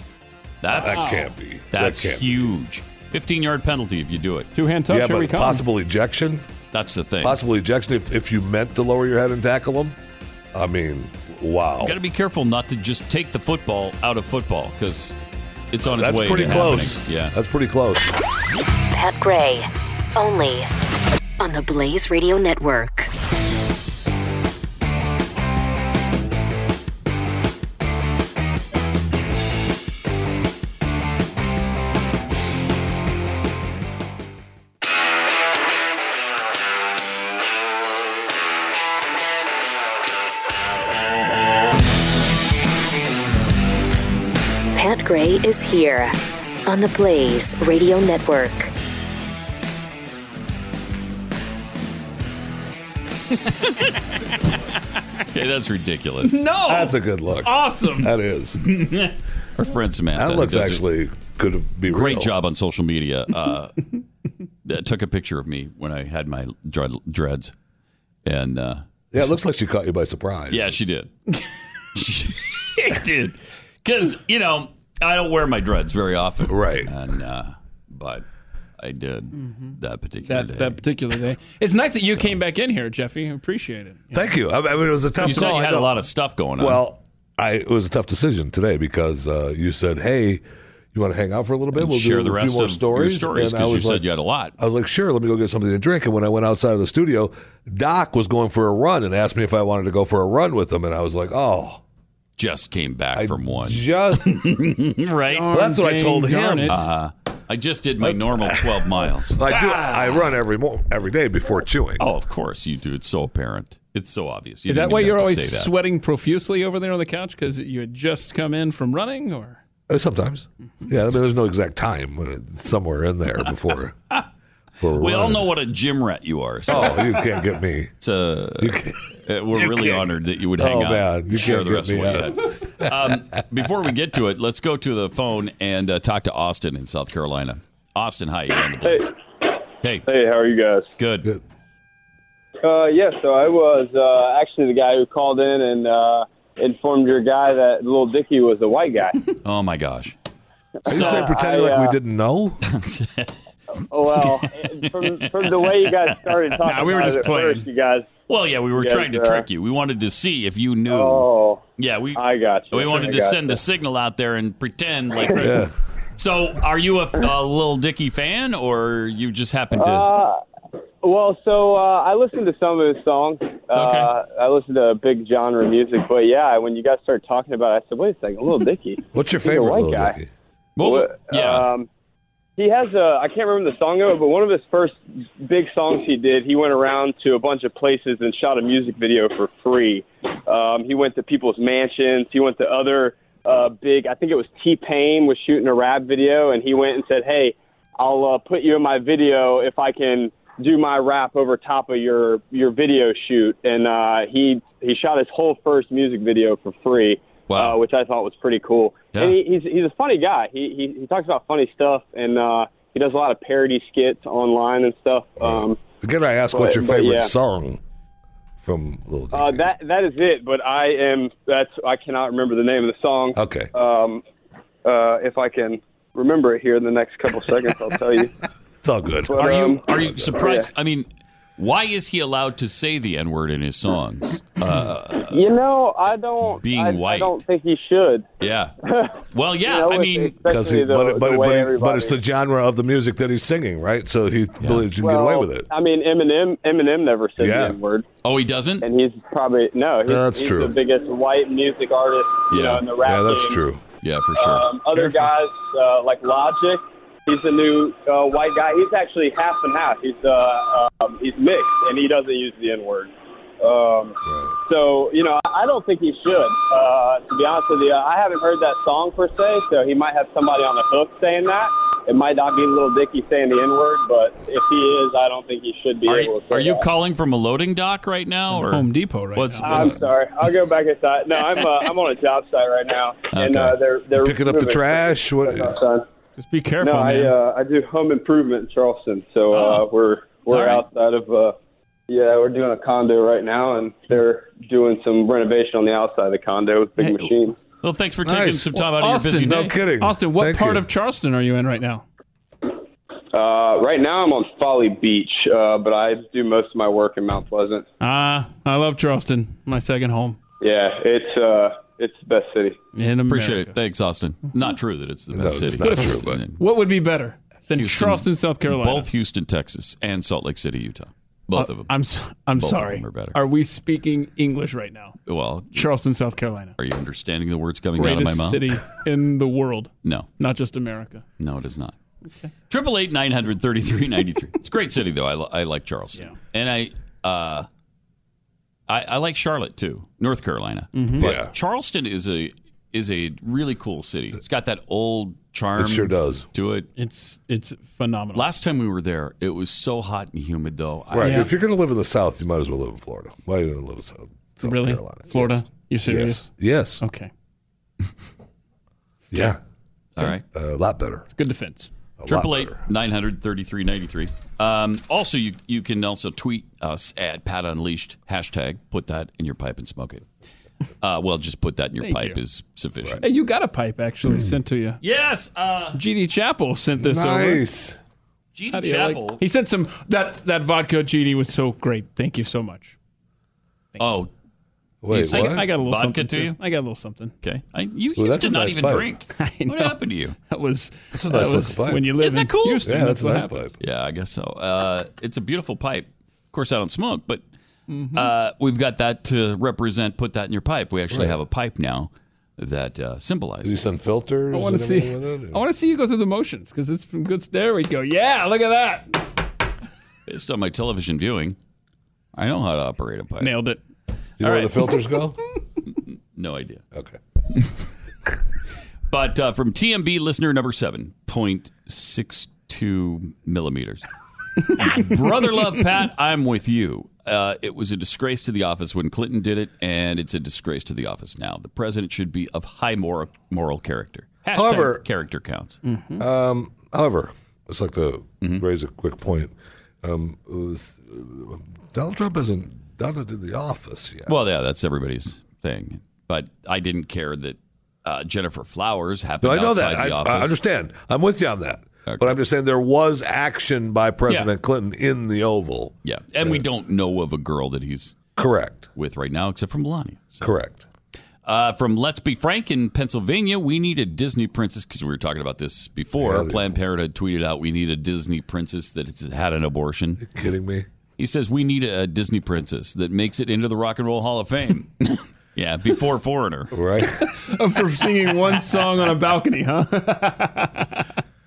Speaker 2: That's
Speaker 21: That can't be. That
Speaker 2: That's
Speaker 21: can't be.
Speaker 2: huge. 15 yard penalty if you do it.
Speaker 3: Two hand touch.
Speaker 21: yeah,
Speaker 3: here
Speaker 21: but
Speaker 3: we come.
Speaker 21: possible ejection.
Speaker 2: That's the thing.
Speaker 21: Possible ejection if, if you meant to lower your head and tackle him. I mean, wow.
Speaker 2: Got to be careful not to just take the football out of football because it's on its
Speaker 21: That's
Speaker 2: way.
Speaker 21: pretty
Speaker 2: to
Speaker 21: close.
Speaker 2: happening. Yeah.
Speaker 21: That's pretty close.
Speaker 1: Pat Gray, only on the Blaze Radio Network. Pat Gray is here on the Blaze Radio Network.
Speaker 2: <laughs> Okay, that's ridiculous.
Speaker 3: <laughs> No.
Speaker 21: That's a good look.
Speaker 3: Awesome.
Speaker 21: That is.
Speaker 2: <laughs> Our friend Samantha.
Speaker 21: That
Speaker 2: who
Speaker 21: looks
Speaker 2: does a
Speaker 21: actually could be
Speaker 2: great
Speaker 21: real.
Speaker 2: job on
Speaker 21: <laughs>
Speaker 2: social media. Uh, that took a picture of me when I had my dread, dreads, and uh,
Speaker 21: Yeah, it looks like she caught you by surprise.
Speaker 2: yeah,
Speaker 21: <laughs>
Speaker 2: she did. she did because you know I don't wear my dreads very often,
Speaker 21: right?
Speaker 2: And uh, but I did that particular
Speaker 3: Mm-hmm. that,
Speaker 2: day.
Speaker 3: that particular day. It's nice that you came back in here, Jeffy. I appreciate it.
Speaker 21: <laughs> Thank you. I I mean, it was a tough.
Speaker 2: You said
Speaker 21: no,
Speaker 2: you
Speaker 21: I
Speaker 2: had a
Speaker 21: know.
Speaker 2: lot of stuff going on.
Speaker 21: Well, I it was a tough decision today because uh, you said, "Hey, you want to hang out for a little bit?
Speaker 2: And
Speaker 21: we'll
Speaker 2: share
Speaker 21: do
Speaker 2: the
Speaker 21: a
Speaker 2: rest
Speaker 21: few more
Speaker 2: of your
Speaker 21: stories."
Speaker 2: stories,
Speaker 21: And I
Speaker 2: 'cause you
Speaker 21: was
Speaker 2: said
Speaker 21: like-
Speaker 2: you had a lot.
Speaker 21: I was like, "Sure, let me go get something to drink." And when I went outside of the studio, Doc was going for a run and asked me if I wanted to go for a run with him, and I was like, "Oh."
Speaker 2: Just came back from one.
Speaker 21: Just
Speaker 2: <laughs> right.
Speaker 21: Well, that's what I told him. Uh-huh.
Speaker 2: Uh, I just did
Speaker 21: <laughs>
Speaker 2: my normal 12 miles. Ah.
Speaker 21: I do. I run every mo- every day before chewing.
Speaker 2: Oh, of course you do. It's so apparent. It's so obvious. You
Speaker 3: Is
Speaker 2: didn't
Speaker 3: that why
Speaker 2: even
Speaker 3: you're
Speaker 2: have to
Speaker 3: always
Speaker 2: say that.
Speaker 3: sweating profusely over there on the couch because you had just come in from running, or
Speaker 21: Uh, Sometimes, yeah. I mean, there's no exact time when it's somewhere in there
Speaker 2: <laughs>
Speaker 21: before. before
Speaker 2: We all
Speaker 21: running.
Speaker 2: know what a gym rat you are. So
Speaker 21: Oh, you can't get me.
Speaker 2: It's a, uh, we're
Speaker 21: you
Speaker 2: really
Speaker 21: can't-
Speaker 2: honored that you would hang
Speaker 21: Oh,
Speaker 2: out
Speaker 21: man,
Speaker 2: and
Speaker 21: you
Speaker 2: share
Speaker 21: can't
Speaker 2: the
Speaker 21: get
Speaker 2: rest of
Speaker 21: me
Speaker 2: what you had. Um, before we get to it, let's go to the phone and uh, talk to Austin in South Carolina. Austin, hi. You're on the Blaze. Hey.
Speaker 8: Hey, how are you guys?
Speaker 2: Good.
Speaker 21: Good.
Speaker 8: Uh, yeah, so I was uh, actually the guy who called in and uh, informed your guy that little Dicky was a white guy.
Speaker 2: Oh, my gosh.
Speaker 21: Are you saying pretending
Speaker 8: I,
Speaker 21: like we
Speaker 8: uh,
Speaker 21: didn't know?
Speaker 8: Oh, well, from, from <laughs> the way you guys started talking,
Speaker 2: <laughs> Nah, we were
Speaker 8: about
Speaker 2: just
Speaker 8: it at
Speaker 2: playing.
Speaker 8: First, you guys.
Speaker 2: Well, yeah, we were
Speaker 8: you guys,
Speaker 2: trying to
Speaker 8: uh,
Speaker 2: trick you. We wanted to see if you knew.
Speaker 8: Oh,
Speaker 2: yeah, we.
Speaker 8: I got you.
Speaker 2: We wanted
Speaker 8: I
Speaker 2: to
Speaker 8: got
Speaker 2: send
Speaker 8: you.
Speaker 2: the signal out there and pretend like.
Speaker 8: Yeah.
Speaker 2: So, are you a, a little Dicky fan, or you just happen to?
Speaker 8: Uh, Well, so uh, I listened to some of his songs. Uh, I listened to big genre music, but yeah, when you guys started talking about it, I said, "Wait a second, Little Dicky."
Speaker 21: <laughs> What's your
Speaker 8: He's a
Speaker 21: favorite
Speaker 8: white
Speaker 21: Lil
Speaker 8: guy.
Speaker 21: Dicky?
Speaker 8: What- Um, he has a. I can't remember the song of it, but one of his first big songs he did, he went around to a bunch of places and shot a music video for free. Um, he went to people's mansions. He went to other uh, big. I think it was T Pain was shooting a rap video, and he went and said, "Hey, I'll uh, put you in my video if I can do my rap over top of your your video shoot." And uh, he he shot his whole first music video for free. Wow. Uh, which I thought was pretty cool.
Speaker 2: Yeah.
Speaker 8: And he, he's he's a funny guy. He, he he talks about funny stuff and uh, he does a lot of parody skits online and stuff. Um,
Speaker 21: Again, I asked what's
Speaker 8: but-
Speaker 21: your
Speaker 8: but
Speaker 21: favorite
Speaker 8: yeah.
Speaker 21: song from Lil Dicky.
Speaker 8: Uh, that that is it. But I am that's I cannot remember the name of the song.
Speaker 21: Okay.
Speaker 8: Um, uh, if I can remember it here in the next couple seconds, I'll tell you.
Speaker 21: <laughs> It's all good.
Speaker 8: But,
Speaker 2: Are
Speaker 8: um,
Speaker 2: you are you surprised?
Speaker 8: yeah.
Speaker 2: I mean, why is he allowed to say the N word in his songs? Uh,
Speaker 8: You know, I don't.
Speaker 2: Being
Speaker 8: I, I
Speaker 2: white.
Speaker 8: don't think he should. <laughs>
Speaker 2: yeah. Well, yeah.
Speaker 8: You know,
Speaker 2: I
Speaker 8: it's-
Speaker 2: mean,
Speaker 8: especially
Speaker 21: he,
Speaker 8: the-
Speaker 21: but, it- but,
Speaker 8: the
Speaker 21: it-
Speaker 8: way
Speaker 21: but, he- but
Speaker 8: everybody-
Speaker 21: it's the genre of the music that he's singing, right? So he believes you can get away with it.
Speaker 8: I mean, Eminem. Eminem never said
Speaker 21: Yeah.
Speaker 8: the N word.
Speaker 2: Oh, he doesn't.
Speaker 8: And he's probably no. He's,
Speaker 21: That's
Speaker 8: he's
Speaker 21: true.
Speaker 8: The biggest white music artist, you know, in the rap.
Speaker 21: yeah, that's
Speaker 8: game.
Speaker 21: true.
Speaker 2: Yeah, for sure.
Speaker 8: Um, other guys uh, like Logic. He's a new uh, white guy. He's actually half and half. He's uh, um, he's mixed, and he doesn't use the N word. Um, So you know, I I don't think he should. Uh, to be honest with you, I haven't heard that song per se. So he might have somebody on the hook saying that. It might not be Little Dicky saying the N word, but if he is, I don't think he should be
Speaker 2: Are
Speaker 8: able
Speaker 2: you,
Speaker 8: to. Say
Speaker 2: are you
Speaker 8: that.
Speaker 2: calling from a loading dock right now, or Home
Speaker 3: Depot right
Speaker 2: what's,
Speaker 8: I'm
Speaker 2: What's,
Speaker 8: sorry. I'll go back inside. No, I'm uh, I'm on a job site right now, and uh,
Speaker 21: Okay.
Speaker 8: they're they're
Speaker 21: Picking up the
Speaker 8: moving.
Speaker 21: trash. What?
Speaker 3: Just be careful,
Speaker 8: No, I
Speaker 3: man. Oh,
Speaker 8: uh, I do home improvement in Charleston, so uh, we're
Speaker 2: All
Speaker 8: we're
Speaker 2: right.
Speaker 8: outside of uh, yeah, we're doing a condo right now, and they're doing some renovation on the outside of the condo with big machines.
Speaker 2: Well, thanks for taking
Speaker 8: Nice.
Speaker 2: some time out of
Speaker 3: Austin,
Speaker 2: your busy day.
Speaker 3: Austin, what part of Charleston are you in right now?
Speaker 8: Uh, right now, I'm on Folly Beach, uh, but I do most of my work in Mount Pleasant.
Speaker 2: Uh,
Speaker 3: Ah, I love Charleston, my second home.
Speaker 8: Yeah, it's uh, it's the best city.
Speaker 3: In
Speaker 2: Appreciate it. Thanks, Austin. Not true that it's the
Speaker 3: No,
Speaker 2: best
Speaker 3: it's
Speaker 2: city.
Speaker 3: not true, but- What would be better than
Speaker 2: Houston-
Speaker 3: Charleston, South Carolina?
Speaker 2: Both Houston, Texas, and Salt Lake City, Utah. Both
Speaker 3: Uh,
Speaker 2: of them.
Speaker 3: I'm so- I'm
Speaker 2: Both of
Speaker 3: sorry.
Speaker 2: them are better.
Speaker 3: we speaking English right now?
Speaker 2: Well,
Speaker 3: Charleston, South Carolina,
Speaker 2: are you understanding the words coming out of my
Speaker 3: greatest
Speaker 2: mouth?
Speaker 3: city in the world,
Speaker 2: <laughs> No,
Speaker 3: not just America.
Speaker 2: no, it is not. Triple eight nine hundred thirty three ninety three. It's a great city though. I, li- I like Charleston, and I uh, I, I like Charlotte too, North Carolina.
Speaker 3: Mm-hmm.
Speaker 21: Mhm.
Speaker 2: But
Speaker 21: Yeah.
Speaker 2: Charleston is a is a really cool city. It's got that old charm.
Speaker 21: It sure does.
Speaker 2: To it.
Speaker 3: It's it's phenomenal.
Speaker 2: Last time we were there, it was so hot and humid though. I-
Speaker 21: Right. If you're going to live in the South, you might as well live in Florida. Why are you going to live in South? South
Speaker 3: really,
Speaker 21: Carolina?
Speaker 3: Florida?
Speaker 21: Yes.
Speaker 3: You serious?
Speaker 21: Yes. yes.
Speaker 3: Okay,
Speaker 21: Yeah.
Speaker 2: All right.
Speaker 21: A lot better.
Speaker 3: it's good defense.
Speaker 2: Triple eight nine hundred thirty three ninety three. Um, also, you you can also tweet us at Pat Unleashed hashtag. Put that in your pipe and smoke it. Uh, well, just put that in your
Speaker 3: Thank
Speaker 2: pipe
Speaker 3: you.
Speaker 2: is sufficient.
Speaker 3: Hey, you got a pipe actually
Speaker 21: Hmm.
Speaker 3: sent to you.
Speaker 2: Yes. Uh,
Speaker 3: GD Chapel sent this
Speaker 21: Nice.
Speaker 3: over.
Speaker 2: G.D.
Speaker 3: How do you like-
Speaker 2: Chapel.
Speaker 3: He sent some that that vodka GD was so great. Thank you so much.
Speaker 2: Oh,
Speaker 21: Wait,
Speaker 3: I,
Speaker 21: what?
Speaker 3: got- I got a little
Speaker 2: Vodka
Speaker 3: something
Speaker 2: to
Speaker 3: too.
Speaker 2: you?
Speaker 3: I got a little something.
Speaker 2: Okay, I, you
Speaker 21: Well,
Speaker 2: used
Speaker 21: that's
Speaker 2: to
Speaker 21: a
Speaker 2: not
Speaker 21: nice
Speaker 2: even
Speaker 21: pipe.
Speaker 3: <laughs>
Speaker 2: drink.
Speaker 21: <laughs>
Speaker 2: What happened to you?
Speaker 3: That was
Speaker 21: That's a nice
Speaker 3: that was
Speaker 21: looking pipe.
Speaker 3: when you live
Speaker 2: Isn't
Speaker 3: in
Speaker 2: that cool?
Speaker 3: Houston.
Speaker 21: Yeah, that's a
Speaker 3: what
Speaker 21: nice pipe.
Speaker 3: happens.
Speaker 2: Yeah, I guess so. Uh, it's a beautiful pipe. Of course, I don't smoke, but
Speaker 21: Mm-hmm.
Speaker 2: uh, we've got that to represent. Put that in your pipe. We actually
Speaker 21: Right.
Speaker 2: have a pipe now that uh,
Speaker 21: Is
Speaker 2: symbolizes.
Speaker 21: he send filters?
Speaker 3: I want
Speaker 21: and
Speaker 3: to see.
Speaker 21: everything with it?
Speaker 3: I want to see you go through the motions because it's from good. There we go. Yeah, look at that. <laughs>
Speaker 2: Based on my television viewing, I know how to operate a pipe.
Speaker 3: Nailed it.
Speaker 21: Do you know
Speaker 2: All
Speaker 21: where
Speaker 2: right.
Speaker 21: the filters go?
Speaker 2: <laughs>
Speaker 21: <laughs>
Speaker 2: No idea.
Speaker 21: Okay.
Speaker 2: But uh, from TMB listener number seven point six two
Speaker 21: <laughs>
Speaker 2: millimeters. Brother Love Pat, I'm with you. Uh, it was a disgrace to the office when Clinton did it, and it's a disgrace to the office now. The president should be of high moral, moral character. Hashtag
Speaker 21: However-
Speaker 2: character counts.
Speaker 8: Mm-hmm.
Speaker 21: Um, however, I'd like to raise a quick point. Um, it was, uh, Donald Trump hasn't done it in the office yet.
Speaker 2: Well, yeah, that's everybody's thing. But I didn't care that uh, Jennifer Flowers
Speaker 21: No,
Speaker 2: happened
Speaker 21: I know
Speaker 2: outside
Speaker 21: that. I,
Speaker 2: the
Speaker 21: I
Speaker 2: office.
Speaker 21: understand. I'm with you on that. But I'm just saying there was action by President Clinton in the Oval.
Speaker 2: Yeah, and we don't know of a girl that he's
Speaker 21: correct
Speaker 2: with right now, except for Melania. So-
Speaker 21: Correct.
Speaker 2: Uh, from Let's Be Frank in Pennsylvania, we need a Disney princess because we were talking about this before. Planned Parenthood tweeted out, "We need a Disney princess that has had an abortion."
Speaker 21: kidding me?
Speaker 2: He says we need a Disney princess that makes it into the Rock and Roll Hall of Fame. <laughs> yeah, before Foreigner,
Speaker 21: right?
Speaker 3: for singing one song on a balcony, huh?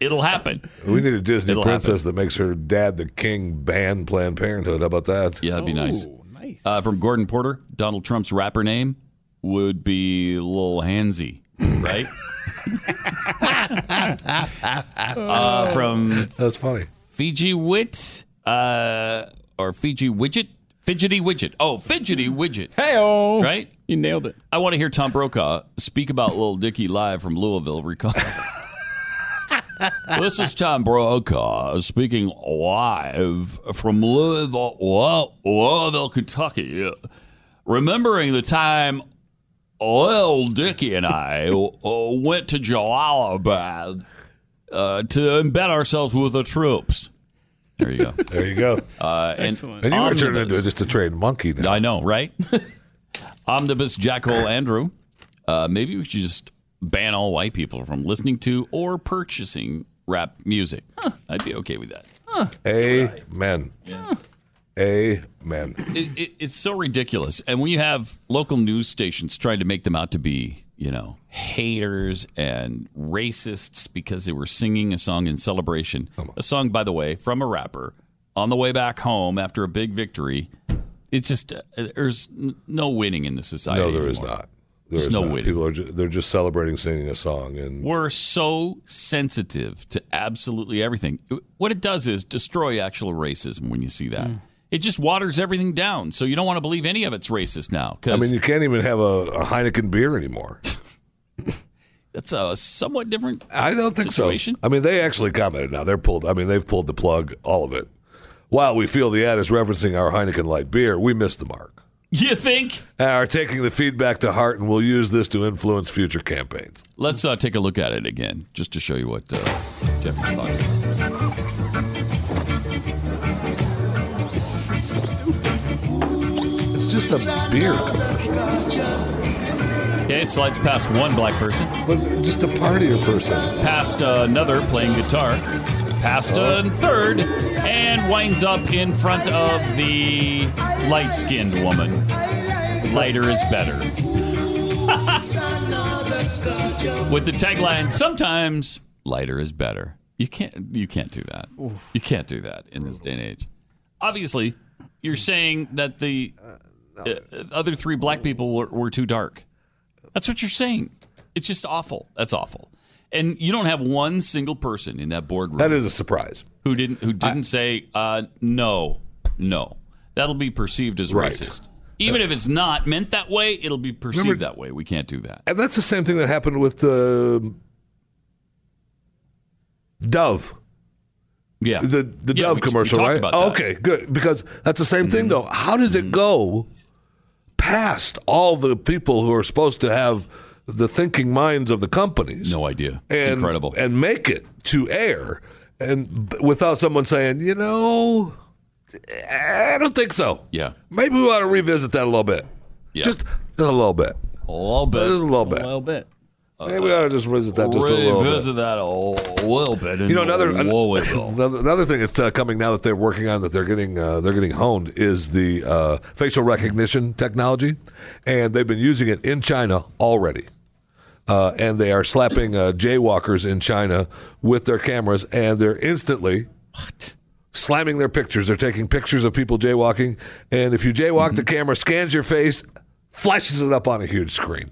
Speaker 2: It'll happen.
Speaker 21: We need a Disney
Speaker 2: It'll
Speaker 21: princess that makes her dad the king ban Planned Parenthood. How about that?
Speaker 2: Yeah, that'd be nice. Uh, from Gordon Porter, Donald Trump's rapper name would be Lil Hansy, right? uh, from
Speaker 21: that's funny.
Speaker 2: Fiji Wit uh, or Fiji Widget, fidgety widget. Oh, fidgety widget.
Speaker 3: Hey,
Speaker 2: right?
Speaker 3: You nailed it.
Speaker 2: I want to hear Tom Brokaw speak about Lil Dicky live from Louisville. Recall. <laughs> this is Tom Brokaw speaking live from Louisville, Lou- Louisville, Kentucky. Remembering the time Lil Dicky and I <laughs> uh, went to Jalalabad uh, to embed ourselves with the troops. There you go.
Speaker 21: There you go.
Speaker 2: Uh, and,
Speaker 21: And you were turned
Speaker 2: Omnibus-
Speaker 21: into just a trained monkey now.
Speaker 2: I know, right? <laughs> Omnibus Jackhole Andrew. Uh, maybe we should just ban all white people from listening to or purchasing rap music. I'd be okay with that.
Speaker 21: Amen. Amen.
Speaker 2: It, it, it's so ridiculous. And when you have local news stations trying to make them out to be, you know, haters and racists because they were singing a song in celebration. A song, by the way, from a rapper on the way back home after a big victory. It's just, uh, there's n- no winning in this society.
Speaker 21: No, there is
Speaker 2: anymore.
Speaker 21: not. There
Speaker 2: There's
Speaker 21: is
Speaker 2: no
Speaker 21: not.
Speaker 2: winning.
Speaker 21: People are ju- they're just celebrating singing a song and
Speaker 2: We're so sensitive to absolutely everything. What it does is destroy actual racism when you see that.
Speaker 21: Hmm.
Speaker 2: It just waters everything down. So you don't want to believe any of it's racist now.
Speaker 21: I
Speaker 2: Because
Speaker 21: mean you can't even have a, a Heineken beer
Speaker 2: <laughs>
Speaker 21: anymore.
Speaker 2: that's a somewhat different.
Speaker 21: I don't think so. I mean, they actually commented now. They're pulled. I mean, they've pulled the plug, all of it. While we feel the ad is referencing our Heineken light beer, we missed the mark.
Speaker 2: You think?
Speaker 21: <laughs> And Uh, are taking the feedback to heart and will use this to influence future campaigns.
Speaker 2: Let's uh, take a look at it again, just to show you what uh, Jeff was talking about.
Speaker 21: It's just a beer.
Speaker 2: Okay, it slides past one black person.
Speaker 21: But just a partier person.
Speaker 2: Past uh, another playing guitar. Past
Speaker 21: Oh.
Speaker 2: uh, third, and winds up in front of the light skinned woman. Lighter is better. With the tagline, sometimes lighter is better. You can't you can't do that. You can't do that in this day and age. <laughs> Obviously, you're saying that the uh, other three black people were, were too dark. That's what you're saying. It's just awful. That's awful. And you don't have one single person in that boardroom. That
Speaker 21: is a surprise.
Speaker 2: Who didn't who didn't say uh, no, no. That'll be perceived as
Speaker 21: Right.
Speaker 2: racist. Even if it's not meant that way, it'll be perceived that way. We can't do that.
Speaker 21: And that's the same thing that happened with uh, Dove.
Speaker 2: Yeah.
Speaker 21: The the
Speaker 2: Yeah,
Speaker 21: Dove
Speaker 2: we- we
Speaker 21: commercial,
Speaker 2: talked
Speaker 21: right?
Speaker 2: about
Speaker 21: Oh,
Speaker 2: that. Mm-hmm.
Speaker 21: okay, good. Because that's the same thing though. How does it go past all the people who are supposed to have the thinking minds of the companies?
Speaker 2: No idea.
Speaker 21: And,
Speaker 2: It's incredible.
Speaker 21: And make it to air and b- without someone saying, you know, I don't think so.
Speaker 2: Yeah.
Speaker 21: Maybe we ought to revisit that a little bit.
Speaker 2: Yeah.
Speaker 21: Just, just a little bit.
Speaker 2: A little bit.
Speaker 21: Just a little bit. Uh,
Speaker 3: A little bit.
Speaker 21: Maybe we ought to just revisit that just a little bit.
Speaker 2: Revisit that a little bit.
Speaker 21: You know, another an- <laughs>
Speaker 2: Louisville.
Speaker 21: another, another thing that's uh, coming now that they're working on that they're getting uh, they're getting honed is the uh, facial recognition technology, and they've been using it in China already. Uh, and they are slapping uh, jaywalkers in China with their cameras, and they're instantly slamming their pictures. They're taking pictures of people jaywalking, and if you jaywalk, the camera scans your face, flashes it up on a huge screen,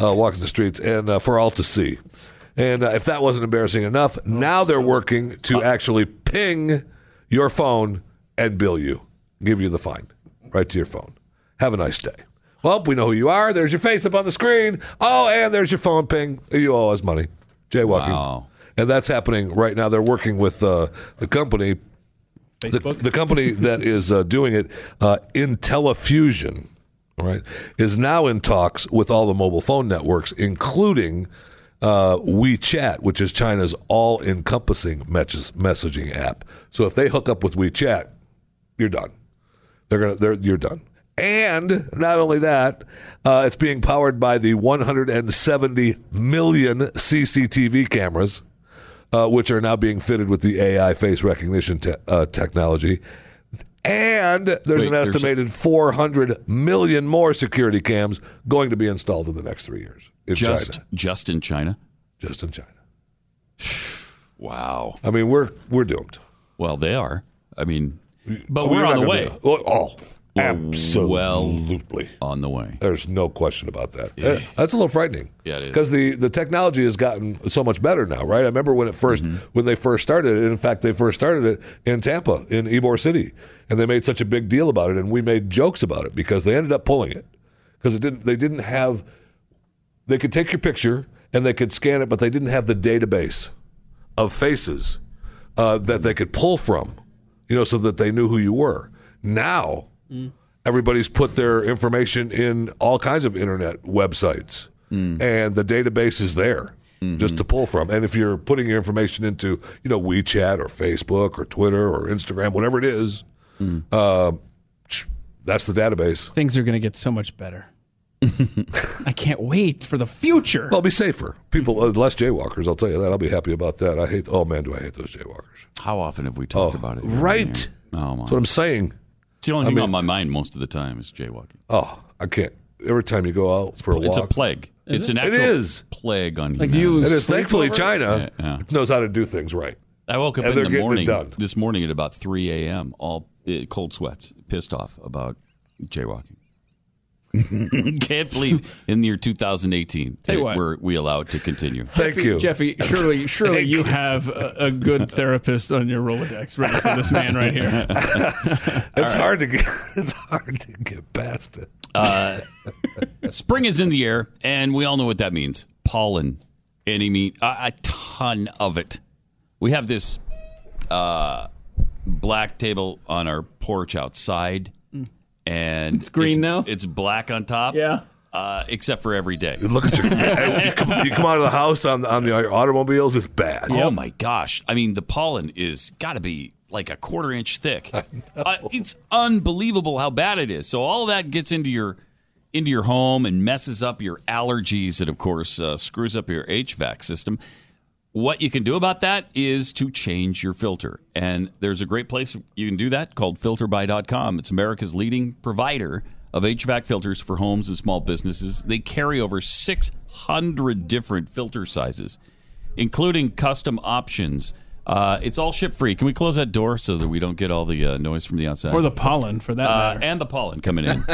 Speaker 21: uh, walking the streets, and uh, for all to see. And uh, if that wasn't embarrassing enough, now they're working to actually ping your phone and bill you, give you the fine right to your phone. Have a nice day. Well, we know who you are. There's your face up on the screen. Oh, and there's your phone ping. You owe us money. Jaywalking. And that's happening right now. They're working with uh, the company the, the company that is uh, doing it, uh, Intellifusion, all right, is now in talks with all the mobile phone networks, including uh, WeChat, which is China's all-encompassing mes- messaging app. So if they hook up with WeChat, you're done. They're gonna, they're, you're done. And not only that, uh, it's being powered by the 170 million CCTV cameras, uh, which are now being fitted with the AI face recognition te- uh, technology. And there's
Speaker 6: Wait,
Speaker 21: an
Speaker 6: there's-
Speaker 21: estimated 400 million more security cams going to be installed in the next three years in
Speaker 2: just
Speaker 21: China.
Speaker 2: just in China.
Speaker 21: Just in China.
Speaker 2: Wow.
Speaker 21: I mean, we're we're doomed.
Speaker 2: Well, they are. I mean, but
Speaker 21: We're
Speaker 2: we're,
Speaker 21: not
Speaker 2: on the
Speaker 21: gonna
Speaker 2: way.
Speaker 21: be- Oh, oh,
Speaker 2: We're
Speaker 21: absolutely.
Speaker 2: well on the way.
Speaker 21: There's no question about that. Uh, That's a little frightening.
Speaker 2: Yeah, it is.
Speaker 21: Because the, the technology has gotten so much better now, right? I remember when it 1st
Speaker 2: Mm-hmm.
Speaker 21: when they first started it. In fact, they first started it in Tampa, in Ybor City, and they made such a big deal about it, and we made jokes about it because they ended up pulling it because it didn't. They didn't have. They could take your picture and they could scan it, but they didn't have the database of faces uh, that they could pull from, you know, so that they knew who you were. Now everybody's put their information in all kinds of internet websites and the database is there just to pull from and if you're putting your information into you know wechat or facebook or twitter or instagram whatever it is uh, that's the database
Speaker 3: Things are going to get so much better. I can't wait for the future.
Speaker 21: I'll be safer. People, uh, less jaywalkers. I'll tell you that. I'll be happy about that. I hate. Oh man, do I hate those jaywalkers?
Speaker 2: How often have we talked about it?
Speaker 21: Right.
Speaker 2: Oh, my.
Speaker 21: That's what I'm saying.
Speaker 2: It's the only
Speaker 21: I
Speaker 2: thing
Speaker 21: mean-
Speaker 2: on my mind most of the time is jaywalking.
Speaker 21: Oh, I can't. Every time you go out for a
Speaker 2: It's a
Speaker 21: walk,
Speaker 2: plague.
Speaker 21: Is
Speaker 2: it's
Speaker 21: it?
Speaker 2: an
Speaker 21: It
Speaker 2: actual
Speaker 21: is.
Speaker 2: plague on
Speaker 21: Like,
Speaker 2: humanity.
Speaker 21: do you It is. sleep Thankfully, over it? China knows how to do things right.
Speaker 2: I woke up
Speaker 21: And they're
Speaker 2: in
Speaker 21: getting
Speaker 2: the
Speaker 21: it
Speaker 2: morning <laughs>
Speaker 21: done.
Speaker 2: this morning at about 3 a.m. All uh, cold sweats, pissed off about jaywalking. <laughs> Can't
Speaker 21: <laughs>
Speaker 2: believe in the year 2018
Speaker 3: Tell you
Speaker 2: that
Speaker 3: what.
Speaker 2: we're we allow it to continue.
Speaker 3: Jeffy- Jeffy. Surely, surely you have a, a good therapist on your Rolodex ready for this man right here.
Speaker 21: <laughs> it's hard to get. <laughs> It's hard to get past it.
Speaker 2: Uh, <laughs> spring is in the air, and we all know what that means. Pollen, and I mean a, a ton of it. We have this uh, black table on our porch outside, and Mm. it's green now. It's black on top. Yeah. Uh, except for every day.
Speaker 21: Look at your. you, come, you come out of the house on on the automobiles. It's bad.
Speaker 2: Oh my gosh! I mean, the pollen is got to be like a quarter inch thick. Uh, it's unbelievable how bad it is. So all that gets into your into your home and messes up your allergies, and of course uh, screws up your HVAC system. What you can do about that is to change your filter. And there's a great place you can do that called filterby.com. It's America's leading provider of HVAC filters for homes and small businesses. They carry over 600 different filter sizes, including custom options. Uh, it's all ship free. Can we close that door so that we don't get all the uh, noise from the outside?
Speaker 3: Or the pollen, for that
Speaker 2: uh,
Speaker 3: matter.
Speaker 2: and the pollen <laughs> coming in,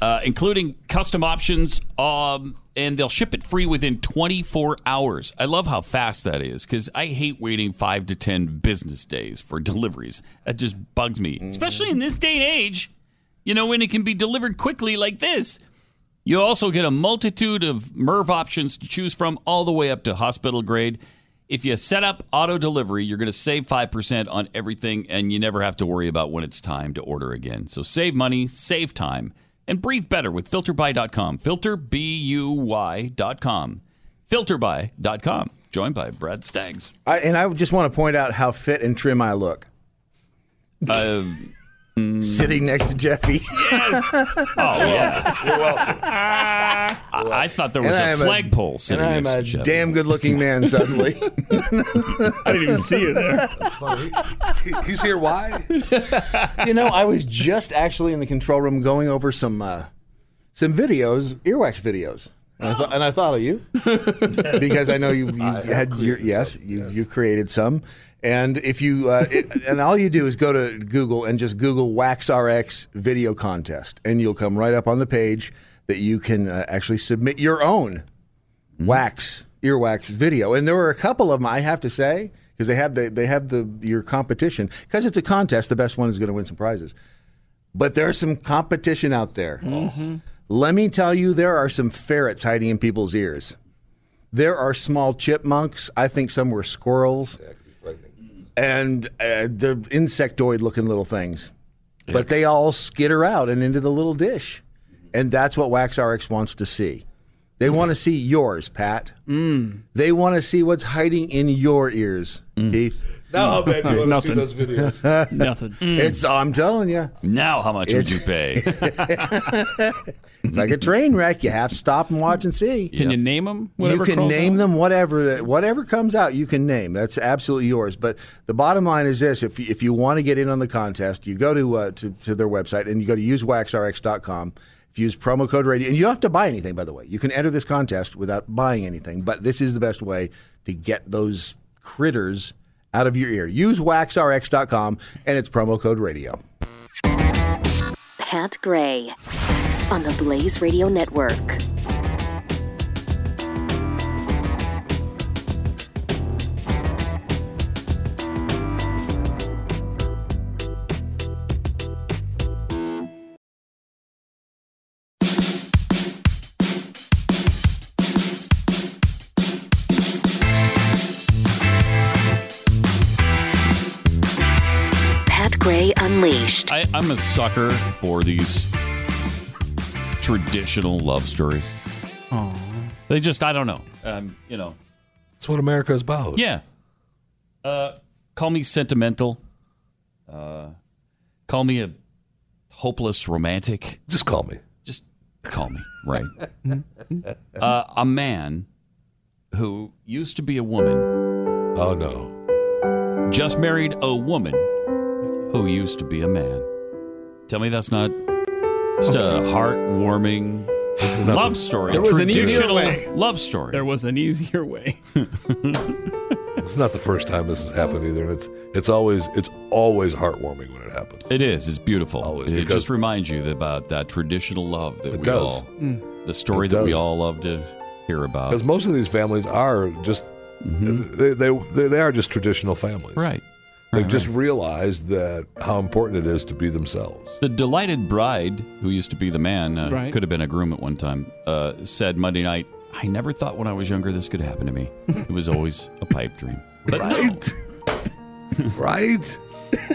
Speaker 2: uh, including custom options. Um, and they'll ship it free within 24 hours. I love how fast that is because I hate waiting five to 10 business days for deliveries. That just bugs me,
Speaker 3: Mm.
Speaker 2: especially in this day and age, you know, when it can be delivered quickly like this. You also get a multitude of MERV options to choose from, all the way up to hospital grade. If you set up auto delivery, you're going to save 5% on everything, and you never have to worry about when it's time to order again. So save money, save time, and breathe better with filterby.com. Filterbuy.com. Filterby.com. Joined by Brad Staggs.
Speaker 22: I, and I just want to point out how fit and trim I look. Um, Sitting next to Jeffy.
Speaker 2: Yes. oh, yeah. You're welcome. I, I thought there was
Speaker 22: And I
Speaker 2: a
Speaker 22: am a-
Speaker 2: flagpole sitting
Speaker 22: and I am
Speaker 2: next to
Speaker 22: a
Speaker 2: Chevy.
Speaker 22: damn good looking man suddenly.
Speaker 3: <laughs> I didn't even see you there.
Speaker 21: He's here. Why?
Speaker 22: you know, I was just actually in the control room going over some uh, some videos, earwax videos, and, I, thought and I thought of <laughs> you because I know you you had your yes, you you created some, and if you uh, it, and all you do is go to Google and just Google Wax RX video contest, and you'll come right up on the page that you can uh, actually submit your own Mm-hmm. wax earwax video and there were a couple of them i have to say because they have the they have the your competition because it's a contest the best one is going to win some prizes but there's some competition out there let me tell you there are some ferrets hiding in people's ears there are small chipmunks i think some were squirrels and uh, they're insectoid looking little things but they all skitter out and into the little dish and that's what wax rx wants to see they want
Speaker 2: Mm.
Speaker 22: to
Speaker 2: Mm.
Speaker 22: see yours, Pat. They want to see what's hiding in your ears, Keith.
Speaker 21: Now, man, you want to
Speaker 22: Nothing.
Speaker 21: see those
Speaker 2: <laughs>
Speaker 22: <laughs>
Speaker 21: videos?
Speaker 22: Nothing. It's. I'm telling you.
Speaker 2: Now, how much would
Speaker 22: It's-
Speaker 2: you pay?
Speaker 22: It's like a train wreck. You have to stop and watch and see.
Speaker 3: Can you name them?
Speaker 22: you can name them whatever that- whatever comes out. You can name. That's absolutely yours. But the bottom line is this: if you, if you want to get in on the contest, you go to, uh, to to their website and you go to usewaxrx.com. If you use promo code radio, and you don't have to buy anything, by the way, you can enter this contest without buying anything. But this is the best way to get those critters out of your ear. Use waxrx.com and it's promo code
Speaker 3: <laughs>
Speaker 22: radio.
Speaker 1: Pat Gray on the Blaze Radio Network. <laughs> Pat Gray Unleashed.
Speaker 2: I, I'm a sucker for these traditional love stories. They just, I don't know. Um, you know,
Speaker 21: That's what America is about.
Speaker 2: Yeah. Uh, call me sentimental. Uh, call me a hopeless romantic.
Speaker 21: Just call me.
Speaker 2: Just call me. Right. <laughs> uh, a man who used to be a woman.
Speaker 21: Oh no.
Speaker 2: Just married a woman who used to be a man. Tell me that's not just a heartwarming
Speaker 3: not
Speaker 2: love
Speaker 3: the-
Speaker 2: story.
Speaker 3: There was an easier
Speaker 2: traditional
Speaker 3: way.
Speaker 2: Love story.
Speaker 3: There was an
Speaker 2: <laughs>
Speaker 3: easier way.
Speaker 21: It's not the first time this has happened either, and it's it's always it's always heartwarming when it happens.
Speaker 2: It is. It's beautiful. it
Speaker 21: because-
Speaker 2: just reminds you about that traditional love that
Speaker 21: It
Speaker 2: we
Speaker 21: does.
Speaker 2: all,
Speaker 21: Mm.
Speaker 2: the story
Speaker 21: It
Speaker 2: that we
Speaker 21: does.
Speaker 2: all love to hear about.
Speaker 21: Because most of these families are just they, they they they are just traditional families,
Speaker 2: Mm-hmm. Right.
Speaker 21: They've
Speaker 2: Right,
Speaker 21: just realized that how important it is to be themselves.
Speaker 2: The delighted bride, who used to be the man, uh,
Speaker 21: Right.
Speaker 2: could have been a groom at one time, uh, said Monday night, I never thought when I was younger this could happen to me. It was always a pipe dream. But right.
Speaker 21: <laughs> right.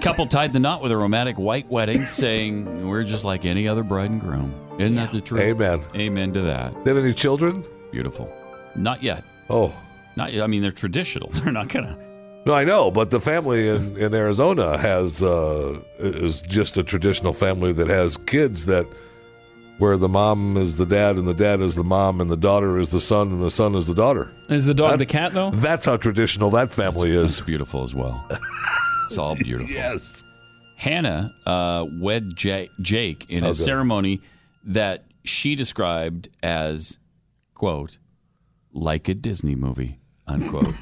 Speaker 2: Couple tied the knot with a romantic white wedding, saying, We're just like any other bride and groom. Isn't that the truth?
Speaker 21: Amen.
Speaker 2: Amen to that.
Speaker 21: They have any children?
Speaker 2: Beautiful. Not yet.
Speaker 21: Oh.
Speaker 2: Not yet. I mean, they're traditional. <laughs> They're not going to.
Speaker 21: No, I know, but the family in, in Arizona has uh, is just a traditional family that has kids that where the mom is the dad and the dad is the mom and the daughter is the son and the son is the daughter.
Speaker 3: Is the dog the cat though?
Speaker 21: That's how traditional that family is.
Speaker 2: beautiful as well. It's all beautiful.
Speaker 21: yes.
Speaker 2: Hannah uh, wed Ja- Jake in
Speaker 21: Oh,
Speaker 2: a
Speaker 21: good.
Speaker 2: ceremony that she described as, quote, like a Disney movie,
Speaker 21: <coughs>
Speaker 2: unquote.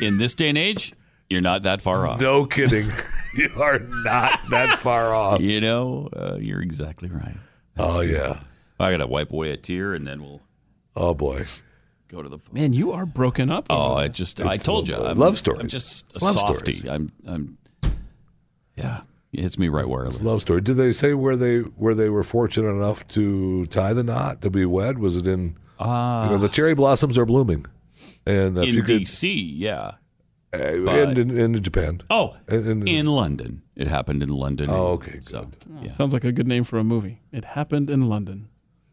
Speaker 2: in this day and age, you're not that far
Speaker 21: <laughs>
Speaker 2: off.
Speaker 21: No
Speaker 2: <laughs>
Speaker 21: kidding. you are not that far off.
Speaker 2: You know, uh, you're exactly right.
Speaker 21: Oh,
Speaker 2: beautiful. I got to wipe away a tear and then we'll.
Speaker 21: Oh, boy.
Speaker 2: Go to the. phone.
Speaker 3: Man, you are broken up.
Speaker 2: Oh, I just. I told you. I'm,
Speaker 21: love stories.
Speaker 2: I'm just a
Speaker 21: It's love
Speaker 2: softy. I'm. I'm. Yeah. It hits me right where I
Speaker 21: It's
Speaker 2: live.
Speaker 21: a love story. Did they say where they where they were fortunate enough to tie the knot to be wed? Was it in
Speaker 2: Ah.
Speaker 21: you know, the cherry blossoms are blooming, and if
Speaker 2: in
Speaker 21: you could,
Speaker 2: D.C., yeah.
Speaker 21: uh,
Speaker 2: but-
Speaker 21: and in, in Japan.
Speaker 2: Oh,
Speaker 21: And-
Speaker 2: in,
Speaker 21: and-
Speaker 2: London. It happened in London.
Speaker 21: Oh, okay, good.
Speaker 2: So, yeah.
Speaker 3: Sounds like a good name for a movie. It happened in London.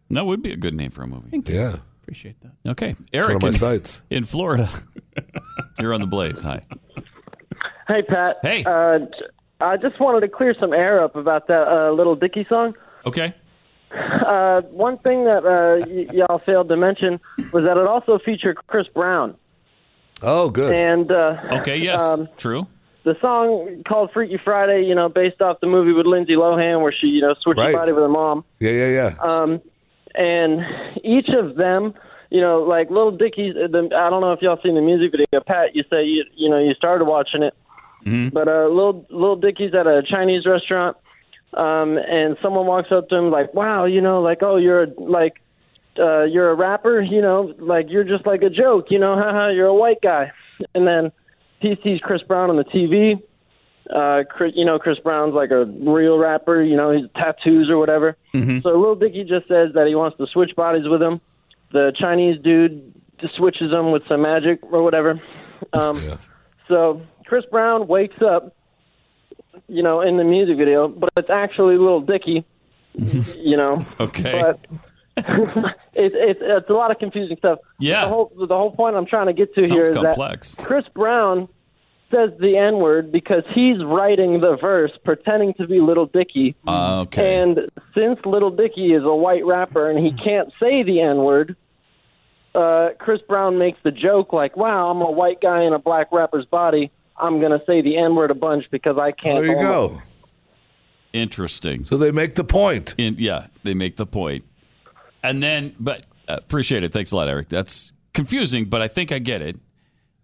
Speaker 2: That would be a good name for a movie.
Speaker 3: Thank you.
Speaker 21: Yeah.
Speaker 3: Appreciate that.
Speaker 2: Okay.
Speaker 21: one
Speaker 2: Eric
Speaker 21: of my
Speaker 2: in,
Speaker 21: sites.
Speaker 2: in Florida. <laughs> You're on the blaze. Hi.
Speaker 4: Hey, Pat.
Speaker 2: Hey.
Speaker 4: Uh, j- I just wanted to clear some air up about that uh, little Dicky song.
Speaker 2: Okay.
Speaker 4: Uh, one thing that uh, y- y'all failed to mention was that it also featured Chris Brown.
Speaker 21: Oh, good.
Speaker 4: And uh,
Speaker 2: Okay, yes.
Speaker 4: um,
Speaker 2: True.
Speaker 4: the song called "Freaky Friday," you know, based off the movie with Lindsay Lohan, where she, you know, switched
Speaker 21: Right.
Speaker 4: body with her mom.
Speaker 21: Yeah, yeah, yeah.
Speaker 4: Um, and each of them, you know, like Little Dicky's. The, I don't know if y'all seen the music video. Pat, you say you you know you started watching it,
Speaker 2: Mm-hmm.
Speaker 17: Mm-hmm.
Speaker 4: but uh, Little Little Dicky's at a Chinese restaurant, um, and someone walks up to him like, "Wow, you know, like oh you're a, like uh, you're a rapper, you know, like you're just like a joke, you know, <laughs> haha, you're a white guy." And then he sees Chris Brown on the TV. Uh, Chris, you know, Chris Brown's like a real rapper. You know, he's tattoos or whatever.
Speaker 2: Mm-hmm.
Speaker 4: So Lil Dicky just says that he wants to switch bodies with him. The Chinese dude just switches him with some magic or whatever.
Speaker 2: <laughs>
Speaker 4: Um, So Chris Brown wakes up, you know, in the music video, but it's actually
Speaker 2: <laughs>
Speaker 4: Lil Dicky, you know.
Speaker 2: Okay.
Speaker 4: But <laughs> it's it's it's a lot of confusing stuff.
Speaker 2: Yeah.
Speaker 4: The whole the whole point I'm trying to get to
Speaker 2: Sounds
Speaker 4: here is
Speaker 2: complex.
Speaker 4: that Chris Brown says the N word because he's writing the verse pretending to be Little Dicky.
Speaker 2: Uh, okay.
Speaker 4: And since Little Dicky is a white rapper and he can't say the N word, uh, Chris Brown makes the joke like, "Wow, I'm a white guy in a black rapper's body. I'm gonna say the N word a bunch because I can't."
Speaker 21: There you
Speaker 4: own it."
Speaker 21: go.
Speaker 2: Interesting.
Speaker 21: So they make the point.
Speaker 2: yeah, they make the point. And then, but uh, appreciate it. Thanks a lot, Eric. That's confusing, but I think I get it.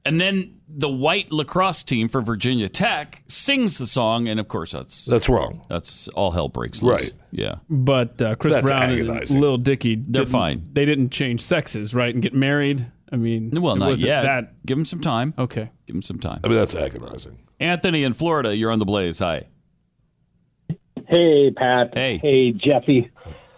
Speaker 2: And then the white lacrosse team for Virginia Tech sings the song, and of course that's
Speaker 21: That's wrong.
Speaker 2: That's all hell breaks loose.
Speaker 21: Right.
Speaker 2: Yeah.
Speaker 3: But uh, Chris
Speaker 2: That's
Speaker 3: Brown
Speaker 2: agonizing.
Speaker 3: and Lil Dicky,
Speaker 2: They're fine.
Speaker 3: They didn't change sexes, right, and get married. I mean,
Speaker 2: Well,
Speaker 3: it
Speaker 2: not
Speaker 3: wasn't
Speaker 2: yet.
Speaker 3: That
Speaker 2: Give him some time.
Speaker 3: Okay.
Speaker 2: Give him some time.
Speaker 21: I mean, that's agonizing.
Speaker 2: Anthony in Florida, you're on the blaze. Hi.
Speaker 6: <laughs> Hey, Pat.
Speaker 2: Hey.
Speaker 6: Hey, Jeffy.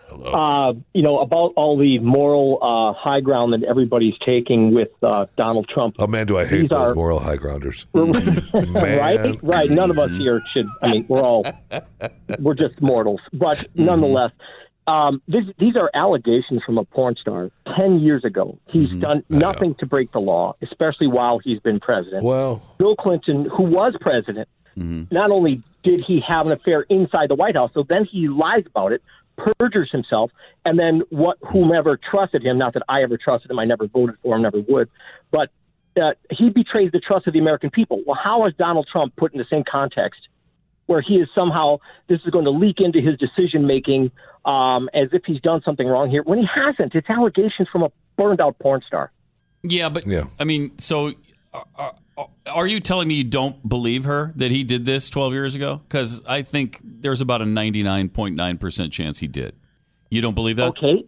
Speaker 6: Hello. Uh, you know, about all the moral uh, high ground that everybody's taking with uh, Donald Trump.
Speaker 21: Oh, man, do I hate those moral high grounders.
Speaker 6: <laughs> right? Right. None of us here should. I mean, we're
Speaker 21: <laughs>
Speaker 6: all we're just mortals, but
Speaker 21: Mm-hmm.
Speaker 6: nonetheless, um, this, these are allegations from a porn star ten years ago. He's
Speaker 21: Mm-hmm.
Speaker 6: done nothing to break the law, especially while he's been president.
Speaker 21: Well,
Speaker 6: Bill Clinton, who was president,
Speaker 21: Mm-hmm.
Speaker 6: not only did he have an affair inside the White House, so then he lies about it, perjures himself, and then what whomever trusted him, not that I ever trusted him, I never voted for him, never would, but uh, he betrays the trust of the American people. Well, how is Donald Trump put in the same context where he is somehow, this is going to leak into his decision making um, as if he's done something wrong here when he hasn't? It's allegations from a burned out porn star.
Speaker 2: Yeah, but I mean, so are- are, are you telling me you don't believe her that he did this 12 years ago? Because I think there's about a 99.9% chance he did. You don't believe that?
Speaker 6: Okay,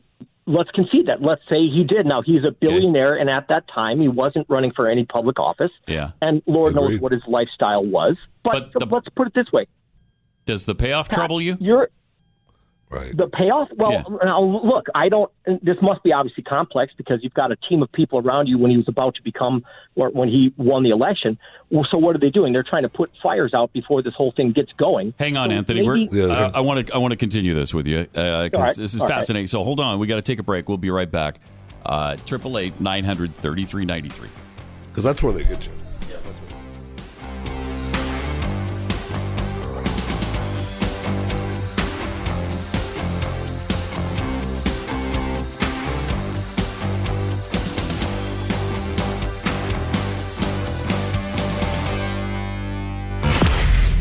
Speaker 6: let's concede that. Let's say he did. Now he's a billionaire, and at that time he wasn't running for any public office,
Speaker 2: Yeah.
Speaker 6: and Lord knows what his lifestyle was. But, let's put it this way:
Speaker 2: Does the payoff trouble you?
Speaker 6: You're
Speaker 21: right.
Speaker 6: the payoff. Well, now look, I don't. This must be obviously complex because you've got a team of people around you when he was about to become, or when he won the election. Well, so what are they doing? They're trying to put fires out before this whole thing gets going.
Speaker 2: Hang on, Anthony. We're, uh, I want to I want to continue this with you because
Speaker 6: All right,
Speaker 2: this is
Speaker 6: all right.
Speaker 2: fascinating. So hold on, we got to take a break. We'll be right back. Uh, Triple eight nine hundred thirty three ninety three.
Speaker 21: Because that's where they get you.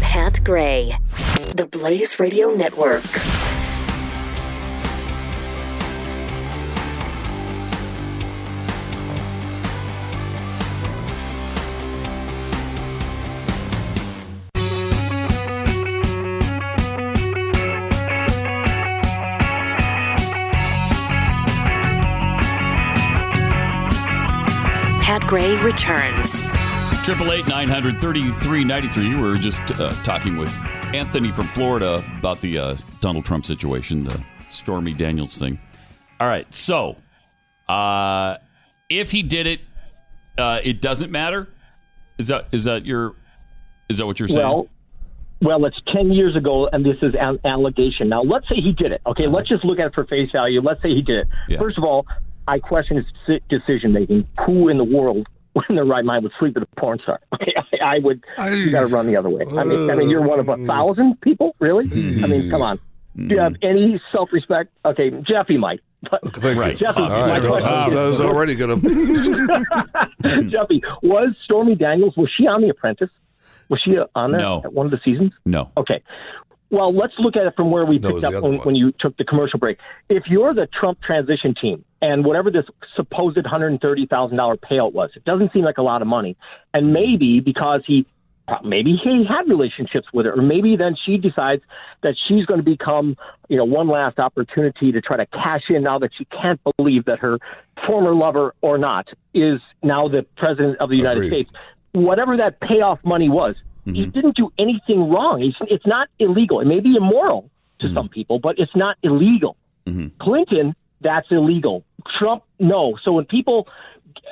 Speaker 1: Pat Gray, The Blaze Radio Network. Pat Gray returns.
Speaker 2: Triple eight nine hundred thirty three ninety three. You were just uh, talking with Anthony from Florida about the uh, Donald Trump situation, the Stormy Daniels thing. All right, so uh, if he did it, uh, it doesn't matter. Is that is that your is that what you're saying?
Speaker 6: Well, well, it's ten years ago, and this is an allegation. Now, let's say he did it. Okay, let's just look at it for face value. Let's say he did it.
Speaker 2: Uh-huh. Yeah.
Speaker 6: First of all, I question his deci- decision making. Who in the world, <laughs> in their right mind, would sleep with a porn star? <laughs> Okay, I, I would. you got to run the other way. I mean, I mean, you're one of a thousand people, really? I mean, come on. Do you have
Speaker 2: Mm-hmm.
Speaker 6: any self respect? Okay, Jeffy might. <laughs> But,
Speaker 21: Right.
Speaker 6: Jeffy,
Speaker 21: All right.
Speaker 6: my
Speaker 21: I was-
Speaker 6: question
Speaker 21: I was
Speaker 6: is-
Speaker 21: already
Speaker 2: <laughs>
Speaker 21: going to.
Speaker 2: Mm-hmm.
Speaker 6: Jeffy, was Stormy Daniels was she on The Apprentice? Was she on there
Speaker 2: No.
Speaker 6: at one of the seasons?
Speaker 2: No.
Speaker 6: Okay. Well, let's look at it from where we
Speaker 2: No, it was
Speaker 6: picked
Speaker 2: the
Speaker 6: up
Speaker 2: other
Speaker 6: when,
Speaker 2: one.
Speaker 6: when you took the commercial break. If you're the Trump transition team and whatever this supposed $130,000 payout was, it doesn't seem like a lot of money. And maybe because he maybe he had relationships with her, or maybe then she decides that she's going to become, you know, one last opportunity to try to cash in now that she can't believe that her former lover or not is now the president of the United States. Whatever that payoff money was, he didn't do anything wrong. He's, it's not illegal. It may be immoral to some people, but it's not illegal.
Speaker 2: Mm-hmm.
Speaker 6: Clinton, that's illegal. Trump, no. So when people,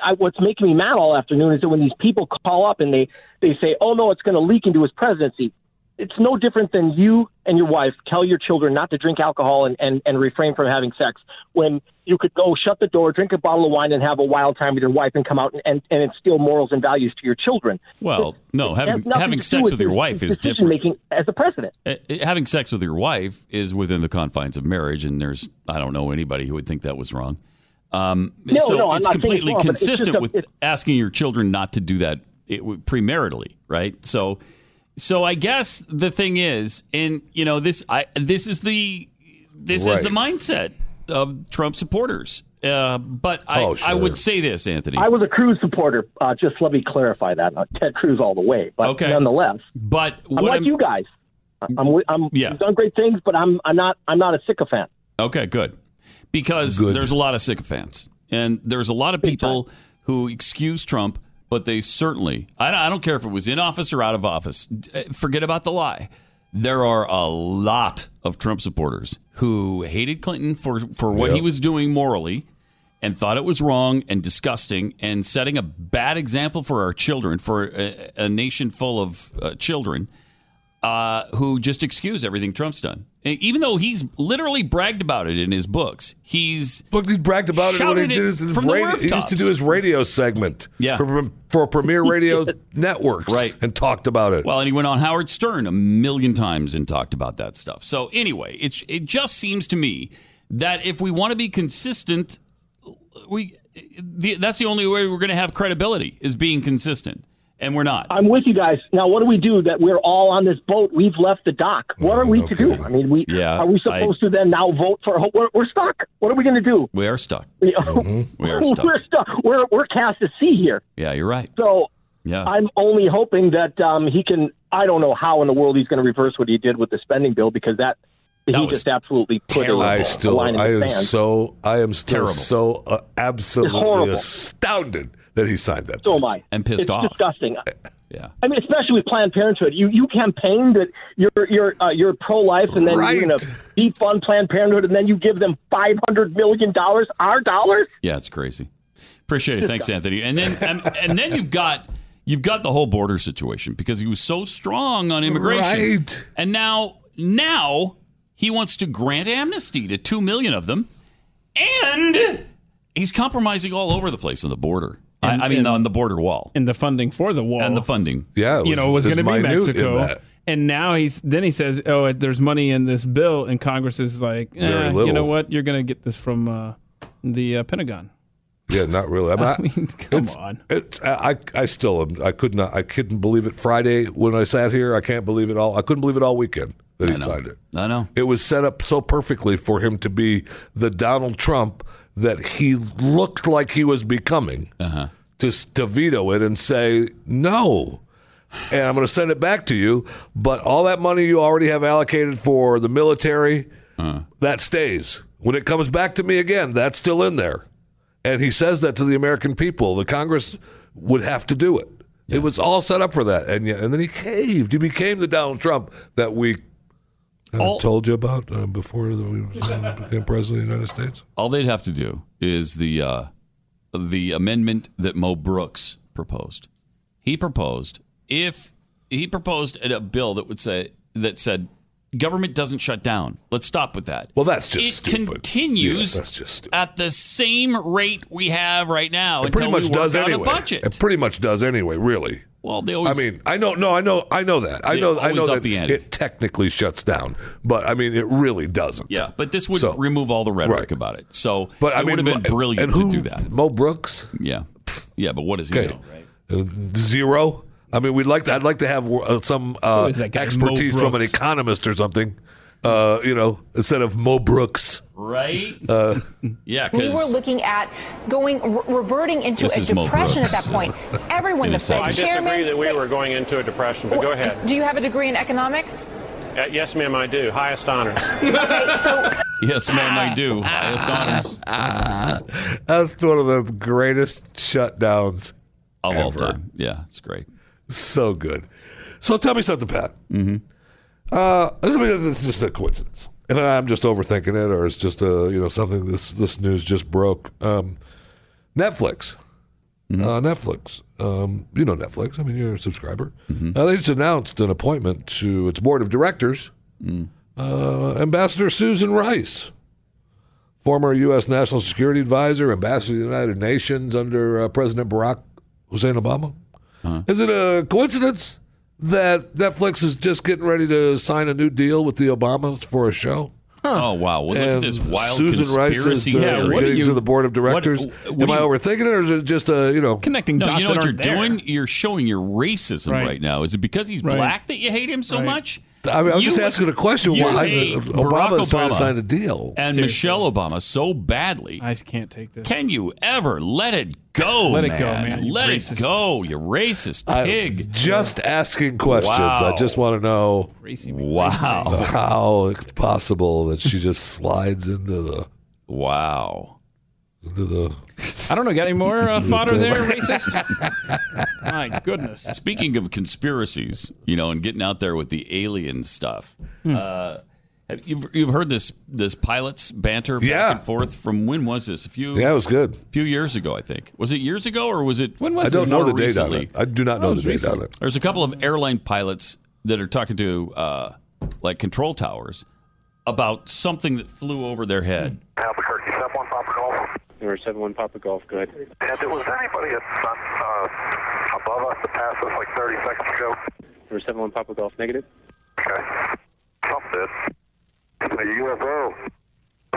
Speaker 6: I, what's making me mad all afternoon is that when these people call up and they they say, "Oh no, it's going to leak into his presidency." it's no different than you and your wife tell your children not to drink alcohol and, and, and refrain from having sex when you could go shut the door, drink a bottle of wine, and have a wild time with your wife and come out and, and, and instill morals and values to your children.
Speaker 2: Well, no,
Speaker 6: It has
Speaker 2: having
Speaker 6: nothing
Speaker 2: having
Speaker 6: to do
Speaker 2: sex with your
Speaker 6: his-
Speaker 2: wife
Speaker 6: his
Speaker 2: is different.
Speaker 6: Making as a president.
Speaker 2: Eh, eh, Having sex with your wife is within the confines of marriage, and there's I don't know anybody who would think that was wrong. Um,
Speaker 6: No,
Speaker 2: so
Speaker 6: no, I'm
Speaker 2: it's
Speaker 6: not saying it's
Speaker 2: completely
Speaker 6: wrong, but it's just
Speaker 2: consistent
Speaker 6: a-
Speaker 2: with asking your children not to do that it, w- premaritally, right? So, so I guess the thing is, and you know this, I this is the this is the mindset of Trump supporters. Uh, but I, I would say this, Anthony.
Speaker 6: I was a Cruz supporter. Uh, just let me clarify that. Uh, Ted Cruz all the way, but nonetheless.
Speaker 2: But
Speaker 6: I'm
Speaker 2: what
Speaker 6: like you guys. I- I'm wi- I'm
Speaker 2: Yeah.
Speaker 6: you've done great things, but I'm I'm not I'm not a sycophant.
Speaker 2: Okay, good. Because there's a lot of sycophants, and there's a lot of people who excuse Trump, but they certainly, I, I don't care if it was in office or out of office, eh, forget about the lie. There are a lot of Trump supporters who hated Clinton for, for what he
Speaker 9: Yep.
Speaker 2: was doing morally and thought it was wrong and disgusting and setting a bad example for our children, for a, a nation full of uh, children uh, who just excuse everything Trump's done. And even though he's literally bragged about it in his books, he's
Speaker 21: Look, he bragged about it when he
Speaker 2: shouted
Speaker 21: did his,
Speaker 2: from
Speaker 21: radio,
Speaker 2: the
Speaker 21: he used
Speaker 2: rooftops.
Speaker 21: to do his radio segment
Speaker 2: Yeah.
Speaker 21: for, for Premier
Speaker 2: <laughs>
Speaker 21: Radio Networks
Speaker 2: Right.
Speaker 21: and talked about it.
Speaker 2: Well, and he went on Howard Stern a million times and talked about that stuff. So anyway, it it just seems to me that if we want to be consistent, we the, that's the only way we're going to have credibility is being consistent, and we're not.
Speaker 6: I'm with you guys. Now, what do we do that we're all on this boat? We've left the dock. What are we to do? I mean, we
Speaker 2: Yeah,
Speaker 6: are we supposed to then now vote for? We're, we're stuck. What are we going to do? <laughs>
Speaker 2: We are stuck.
Speaker 6: You know,
Speaker 2: We are stuck.
Speaker 6: We're stuck. We're we're cast at sea here.
Speaker 2: Yeah, you're right.
Speaker 6: So
Speaker 2: Yeah.
Speaker 6: I'm only hoping that um, he can. I don't know how in the world he's going to reverse what he did with the spending bill because that, he just absolutely put a,
Speaker 21: I
Speaker 6: a
Speaker 21: still,
Speaker 6: line in the
Speaker 21: I am
Speaker 6: sand.
Speaker 21: so, I am still
Speaker 6: Terrible.
Speaker 21: so uh, absolutely
Speaker 6: horrible.
Speaker 21: astounded that he signed that. Uh,
Speaker 6: So am I.
Speaker 21: And
Speaker 6: pissed It's off. Disgusting.
Speaker 2: Yeah.
Speaker 6: I mean, especially with Planned Parenthood, you you campaign that you're you're uh, you're pro life, and then
Speaker 21: Right.
Speaker 6: you're going to defund Planned Parenthood, and then you give them five hundred million dollars, our dollars.
Speaker 2: Yeah, it's crazy. Appreciate it. Thanks, Anthony. And then and, and then you've got you've got the whole border situation because he was so strong on immigration,
Speaker 21: Right.
Speaker 2: and now now he wants to grant amnesty to two million of them, and he's compromising all over the place on the border. I, I mean, on the border wall
Speaker 3: and the funding for the wall
Speaker 2: and the funding.
Speaker 21: Yeah,
Speaker 3: you know, was going to be Mexico. And now he's then he says, "Oh, there's money in this bill," and Congress is like,
Speaker 21: Very
Speaker 3: eh, "You know
Speaker 21: little.
Speaker 3: what? You're going to get this from uh, the uh, Pentagon."
Speaker 21: Yeah, not really. I'm, I
Speaker 3: I mean, come
Speaker 21: on. It's I, I- I still am. I could not. I couldn't believe it Friday when I sat here. I can't believe it all. I couldn't believe it all weekend that he signed it.
Speaker 2: I know.
Speaker 21: It was set up so perfectly for him to be the Donald Trump that he looked like he was becoming. Uh-huh. To s- to veto it and say no. And I'm going to send it back to you, but all that money you already have allocated for the military,
Speaker 2: Uh.
Speaker 21: that stays. When it comes back to me again, that's still in there. And he says that to the American people. The Congress would have to do it. It was all set up for that. And yet, and then he caved. He became the Donald Trump that we I
Speaker 2: All-
Speaker 21: told you about uh, before that we became president of the United States.
Speaker 2: All they'd have to do is the uh, the amendment that Mo Brooks proposed. He proposed if he proposed a a bill that would say that said government doesn't shut down. Let's stop with that.
Speaker 21: Well, that's just
Speaker 2: it
Speaker 21: stupid.
Speaker 2: continues
Speaker 21: Yeah, that's just stupid.
Speaker 2: at <laughs> the same rate we have right now
Speaker 21: It pretty
Speaker 2: until
Speaker 21: much
Speaker 2: Oh, we work
Speaker 21: does
Speaker 2: out
Speaker 21: anyway.
Speaker 2: a budget.
Speaker 21: It pretty much does anyway. Really.
Speaker 2: Well, they always-
Speaker 21: I mean, I know. No, I know. I know that. I
Speaker 2: They
Speaker 21: know. I know
Speaker 2: always up
Speaker 21: that
Speaker 2: the ante.
Speaker 21: it technically shuts down, but I mean, it really doesn't.
Speaker 2: Yeah, but this would
Speaker 21: So-
Speaker 2: remove all the rhetoric about it. So
Speaker 21: But
Speaker 2: it
Speaker 21: I mean,
Speaker 2: would have been
Speaker 21: Mo-
Speaker 2: brilliant
Speaker 21: and who-
Speaker 2: to do that.
Speaker 21: Mo Brooks.
Speaker 2: Yeah, yeah, but what does he
Speaker 21: Okay.
Speaker 2: know?
Speaker 21: Uh, Zero. I mean, we'd like to. I'd like to have uh, some
Speaker 2: Who
Speaker 21: uh,
Speaker 2: is that guy?
Speaker 21: expertise
Speaker 2: Mo
Speaker 21: from an
Speaker 2: Brooks.
Speaker 21: economist or something. Uh, you know, instead of Mo Brooks.
Speaker 2: Right?
Speaker 21: Uh,
Speaker 2: <laughs> Yeah,
Speaker 11: We were
Speaker 2: because
Speaker 11: looking at going, re- reverting into
Speaker 21: This
Speaker 11: a
Speaker 21: is Mo
Speaker 11: depression at that
Speaker 21: Brooks. <laughs>
Speaker 11: point. Everyone, the Fed
Speaker 23: I disagree
Speaker 11: chairman.
Speaker 23: that we were going into a depression, but go ahead.
Speaker 11: Do you have a degree in economics?
Speaker 23: Uh, yes, ma'am, I do. Highest honors.
Speaker 11: Okay,
Speaker 2: <laughs>
Speaker 11: so
Speaker 2: yes, ma'am, I do. Highest honors.
Speaker 21: <laughs>
Speaker 3: <laughs>
Speaker 21: That's one of the greatest shutdowns
Speaker 2: Of
Speaker 21: ever.
Speaker 2: all time. Yeah, it's great.
Speaker 21: So good. So tell me something, Pat. Mm-hmm. Uh, this, I mean, this is just a coincidence, and I'm just overthinking it, or it's just a you know something this this news just broke. Um, Netflix
Speaker 2: Mm-hmm.
Speaker 21: uh, Netflix. Um, you know Netflix. I mean, you're a subscriber.
Speaker 2: Mm-hmm.
Speaker 21: Uh, they just announced an appointment to its board of directors,
Speaker 2: Mm.
Speaker 21: uh, Ambassador Susan Rice, former U.S. National Security Advisor, Ambassador to the United Nations under uh, President Barack Hussein Obama.
Speaker 2: Uh-huh.
Speaker 21: Is it a coincidence that Netflix is just getting ready to sign a new deal with the Obamas for a show?
Speaker 2: Oh wow! Well, look at
Speaker 21: And
Speaker 2: this wild
Speaker 21: Susan Rice is
Speaker 2: conspiracy
Speaker 21: the,
Speaker 2: theory.
Speaker 21: getting to the board of directors.
Speaker 2: what
Speaker 21: Am
Speaker 2: do
Speaker 21: I
Speaker 2: you-
Speaker 21: overthinking it, or is it just a you know connecting
Speaker 2: no, you know what you're doing? You're showing your racism
Speaker 21: Right.
Speaker 2: right, now. Is it because he's
Speaker 21: Right.
Speaker 2: black that you hate him so much?
Speaker 21: I mean, I'm
Speaker 2: You-
Speaker 21: just asking a question.
Speaker 2: you
Speaker 21: Why uh,
Speaker 2: hate
Speaker 21: Obama
Speaker 2: Barack
Speaker 21: is trying to
Speaker 2: Obama
Speaker 21: sign a deal?
Speaker 2: and Michelle Obama so badly.
Speaker 3: I can't take this.
Speaker 2: Can you ever let it go?
Speaker 21: Let it go, man, you
Speaker 2: Let it go, you racist pig.
Speaker 21: Just asking questions.
Speaker 2: Wow.
Speaker 21: I just want to know
Speaker 2: wow
Speaker 21: <laughs> how it's possible that she just slides into the
Speaker 2: wow
Speaker 21: into the
Speaker 3: I don't know. Got any more
Speaker 21: Mm-hmm. <laughs>
Speaker 3: uh, fodder there, racist?
Speaker 2: My
Speaker 3: goodness.
Speaker 2: <laughs> Speaking of conspiracies, you know, and getting out there with the alien stuff, uh, have- you've you've heard this this pilots banter back and forth from when was this? A few
Speaker 21: yeah, it was good.
Speaker 2: few years ago, I think. Was it years ago or was it? When
Speaker 21: I don't know the date on
Speaker 2: recently? Oh,
Speaker 21: it. I do not know the date on it.
Speaker 2: There's a couple of airline pilots that are talking to uh, like control towers about something that flew over their head.
Speaker 5: Albuquerque, 71 Papa Golf.
Speaker 23: Number 71 Papa Golf, go ahead.
Speaker 5: And there was anybody at, sun, uh, above us that passed us like 30 seconds ago.
Speaker 23: Number 71 Papa Golf, negative.
Speaker 5: Some did. A UFO. <laughs>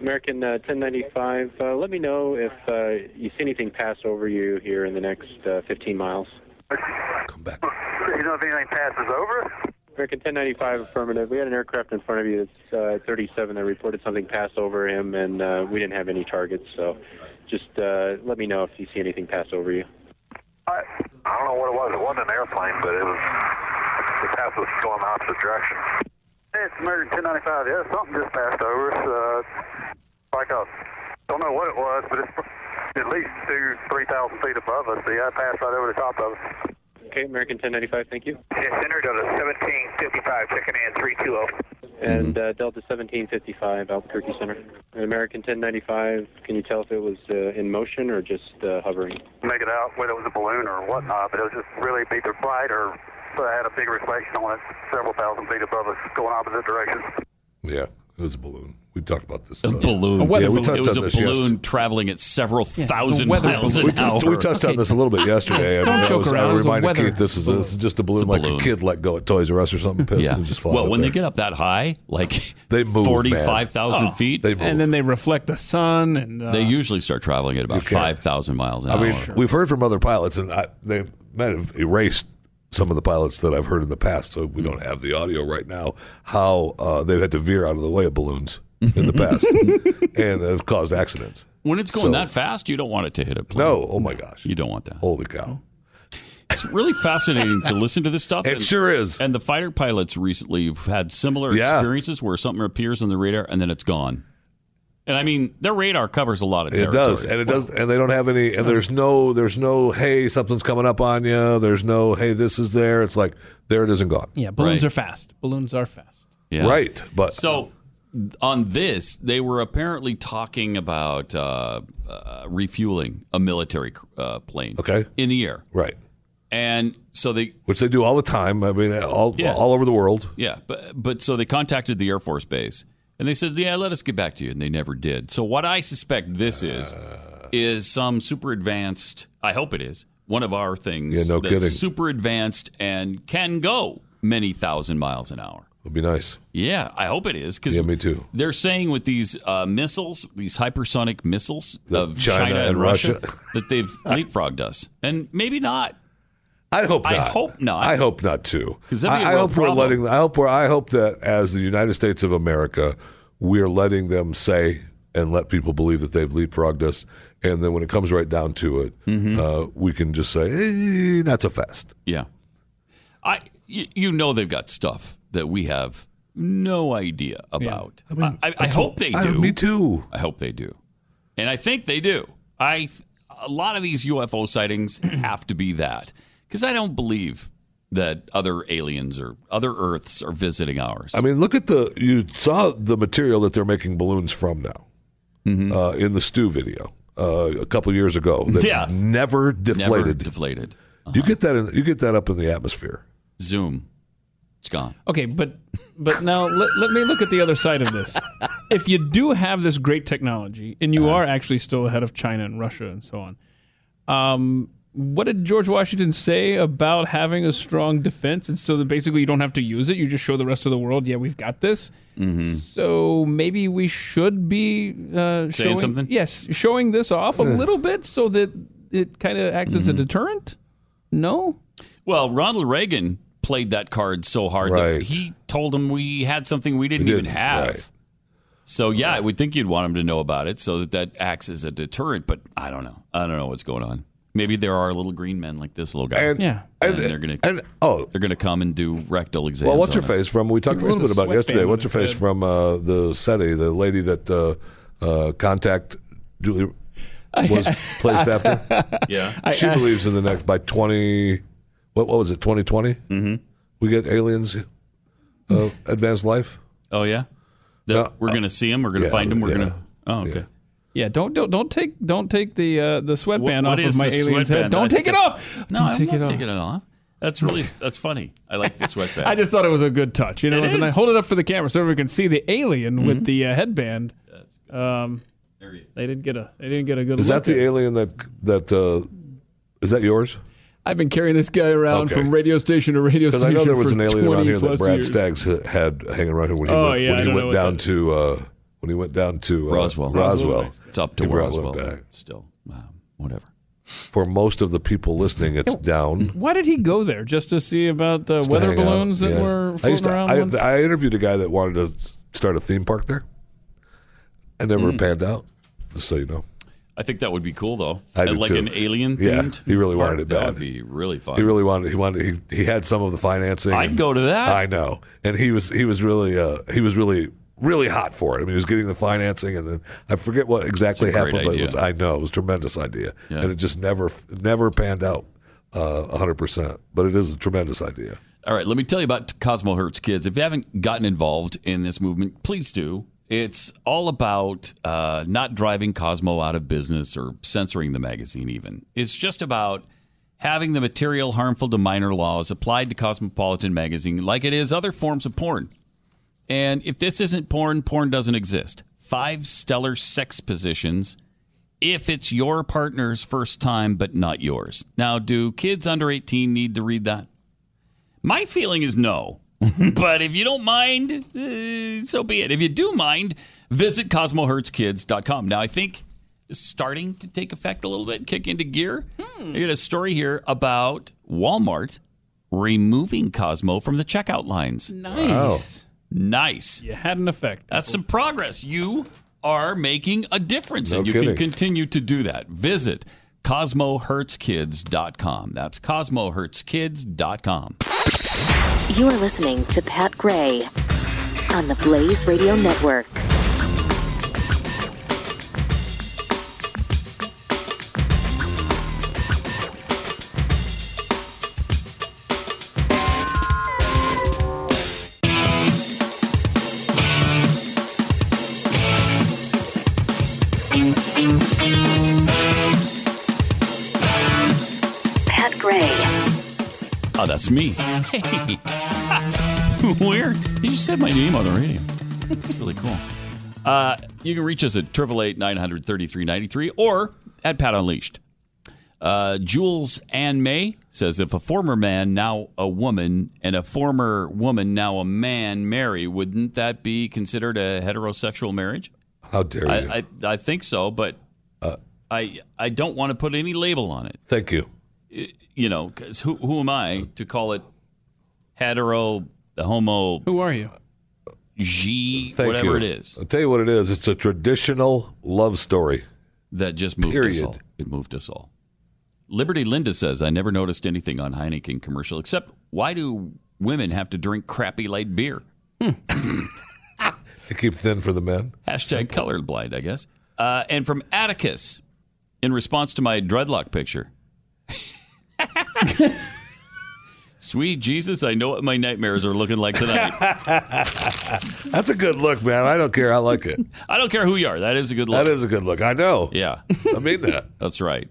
Speaker 23: American uh, 1095, uh, let me know if uh, you see anything pass over you here in the next uh, 15 miles.
Speaker 5: You know if anything passes over?
Speaker 23: American 1095, affirmative. We had an aircraft in front of you that's uh, 37 that reported something pass over him, and uh, we didn't have any targets. So just uh, let me know if you see anything pass over you.
Speaker 5: I don't know what it was. It wasn't an airplane, but it was. The path was going the opposite direction. It's American 1095. Yeah, something just passed over us. Uh, like a, don't know what it was, but it's at least two, three thousand feet above us. The eye passed right over the top of us.
Speaker 23: Okay, American 1095, thank you.
Speaker 5: Yes, center to the 1755, checking in 320.
Speaker 23: And uh, Delta 1755, Albuquerque Center. And American 1095, can you tell if it was uh, in motion or just uh, hovering?
Speaker 5: Make it out whether it was a balloon or whatnot, but it was just really either bright or so I had a big reflection on it several thousand feet above us going opposite directions.
Speaker 21: Yeah, it was a balloon. We talked about this.
Speaker 2: A balloon.
Speaker 21: Yeah, we touched
Speaker 2: It was a
Speaker 21: on this
Speaker 2: balloon traveling at several thousand
Speaker 21: Weather
Speaker 2: miles
Speaker 21: balloon.
Speaker 2: an
Speaker 21: we, touched-
Speaker 2: hour.
Speaker 21: we touched on this a little bit yesterday. I
Speaker 2: Don't
Speaker 21: I
Speaker 2: joke
Speaker 21: was-
Speaker 2: around. It
Speaker 21: I
Speaker 2: was a
Speaker 21: reminded
Speaker 2: weather
Speaker 21: Keith this is this is just a balloon, like a kid let go at Toys R Us or something. Pissed
Speaker 2: Yeah.
Speaker 21: and just flying
Speaker 2: Well,
Speaker 21: up
Speaker 2: when
Speaker 21: there.
Speaker 2: they get up that high, like
Speaker 21: <laughs> They move, man.
Speaker 2: forty-five thousand
Speaker 3: Oh.
Speaker 2: feet,
Speaker 21: They
Speaker 3: and then they reflect the sun, and uh,
Speaker 2: They usually start traveling at about five thousand miles an
Speaker 21: I
Speaker 2: hour.
Speaker 21: mean, we've heard from other pilots, and I, they might have erased some of the pilots that I've heard in the past, so
Speaker 2: Hmm.
Speaker 21: we don't have the audio right now. How uh, they've had to veer out of the way of balloons in the
Speaker 2: <laughs>
Speaker 21: past, and have caused accidents.
Speaker 2: when it's
Speaker 21: So-
Speaker 2: going that fast, you don't want it to hit a plane.
Speaker 21: No, oh my gosh,
Speaker 2: you don't want that.
Speaker 21: Holy cow!
Speaker 2: It's really fascinating to listen to this stuff.
Speaker 21: <laughs> It sure is.
Speaker 2: And the fighter pilots recently have had similar
Speaker 21: Yeah.
Speaker 2: experiences where something appears on the radar and then it's gone. And I mean, their radar covers a lot of
Speaker 21: It
Speaker 2: territory.
Speaker 21: does, and it does, and they don't have any, and there's no, there's no, hey, something's coming up on you. There's no, hey, this is there. It's like there it is and gone.
Speaker 3: yeah, balloons are fast. Balloons are fast.
Speaker 2: Yeah.
Speaker 21: Right, but
Speaker 2: so on this, they were apparently talking about uh, uh, refueling a military uh, plane.
Speaker 21: Okay.
Speaker 2: in the air,
Speaker 21: right,
Speaker 2: and so they
Speaker 21: which they do all the time. I mean, all
Speaker 2: Yeah.
Speaker 21: all over the world.
Speaker 2: yeah, but but so they contacted the Air Force Base and they said, yeah, let us get back to you, and they never did. So what I suspect this is
Speaker 21: Uh.
Speaker 2: is some super advanced. I hope it is one of our things.
Speaker 21: Yeah, no
Speaker 2: that's
Speaker 21: kidding.
Speaker 2: Super advanced and can go many thousand miles an hour.
Speaker 21: It'd be nice.
Speaker 2: Yeah, I hope it is because
Speaker 21: Yeah, me too.
Speaker 2: They're saying with these uh, missiles, these hypersonic missiles
Speaker 21: That
Speaker 2: of
Speaker 21: China
Speaker 2: China,
Speaker 21: and
Speaker 2: and, Russia,
Speaker 21: Russia-
Speaker 2: that they've leapfrogged us, and maybe not.
Speaker 21: I hope
Speaker 2: I
Speaker 21: not.
Speaker 2: hope not.
Speaker 21: I hope not too.
Speaker 2: 'Cause that'd be a
Speaker 21: I, I
Speaker 2: real
Speaker 21: hope
Speaker 2: problem.
Speaker 21: we're letting. I hope we're, I hope that as the United States of America, we're letting them say and let people believe that they've leapfrogged us, and then when it comes right down to it, uh, we can just say eh, that's a fest.
Speaker 2: Mm-hmm. Yeah, I. You, you know they've got stuff that we have no idea about. I, I, I hope they do.
Speaker 21: I- me too.
Speaker 2: I hope they do, and I think they do. I a lot of these
Speaker 21: <clears throat>
Speaker 2: UFO sightings have to be that because I don't believe that other aliens or other Earths are visiting ours.
Speaker 21: I mean, look at the.
Speaker 2: Mm-hmm.
Speaker 21: You saw the material that they're making balloons from now, uh, in the stew video. uh, a couple years ago that
Speaker 2: Yeah.
Speaker 21: never deflated.
Speaker 2: deflated. Uh-huh.
Speaker 21: You get that. In, you get that up in the atmosphere.
Speaker 2: Zoom. It's gone.
Speaker 3: Okay, but but now let, let me look at the other side of this. If you do have this great technology and
Speaker 2: Uh-huh.
Speaker 3: you are actually still ahead of China and Russia and so on, um, what did George Washington say about having a strong defense? And so that basically you don't have to use it; you just show the rest of the world, yeah, we've got this.
Speaker 2: Mm-hmm.
Speaker 3: So maybe we should be
Speaker 2: Saying
Speaker 3: uh, showing,
Speaker 2: something?
Speaker 3: Yes, showing this off a
Speaker 2: Yeah.
Speaker 3: little bit so that it kind of acts
Speaker 2: Mm-hmm.
Speaker 3: as a deterrent. No.
Speaker 2: Well, Ronald Reagan played that card so hard that
Speaker 21: Right.
Speaker 2: he told them we had something we didn't,
Speaker 21: We
Speaker 2: even
Speaker 21: didn't,
Speaker 2: have.
Speaker 21: right.
Speaker 2: So yeah, I would think you'd want him to know about it so that that acts as a deterrent. But I don't know. I don't know what's going on. Maybe there are little green men like this little guy.
Speaker 21: And- Yeah.
Speaker 2: and, they're gonna
Speaker 21: oh
Speaker 2: they're gonna come and do rectal exams.
Speaker 21: Well, what's her
Speaker 2: on us.
Speaker 21: face from? We talked a
Speaker 2: He wears
Speaker 21: little bit
Speaker 2: a
Speaker 21: about
Speaker 2: sweatband
Speaker 21: yesterday.
Speaker 2: on
Speaker 21: What's her
Speaker 2: his
Speaker 21: face
Speaker 2: head.
Speaker 21: from uh, the SETI, the lady that uh, uh, contact Julie was placed
Speaker 2: <laughs>
Speaker 21: after?
Speaker 2: Yeah.
Speaker 21: she
Speaker 2: I- I-
Speaker 21: believes in the next by twenty. What, what was it? Twenty Mm-hmm. We get aliens, uh, advanced life.
Speaker 2: Oh yeah, That- we're gonna see him. We're gonna
Speaker 21: uh, yeah,
Speaker 2: find him. We're
Speaker 21: yeah.
Speaker 2: gonna. Oh okay.
Speaker 3: Yeah, don't don't don't take don't take the uh, the sweatband
Speaker 2: What
Speaker 3: off
Speaker 2: is
Speaker 3: of my
Speaker 2: the
Speaker 3: alien's
Speaker 2: sweatband?
Speaker 3: head.
Speaker 2: I
Speaker 3: Don't
Speaker 2: think
Speaker 3: take it
Speaker 2: that's-
Speaker 3: off.
Speaker 2: No,
Speaker 3: don't
Speaker 2: I'm
Speaker 3: take
Speaker 2: not
Speaker 3: it off.
Speaker 2: taking it off. That's really that's funny. I like the sweatband.
Speaker 3: <laughs> I just thought it was a good touch. You know,
Speaker 2: It
Speaker 3: it was a nice-
Speaker 2: is.
Speaker 3: hold it up for the camera so everyone can see the alien
Speaker 2: Mhm.
Speaker 3: with the uh, headband. Um, they didn't get a they didn't get a good.
Speaker 21: Is
Speaker 3: look
Speaker 21: that the
Speaker 3: at it.
Speaker 21: alien that that uh, is that yours?
Speaker 3: I've been carrying this guy around
Speaker 21: Okay.
Speaker 3: from radio station to radio
Speaker 21: Because
Speaker 3: station
Speaker 21: I know there was
Speaker 3: for
Speaker 21: an alien
Speaker 3: 20
Speaker 21: around here that
Speaker 3: plus
Speaker 21: Brad
Speaker 3: years.
Speaker 21: Staggs ha- had hanging around here when he
Speaker 3: Oh,
Speaker 21: went,
Speaker 3: yeah, I
Speaker 21: when
Speaker 3: don't
Speaker 21: he
Speaker 3: know
Speaker 21: went
Speaker 3: what
Speaker 21: down to uh, when he went down to uh,
Speaker 2: Roswell.
Speaker 21: Roswell.
Speaker 2: It's up to
Speaker 21: He brought
Speaker 2: Roswell.
Speaker 21: one back.
Speaker 2: Still, um, whatever.
Speaker 21: For most of the people listening, it's down.
Speaker 3: Why did he go there just to see about the
Speaker 21: Just to
Speaker 3: weather
Speaker 21: hang out.
Speaker 3: balloons that
Speaker 21: Yeah.
Speaker 3: were
Speaker 21: I,
Speaker 3: floating
Speaker 21: used to,
Speaker 3: around?
Speaker 21: I,
Speaker 3: once?
Speaker 21: I interviewed a guy that wanted to s- start a theme park there. I never
Speaker 2: Mm.
Speaker 21: panned out, just so you know.
Speaker 2: I think that would be cool though.
Speaker 21: I
Speaker 2: Uh,
Speaker 21: did
Speaker 2: like
Speaker 21: too.
Speaker 2: an alien
Speaker 21: Yeah,
Speaker 2: themed.
Speaker 21: he really
Speaker 2: park.
Speaker 21: wanted it
Speaker 2: That
Speaker 21: bad.
Speaker 2: would be really fun.
Speaker 21: He really wanted. He wanted. He, he had some of the financing.
Speaker 2: I'd go to that.
Speaker 21: I know, and he was he was really uh, he was really really hot for it. I mean, he was getting the financing, and then I forget what exactly
Speaker 2: It's a great
Speaker 21: happened, but it
Speaker 2: idea.
Speaker 21: was I know it was a tremendous idea,
Speaker 2: Yeah.
Speaker 21: and it just never never panned out uh, hundred percent. But it is a tremendous idea.
Speaker 2: All right, let me tell you about Cosmo Hertz Kids. If you haven't gotten involved in this movement, please do. It's all about uh, not driving Cosmo out of business or censoring the magazine, even. It's just about having the material harmful to minor laws applied to Cosmopolitan magazine like it is other forms of porn. And if this isn't porn, porn doesn't exist. Five stellar sex positions if it's your partner's first time, but not yours. Now, do kids under 18 need to read that? My feeling is
Speaker 3: <laughs>
Speaker 2: no. but if you don't mind, eh, so be it. If you do mind, visit CosmoHertzKids.com. Now, I think it's starting to take effect a little bit, kick into gear.
Speaker 3: Hmm.
Speaker 2: I got a story here about Walmart removing Cosmo from the checkout lines.
Speaker 3: Nice.
Speaker 2: Nice.
Speaker 3: You had an effect.
Speaker 2: That's some progress. You are making a difference,
Speaker 3: No
Speaker 2: and you can
Speaker 3: kidding.
Speaker 2: continue to do that. Visit CosmoHertzKids.com. That's CosmoHertzKids.com.
Speaker 1: You're listening to Pat Gray on the Blaze Radio Network. Pat Gray.
Speaker 2: Oh, that's me. Hey. <laughs> Weird. You just said my name on the radio. That's really cool. Uh, you can reach us at 888 900 3393 or at Pat Unleashed. Uh, Jules Ann May says if a former man, now a woman, and a former woman, now a man marry, wouldn't that be considered a heterosexual marriage?
Speaker 21: How dare you? Uh,
Speaker 2: I, I, I think so, but I, I don't want to put any label on it
Speaker 21: Thank you.
Speaker 2: you know, 'cause who who am I to call it hetero, homo?
Speaker 3: Who are you?
Speaker 2: G,
Speaker 21: Thank
Speaker 2: whatever
Speaker 21: you.
Speaker 2: it is.
Speaker 21: I'll tell you what it is. It's a traditional love story
Speaker 2: that just moved us all. It moved us all. Liberty Linda says, I never noticed anything on Heineken commercial except why do women have to drink crappy light beer?
Speaker 21: to keep thin for the men.
Speaker 2: Hashtag colorblind, I guess. Uh, and from Atticus, in response to my dreadlock picture. <laughs> Sweet Jesus, I know what my nightmares are looking like
Speaker 21: <laughs>
Speaker 2: tonight.
Speaker 21: That's a <laughs> good look, man. I don't care. I like it.
Speaker 2: <laughs> I don't care who you are. That is a good look.
Speaker 21: That is a good look. I know.
Speaker 2: Yeah.
Speaker 21: I mean that.
Speaker 2: <laughs>
Speaker 21: Uh,
Speaker 2: That's right.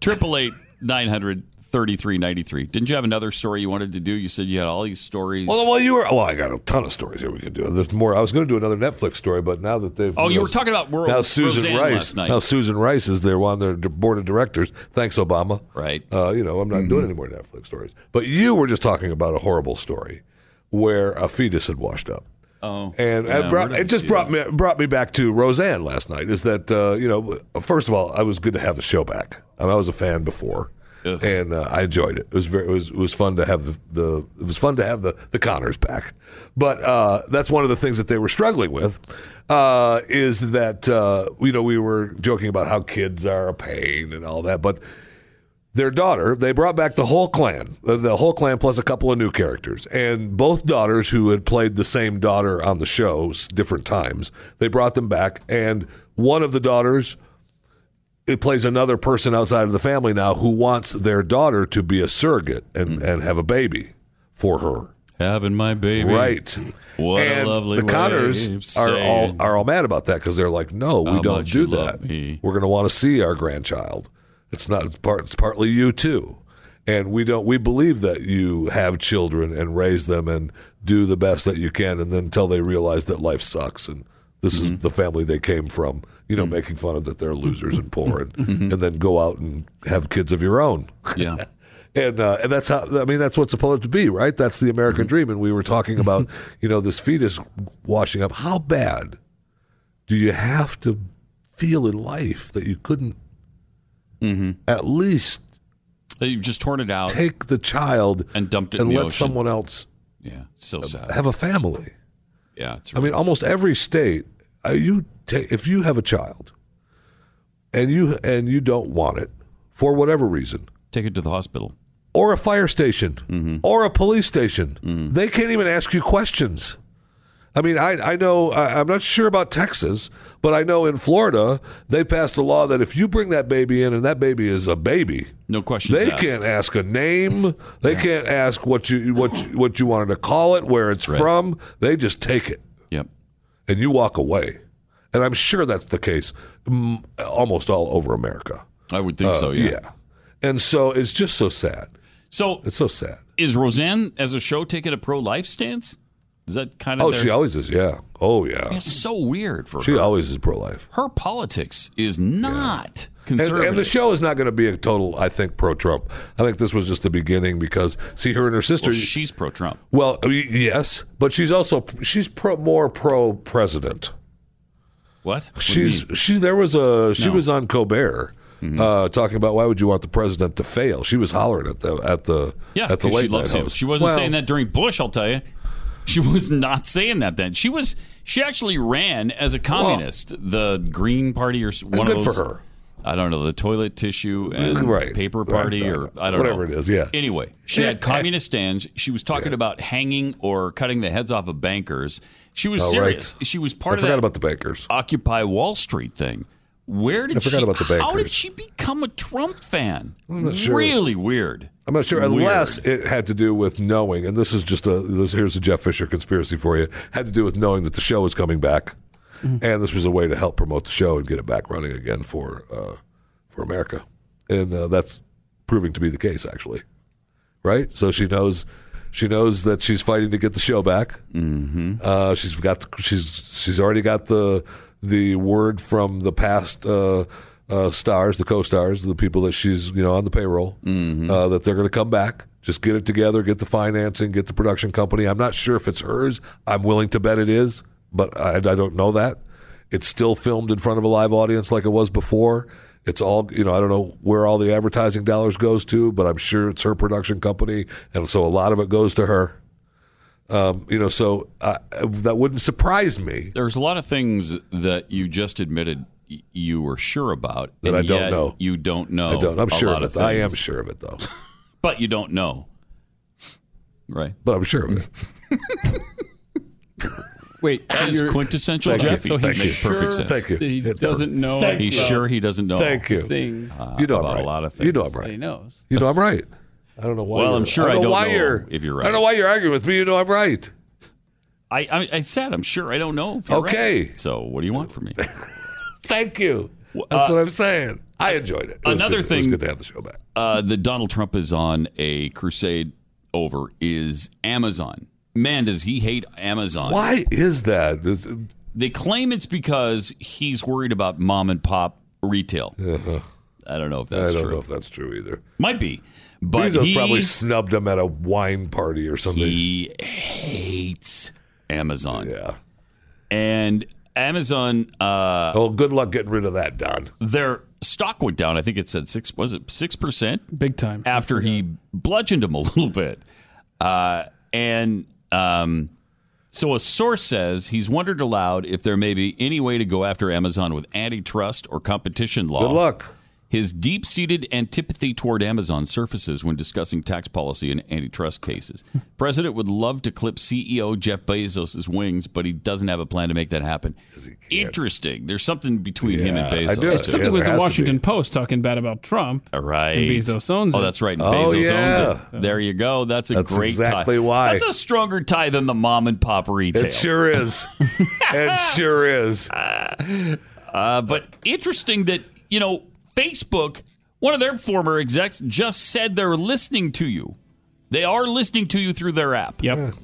Speaker 2: Triple eight nine hundred thirty three ninety three. Didn't you have another story you wanted to do? You said you had all these stories.
Speaker 21: Well, while you were, well, I got a ton of stories here we can do. There's more. I was going to do another Netflix story, but now that they've
Speaker 2: Oh, you were talking about Ro-
Speaker 21: now Susan
Speaker 2: Roseanne
Speaker 21: Rice.
Speaker 2: last night.
Speaker 21: Now Susan Rice is there on their board of directors. Thanks, Obama.
Speaker 2: Right.
Speaker 21: Uh, you know, I'm not doing any more Netflix stories. But you were just talking about a horrible story where a fetus had washed up.
Speaker 2: Oh,
Speaker 21: and
Speaker 2: Yeah,
Speaker 21: it, Uh, brought,
Speaker 2: where did
Speaker 21: it
Speaker 2: I
Speaker 21: just
Speaker 2: see
Speaker 21: brought me brought me back to Roseanne last night. Is that uh, you know? First of all, I was good to have the show back. I, mean, I was a fan before, and uh, I enjoyed it. It was very it was it was fun to have the, the it was fun to have the the Connors back. But uh, that's one of the things that they were struggling with uh, is that uh, you know we were joking about how kids are a pain and all that, but their daughter, they brought back the whole clan, the, the whole clan plus a couple of new characters. And both daughters who had played the same daughter on the show s- different times, they brought them back. And one of the daughters, it plays another person outside of the family now who wants their daughter to be a surrogate and, and have a baby for her.
Speaker 2: Hmm. Having my baby.
Speaker 21: Right.
Speaker 2: What
Speaker 21: and
Speaker 2: a lovely
Speaker 21: the
Speaker 2: way
Speaker 21: Connors
Speaker 2: of
Speaker 21: are all
Speaker 2: saying-
Speaker 21: are all mad about that because they're like, no, we
Speaker 2: How
Speaker 21: don't
Speaker 2: much
Speaker 21: do
Speaker 2: you
Speaker 21: that. We're going to want to see our grandchild. It's not it's part. It's partly you too, and we don't. We believe that you have children and raise them and do the best that you can, and then until they realize that life sucks and this
Speaker 2: Mm-hmm.
Speaker 21: is the family they came from. You know, making fun of that they're losers and poor, and, and then go out and have kids of your own.
Speaker 2: Yeah.
Speaker 21: <laughs> And, uh, and that's how I mean that's what's supposed to be, right? That's the American dream. And we were talking about you know this fetus washing up. How bad do you have to feel in life that you couldn't at least
Speaker 2: You've just torn it out
Speaker 21: take the child
Speaker 2: and dumped it
Speaker 21: and
Speaker 2: in the
Speaker 21: let
Speaker 2: ocean.
Speaker 21: someone else
Speaker 2: yeah, so sad.
Speaker 21: have a family?
Speaker 2: yeah, it's
Speaker 21: I mean, almost every state, uh, you take if you have a child and you and you don't want it for whatever reason,
Speaker 2: take it to the hospital Mm-hmm.
Speaker 21: or a fire station or a police station. They can't even ask you questions. I mean, I, I know, I, I'm not sure about Texas, but I know in Florida, they passed a law that if you bring that baby in and that baby is a baby,
Speaker 2: no questions
Speaker 21: They
Speaker 2: asked.
Speaker 21: can't ask a name. They can't ask what you what you, what you wanted to call it, where it's from. They just take it.
Speaker 2: Yep.
Speaker 21: And you walk away. And I'm sure that's the case mm, almost all over America. Uh,
Speaker 2: I would think so, yeah.
Speaker 21: Yeah. And so it's just so sad.
Speaker 2: So
Speaker 21: it's so sad.
Speaker 2: Is Roseanne as a show taking a pro life stance? Is that kind of
Speaker 21: Oh,
Speaker 2: their-
Speaker 21: she always is. Yeah. Oh, yeah.
Speaker 2: It's so weird for
Speaker 21: She
Speaker 2: her.
Speaker 21: always is pro life.
Speaker 2: her politics is not
Speaker 21: And,
Speaker 2: conservative.
Speaker 21: and the show is not going to be a total, I think, pro Trump. I think this was just the beginning because, see, her and her sister.
Speaker 2: Well, she's pro Trump.
Speaker 21: Well, I mean, yes, but she's also she's pro, more pro president.
Speaker 2: What? What do you Mm-hmm.
Speaker 21: She's she. There was a she was on Colbert. Uh, talking about why would you want the president to fail? She was hollering at the at the
Speaker 2: Yeah,
Speaker 21: at the
Speaker 2: 'cause
Speaker 21: late
Speaker 2: she loves
Speaker 21: night
Speaker 2: him.
Speaker 21: host.
Speaker 2: She wasn't
Speaker 21: Well,
Speaker 2: saying that during Bush. I'll tell you, she was not saying that then. She was. She actually ran as a communist, the Green Party or s- one
Speaker 21: good
Speaker 2: of
Speaker 21: for
Speaker 2: those.
Speaker 21: her.
Speaker 2: I don't know the toilet tissue and
Speaker 21: Right.
Speaker 2: paper
Speaker 21: Right.
Speaker 2: party or I don't
Speaker 21: Whatever
Speaker 2: know
Speaker 21: it is, yeah. Eh,
Speaker 2: Anyway, she had communist stands. She was talking about hanging or cutting the heads off of bankers. She was
Speaker 21: Oh, right.
Speaker 2: serious. She was part
Speaker 21: I
Speaker 2: of
Speaker 21: forgot
Speaker 2: that
Speaker 21: about the bankers.
Speaker 2: Occupy Wall Street thing. Where did
Speaker 21: I forgot
Speaker 2: she,
Speaker 21: about the
Speaker 2: How did
Speaker 21: bankers.
Speaker 2: she become a Trump fan?
Speaker 21: I'm not sure.
Speaker 2: Really weird.
Speaker 21: I'm not sure
Speaker 2: Weird.
Speaker 21: unless it had to do with knowing, and this is just a this here's a Jeff Fisher conspiracy for you. Had to do with knowing that the show was coming back, and this was a way to help promote the show and get it back running again for uh, for America, and uh, that's proving to be the case actually, right? So she knows she knows that she's fighting to get the show back. Mm-hmm. Uh, she's got the, she's she's already got the the word from the past uh, uh, stars, the co-stars, the people that she's you know on the payroll uh, that they're going to come back. Just get it together, get the financing, get the production company. I'm not sure if it's hers. I'm willing to bet it is, but I, I don't know that. It's still filmed in front of a live audience like it was before. It's all you know. I don't know where all the advertising dollars goes to, but I'm sure it's her production company, and so a lot of it goes to her. Um, you know, so uh, that wouldn't surprise me.
Speaker 2: There's a lot of things that you just admitted y- you were sure about
Speaker 21: That
Speaker 2: and
Speaker 21: I don't
Speaker 2: yet
Speaker 21: know.
Speaker 2: You don't know.
Speaker 21: I don't. I'm
Speaker 2: a
Speaker 21: sure
Speaker 2: lot
Speaker 21: of it.
Speaker 2: of
Speaker 21: I am
Speaker 2: things.
Speaker 21: sure of it,
Speaker 2: <laughs>
Speaker 21: though.
Speaker 2: But you don't know. Right.
Speaker 21: But I'm sure of it.
Speaker 3: Wait,
Speaker 2: That is
Speaker 3: you're-
Speaker 2: quintessential
Speaker 21: Thank you.
Speaker 2: Jeffy.
Speaker 21: Thank
Speaker 2: That
Speaker 21: you.
Speaker 2: makes perfect
Speaker 21: Sure
Speaker 2: sense.
Speaker 21: Thank you. that he It's
Speaker 3: doesn't perfect. know
Speaker 2: He's
Speaker 3: about
Speaker 2: sure he doesn't know. Uh,
Speaker 21: Thank you.
Speaker 3: things.
Speaker 21: you know I'm
Speaker 2: about
Speaker 21: right.
Speaker 2: a lot of
Speaker 21: You know I'm
Speaker 2: things.
Speaker 21: right.
Speaker 3: He knows.
Speaker 21: You know I'm right. I don't know why.
Speaker 2: Well,
Speaker 21: you're-
Speaker 2: I'm sure I
Speaker 21: know
Speaker 2: don't
Speaker 21: why
Speaker 2: know
Speaker 21: you're,
Speaker 2: if you're
Speaker 21: I
Speaker 2: right.
Speaker 21: don't know why you're arguing with me. You know I'm right.
Speaker 2: I, I, I said I'm sure I don't know. If you're
Speaker 21: Okay.
Speaker 2: right. So what do you want from me?
Speaker 21: Thank you. That's
Speaker 2: uh,
Speaker 21: what I'm saying. I enjoyed it. It was
Speaker 2: another
Speaker 21: good-
Speaker 2: thing.
Speaker 21: It was good to have the show back.
Speaker 2: uh, that Donald Trump is on a crusade over is Amazon. Man, does he hate Amazon?
Speaker 21: Why is that? Is-
Speaker 2: They claim it's because he's worried about mom and pop retail. I don't know if that's
Speaker 21: Uh-huh. I don't
Speaker 2: true.
Speaker 21: know if that's true either.
Speaker 2: Might be, but
Speaker 21: Bezos probably
Speaker 2: he-
Speaker 21: snubbed him at a wine party or something.
Speaker 2: He hates Amazon. Yeah. And Amazon. Uh,
Speaker 21: oh, good luck getting rid of that, Don.
Speaker 2: Their stock went down. I think it said six. Was it six percent?
Speaker 3: Big time.
Speaker 2: After he bludgeoned him a <laughs> little bit, uh, and um, so a source says he's wondered aloud if there may be any way to go after Amazon with antitrust or competition law. Good
Speaker 21: luck.
Speaker 2: His deep seated antipathy toward Amazon surfaces when discussing tax policy and antitrust cases. <laughs> President would love to clip CEO Jeff Bezos' wings, but he doesn't have a plan to make that happen. Interesting. There's something between him and Bezos. too.
Speaker 3: Something with the Washington Post talking bad about Trump.
Speaker 2: All right.
Speaker 3: And Bezos owns
Speaker 2: Oh,
Speaker 3: it.
Speaker 2: that's right. And
Speaker 3: Oh,
Speaker 2: Bezos
Speaker 3: yeah.
Speaker 2: owns it. There you go. That's a
Speaker 21: That's
Speaker 2: great
Speaker 21: exactly
Speaker 2: tie.
Speaker 21: why.
Speaker 2: That's a stronger tie than the mom and pop retail.
Speaker 21: It sure
Speaker 2: <laughs>
Speaker 21: is. it sure is.
Speaker 2: Uh, but interesting that, you know, Facebook, one of their former execs just said they're listening to you. They are listening to you through their app.
Speaker 3: Yep.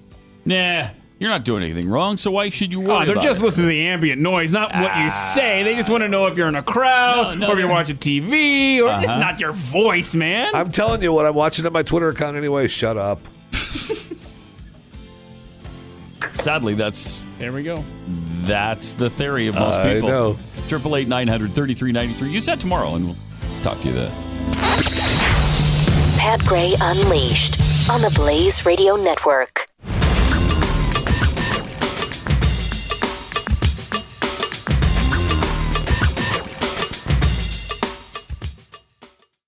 Speaker 2: Nah, you're not doing anything wrong, so why should you worry
Speaker 3: Oh, they're
Speaker 2: about
Speaker 3: just
Speaker 2: it? Ah.
Speaker 3: listening to the ambient noise, not what you say. They just want to know if you're in a crowd
Speaker 2: No, no,
Speaker 3: or if
Speaker 2: they're-
Speaker 3: you're watching TV or it's
Speaker 21: Uh-huh.
Speaker 3: not your voice, man.
Speaker 21: I'm telling you what I'm watching on my Twitter account anyway. Shut up.
Speaker 2: Sadly, that's
Speaker 3: there we go.
Speaker 2: That's the theory of most
Speaker 21: I
Speaker 2: people.
Speaker 21: know.
Speaker 2: Triple eight nine hundred thirty three ninety three. Use that tomorrow, and we'll talk to you then.
Speaker 1: Pat Gray Unleashed on the Blaze Radio Network.